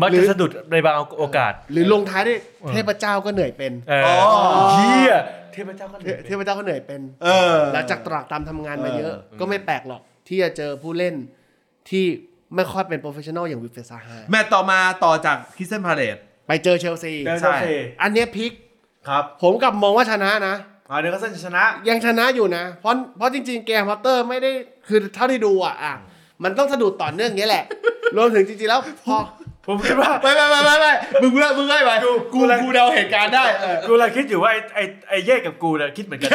S3: มักจะสะดุดในบางโอกาส
S4: หรือลงท้ายด้วยเทพเจ้าก็เหนื่อยเป็น
S3: เอออ
S1: อ
S3: เฮียเทพเจ้าก็เห
S4: เท
S3: นื่อย
S4: เทพเจ้าก็เหนื่อยเป็น
S1: เออ
S4: หลังจากตรากตามทำงานมาเยอะ ก็ไม่แปลกหรอก ที่จะเจอผู้เล่นที่ไม่ค่อยเป็นโปรเฟชชั่นอลอย่างวิฟเฟซาฮา
S1: แมตช์ต่อมาต่อจากคิสเซนพาเลต
S4: ไปเจอเชลซี
S1: เดิน
S3: ใช่
S4: อันเนี้ยพลิก
S3: ครับ
S4: ผมกลับมองว่าชนะนะ
S3: อ่าเดี๋ยวก็เส้นชนะ
S4: ยังชนะอยู่นะ เพราะเพราะจริงๆแกมพอตเตอร์ไม่ได้คือเท่าที่ดูอ่ะอ่ะ มันต้องสะดุดต่อเนื่องอย่างเงี้ยแหละ รวมถึงจริงๆแล้วพอ
S3: ผมคิดว่า
S1: ไปไปไปไปไปมึงเลือกมึงได้ไปกูกู
S3: กู
S1: กูเดาเหตุการณ์ได้เออ
S3: กูเลยคิดอยู่ว่าไอ้ไอ้ไอ้เย่กับกูเนี่ยคิดเหมือนกัน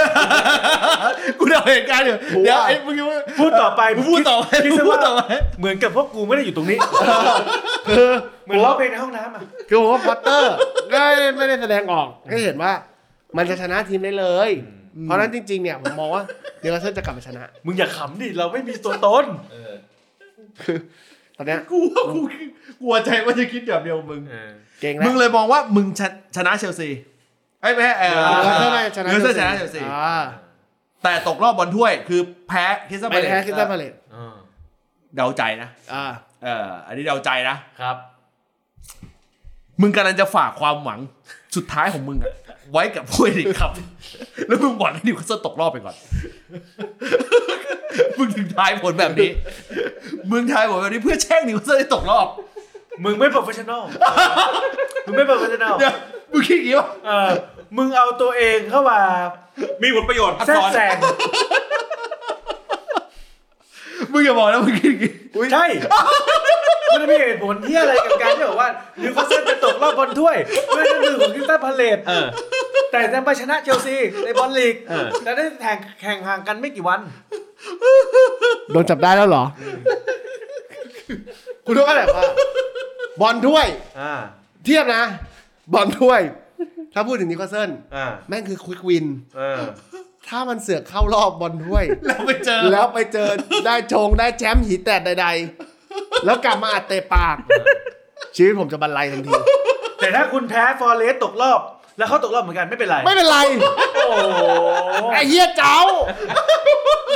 S1: กูเดาเหตุการณ์อยู่
S4: กูว่า
S1: เดี๋ยวไอ้มึงยังไม่
S3: พูดต่อไป
S1: มึงพูดต่อไป
S3: คิด
S1: มึง
S3: ซะ
S1: พู
S3: ว่า
S1: ดต่อไป
S3: เหมือนกับพวกกูไม่ได้อยู่ตรงนี้
S4: คือ
S3: เหมือนร้องเพลงในห้องน้ำอ่ะ
S4: คือผมว่าพอตเตอร์ก็ไม่ได้แสดงออกก็เห็นว่า มันจะชนะทีมได้เลย เพราะฉะนั้นจริงๆเนี่ยผมมองว่าเดี๋ยวเซนจะกลับมาชนะ
S3: มึงอย่าขำดิ เราไม่มีตัวตน
S4: ตอนเนี้ย
S1: กูว่ากูกลัวใจว่าจะคิดแบบเดียวมึง
S4: เก่งแล้ว
S1: มึงเลยมองว่ามึงชนะชนะเชลซีไอ้ยไม่ใช่เออ
S4: เออเซอร์ไชนะ
S1: เชลซีชนะเชลซี
S4: อ่า
S1: แต่ตกรอบบอลถ้วยคือแพ้คิสเซน
S4: ไป
S1: พาเลต
S4: แพ้คริสตัลพาเลต
S1: เดาใจนะ
S4: อ่า
S1: เอออันนี้เดาใจนะ
S3: ครับ
S1: มึงกำลังจะฝากความหวังสุดท้ายของมึงอะไว้กับผู้เด็กครับ แล้วมึงหวังให้ดิวคาสเซิลตกรอบไปก่อน มึงถึงทายผลแบบนี้ มึงทายผลแบบนี้เพื่อแช่งดิวคาสเซิลให้ตกรอบ
S3: มึงไม่โปรเฟชชั่นอล มึงไม่โปรเฟชชั่นอล
S1: เดี๋ยวมึงคิดอย่างนี้วะ
S3: เออมึงเอาตัวเองเข้ามา
S2: มีผลประโยชน์ทับ
S3: แทรก
S2: ซ้อน
S3: แซง
S1: มึงอย่าบอกนะมึงคิดอย่างนี้
S3: ใช่มันไม่มีเหตุผลที่อะไรกับการที่บอกว่าลิเวอร์พูลจะตกรอบบอลถ้วยด้วยน้ำมือของคริสตัลพาเลต
S2: เออ
S3: แต่จะไปชนะเชลซีในบอลลีก
S2: เออ
S3: และได้แข่งแข่งห่างกันไม่กี่วัน
S4: โดนจับได้แล้วเหรอ คุณรู้ก็แหละว่าบอลถ้วย
S3: อ่า
S4: เทียบนะ บอลถ้วย ถ้าพูดถึงนิโคลเซน
S3: อ่า
S4: แม่งคือควิกวิน
S3: เออ
S4: ถ้ามันเสือกเข้ารอบบอลถ้วย
S1: แล้วไปเจอ
S4: แล้วไปเจอได้ชงได้แชมป์หีแตดใด ๆ แล้วกลับมาอัดเตะปาก ชีวิตผมจะบรรลัยทันที
S3: แต่ถ้าคุณแพ้ฟอร์เรสตกรอบ แล้วเขาตกรอบเหมือนกันไม่เป็นไร
S4: ไม่เป็นไร
S3: โอ้โห
S4: ไอ้เฮียเจ้า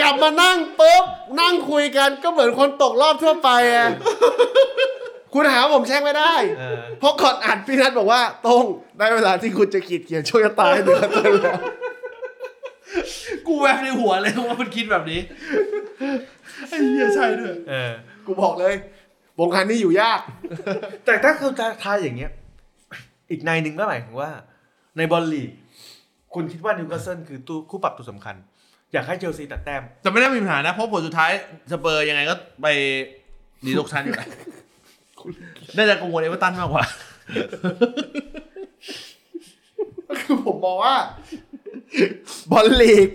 S4: กลับมานั่งปุ๊บนั่งคุยกันก็เหมือนคนตกรอบทั่วไปอะคุณหาว่าผมแช่งไม่ได้
S3: เออ
S4: เพราะก่อนอัดพี่นัทบอกว่าตรงได้เวลาที่คุณจะขีดเขียนโชคชะตาให้เดือดแล้ว
S1: กูแวบในหัวเลยว่ามันคิดแบบนี้ไอ้เหี้ยใช่ด้วย
S3: เออ
S4: กูบอกเลย วงการนี้อยู่ยาก
S3: แต่ถ้าคือทายอย่างเงี้ย อีกในายหนึ่งก็หมายถึงว่า ในบอลลีกคุณคิดว่านิวคาสเซิลคือตัวคู่ปรับตัวสำคัญ อยากให้เชลซีตัดแต้ม
S1: แต่ไม่ได้มีปัญหานะ เพราะผลสุดท้ายสเปอร์ยังไงก็ไปหนีตกชั้นอยู่แล้วน่าจะกังวลเอเวอร์ตันมากกว่า
S4: ก็คือผมมองว่า บอลลีก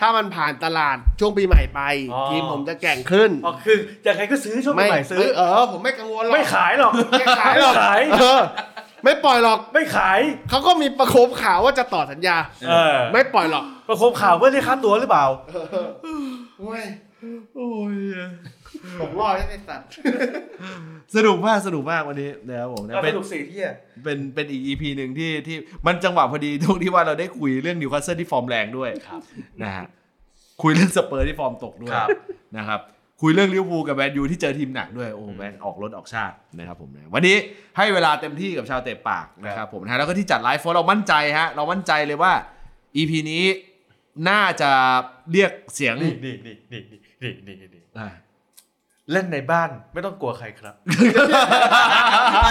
S4: ถ้ามันผ่านตลาดช่วงปีใหม่ไป
S3: อ๋อ
S4: ทีมผมจะแกร่งขึ้น
S3: อ๋อคืออย่างไรก็ซื้อช่วงปีใหม่ซื้อ
S4: เออ ผมไม่กังวลหรอก
S3: ไม่ขายหรอก
S4: ไม่ขายหรอก
S3: ไม่ขาย
S4: เออ ไม่ปล่อยหรอก
S3: ไม่ขาย
S4: เขาก็มีประโคมข่าวว่าจะต่อสัญญา
S3: เออ
S4: ไม่ปล่อยหรอก
S3: ประโคมข่าวเพื่อได้ค่าตัวหรือเปล่า
S4: โอ้ยผมรอดได้ในสัตว์
S1: สนุกมากสนุกมากวันนี้นะครับผมนะ
S3: ก็
S1: เป็
S3: ส
S1: น
S3: นุกสี่ที่อะ
S1: เป็นเป็นอีก EP หนึ่งที่ที่มันจังหวะพอดีตรงที่ว่าเราได้คุยเรื่องนิวคาสเซิลที่ฟอร์มแรงด้วยนะฮะคุยเรื่องสเปอร์ที่ฟอร์มตกด้วยนะครับ คุยเรื่องลิเวอร์พูลกับแมนยูที่เจอทีมหนักด้วยโอ้โหแมนออกรถออกชาตินะครับผมนะวันนี้ให้เวลาเต็มที่กับชาวเตะปากนะครับผมนะฮะแล้วก็ที่จัดไลฟ์โฟนเรามั่นใจฮะเรามั่นใจเลยว่า EP นี้น่าจะเรียกเสียง
S3: นี่นี่นี่นี่นี่นี่นี่
S1: อ่ะ
S3: เล่นในบ้านไม่ต้องกลัวใครครับ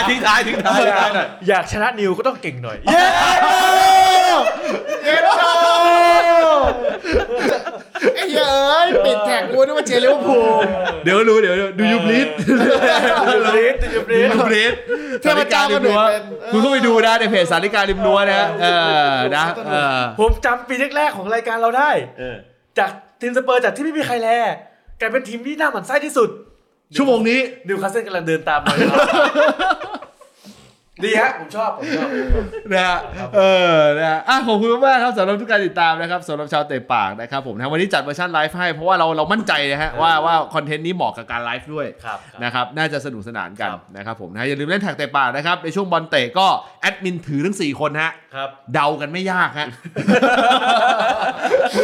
S2: ทิ้งท้ายทิ้งท้ายทิ้งท้ายหน่อย
S3: อยากชนะนิวก็ต้องเก่งหน่อย
S4: ไอ้เหี้ยเอ้ยปิดแท็กกูนึกว่าเจลิเวอร์พูล
S1: เดี๋ยวรู้เดี๋ยวดูยูบ ลิส
S3: ดูบลิสดูบลิส
S1: ริมเบรด
S4: เทพเจ้าก็หนึ่งเป็นเออ
S1: คุณก็ไปดูนะในเพจสาริการิมนัวนะฮะเออนะเออ
S3: ผมจำปีแรกๆของรายการเราได้
S2: เออ
S3: จากทีมสเปอร์จากที่ไม่มีใครแลกลายเป็นทีมที่น่าหมั่นไส้ที่สุด
S1: ชั่วโมงนี้
S3: นิวคาสเซิลกำลังเดินตาม มาอยู่ครับดีฮะ ผมชอบ ผมชอบ
S1: นะฮะเออนะฮะอ่ะขอบคุณมากๆครับสำหรับทุกการติดตามนะครับสำหรับชาวเตะปากนะครับผมนะวันนี้จัดเวอร์ชันไลฟ์ให้เพราะว่าเราเรามั่นใจนะฮะว่าว่าคอนเทนต์นี้เหมาะกับการไลฟ์ด้วย
S3: ครับครับ
S1: นะครับน่าจะสนุกสนานกัน
S3: ครับ
S1: นะครับผมนะฮะอย่าลืมเล่นแท็กเตะปากนะครับในช่วงบอลเตะก็แอดมินถือทั้ง 4 คนฮะ
S3: ครับ
S1: เดากันไม่ยากฮะ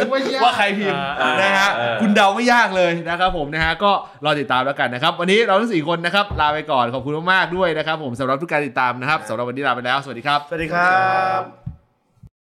S4: นึกว่ายาก
S1: ว่าใครพิมพ์
S3: อ่า
S1: นะฮะ
S2: เออ
S1: คุณเดาไม่ยากเลยนะครับผมนะฮะก็รอติดตามแล้วกันนะครับ วันนี้เราทั้งสี่คนนะครับลาไปก่อนขอบคุณมากๆด้วยนะครับ ผมสำหรับทุกการติดตามนะครับสำหรับวันนี้ลาไปแล้วสวัสดีครับ
S3: สวัสดีครับ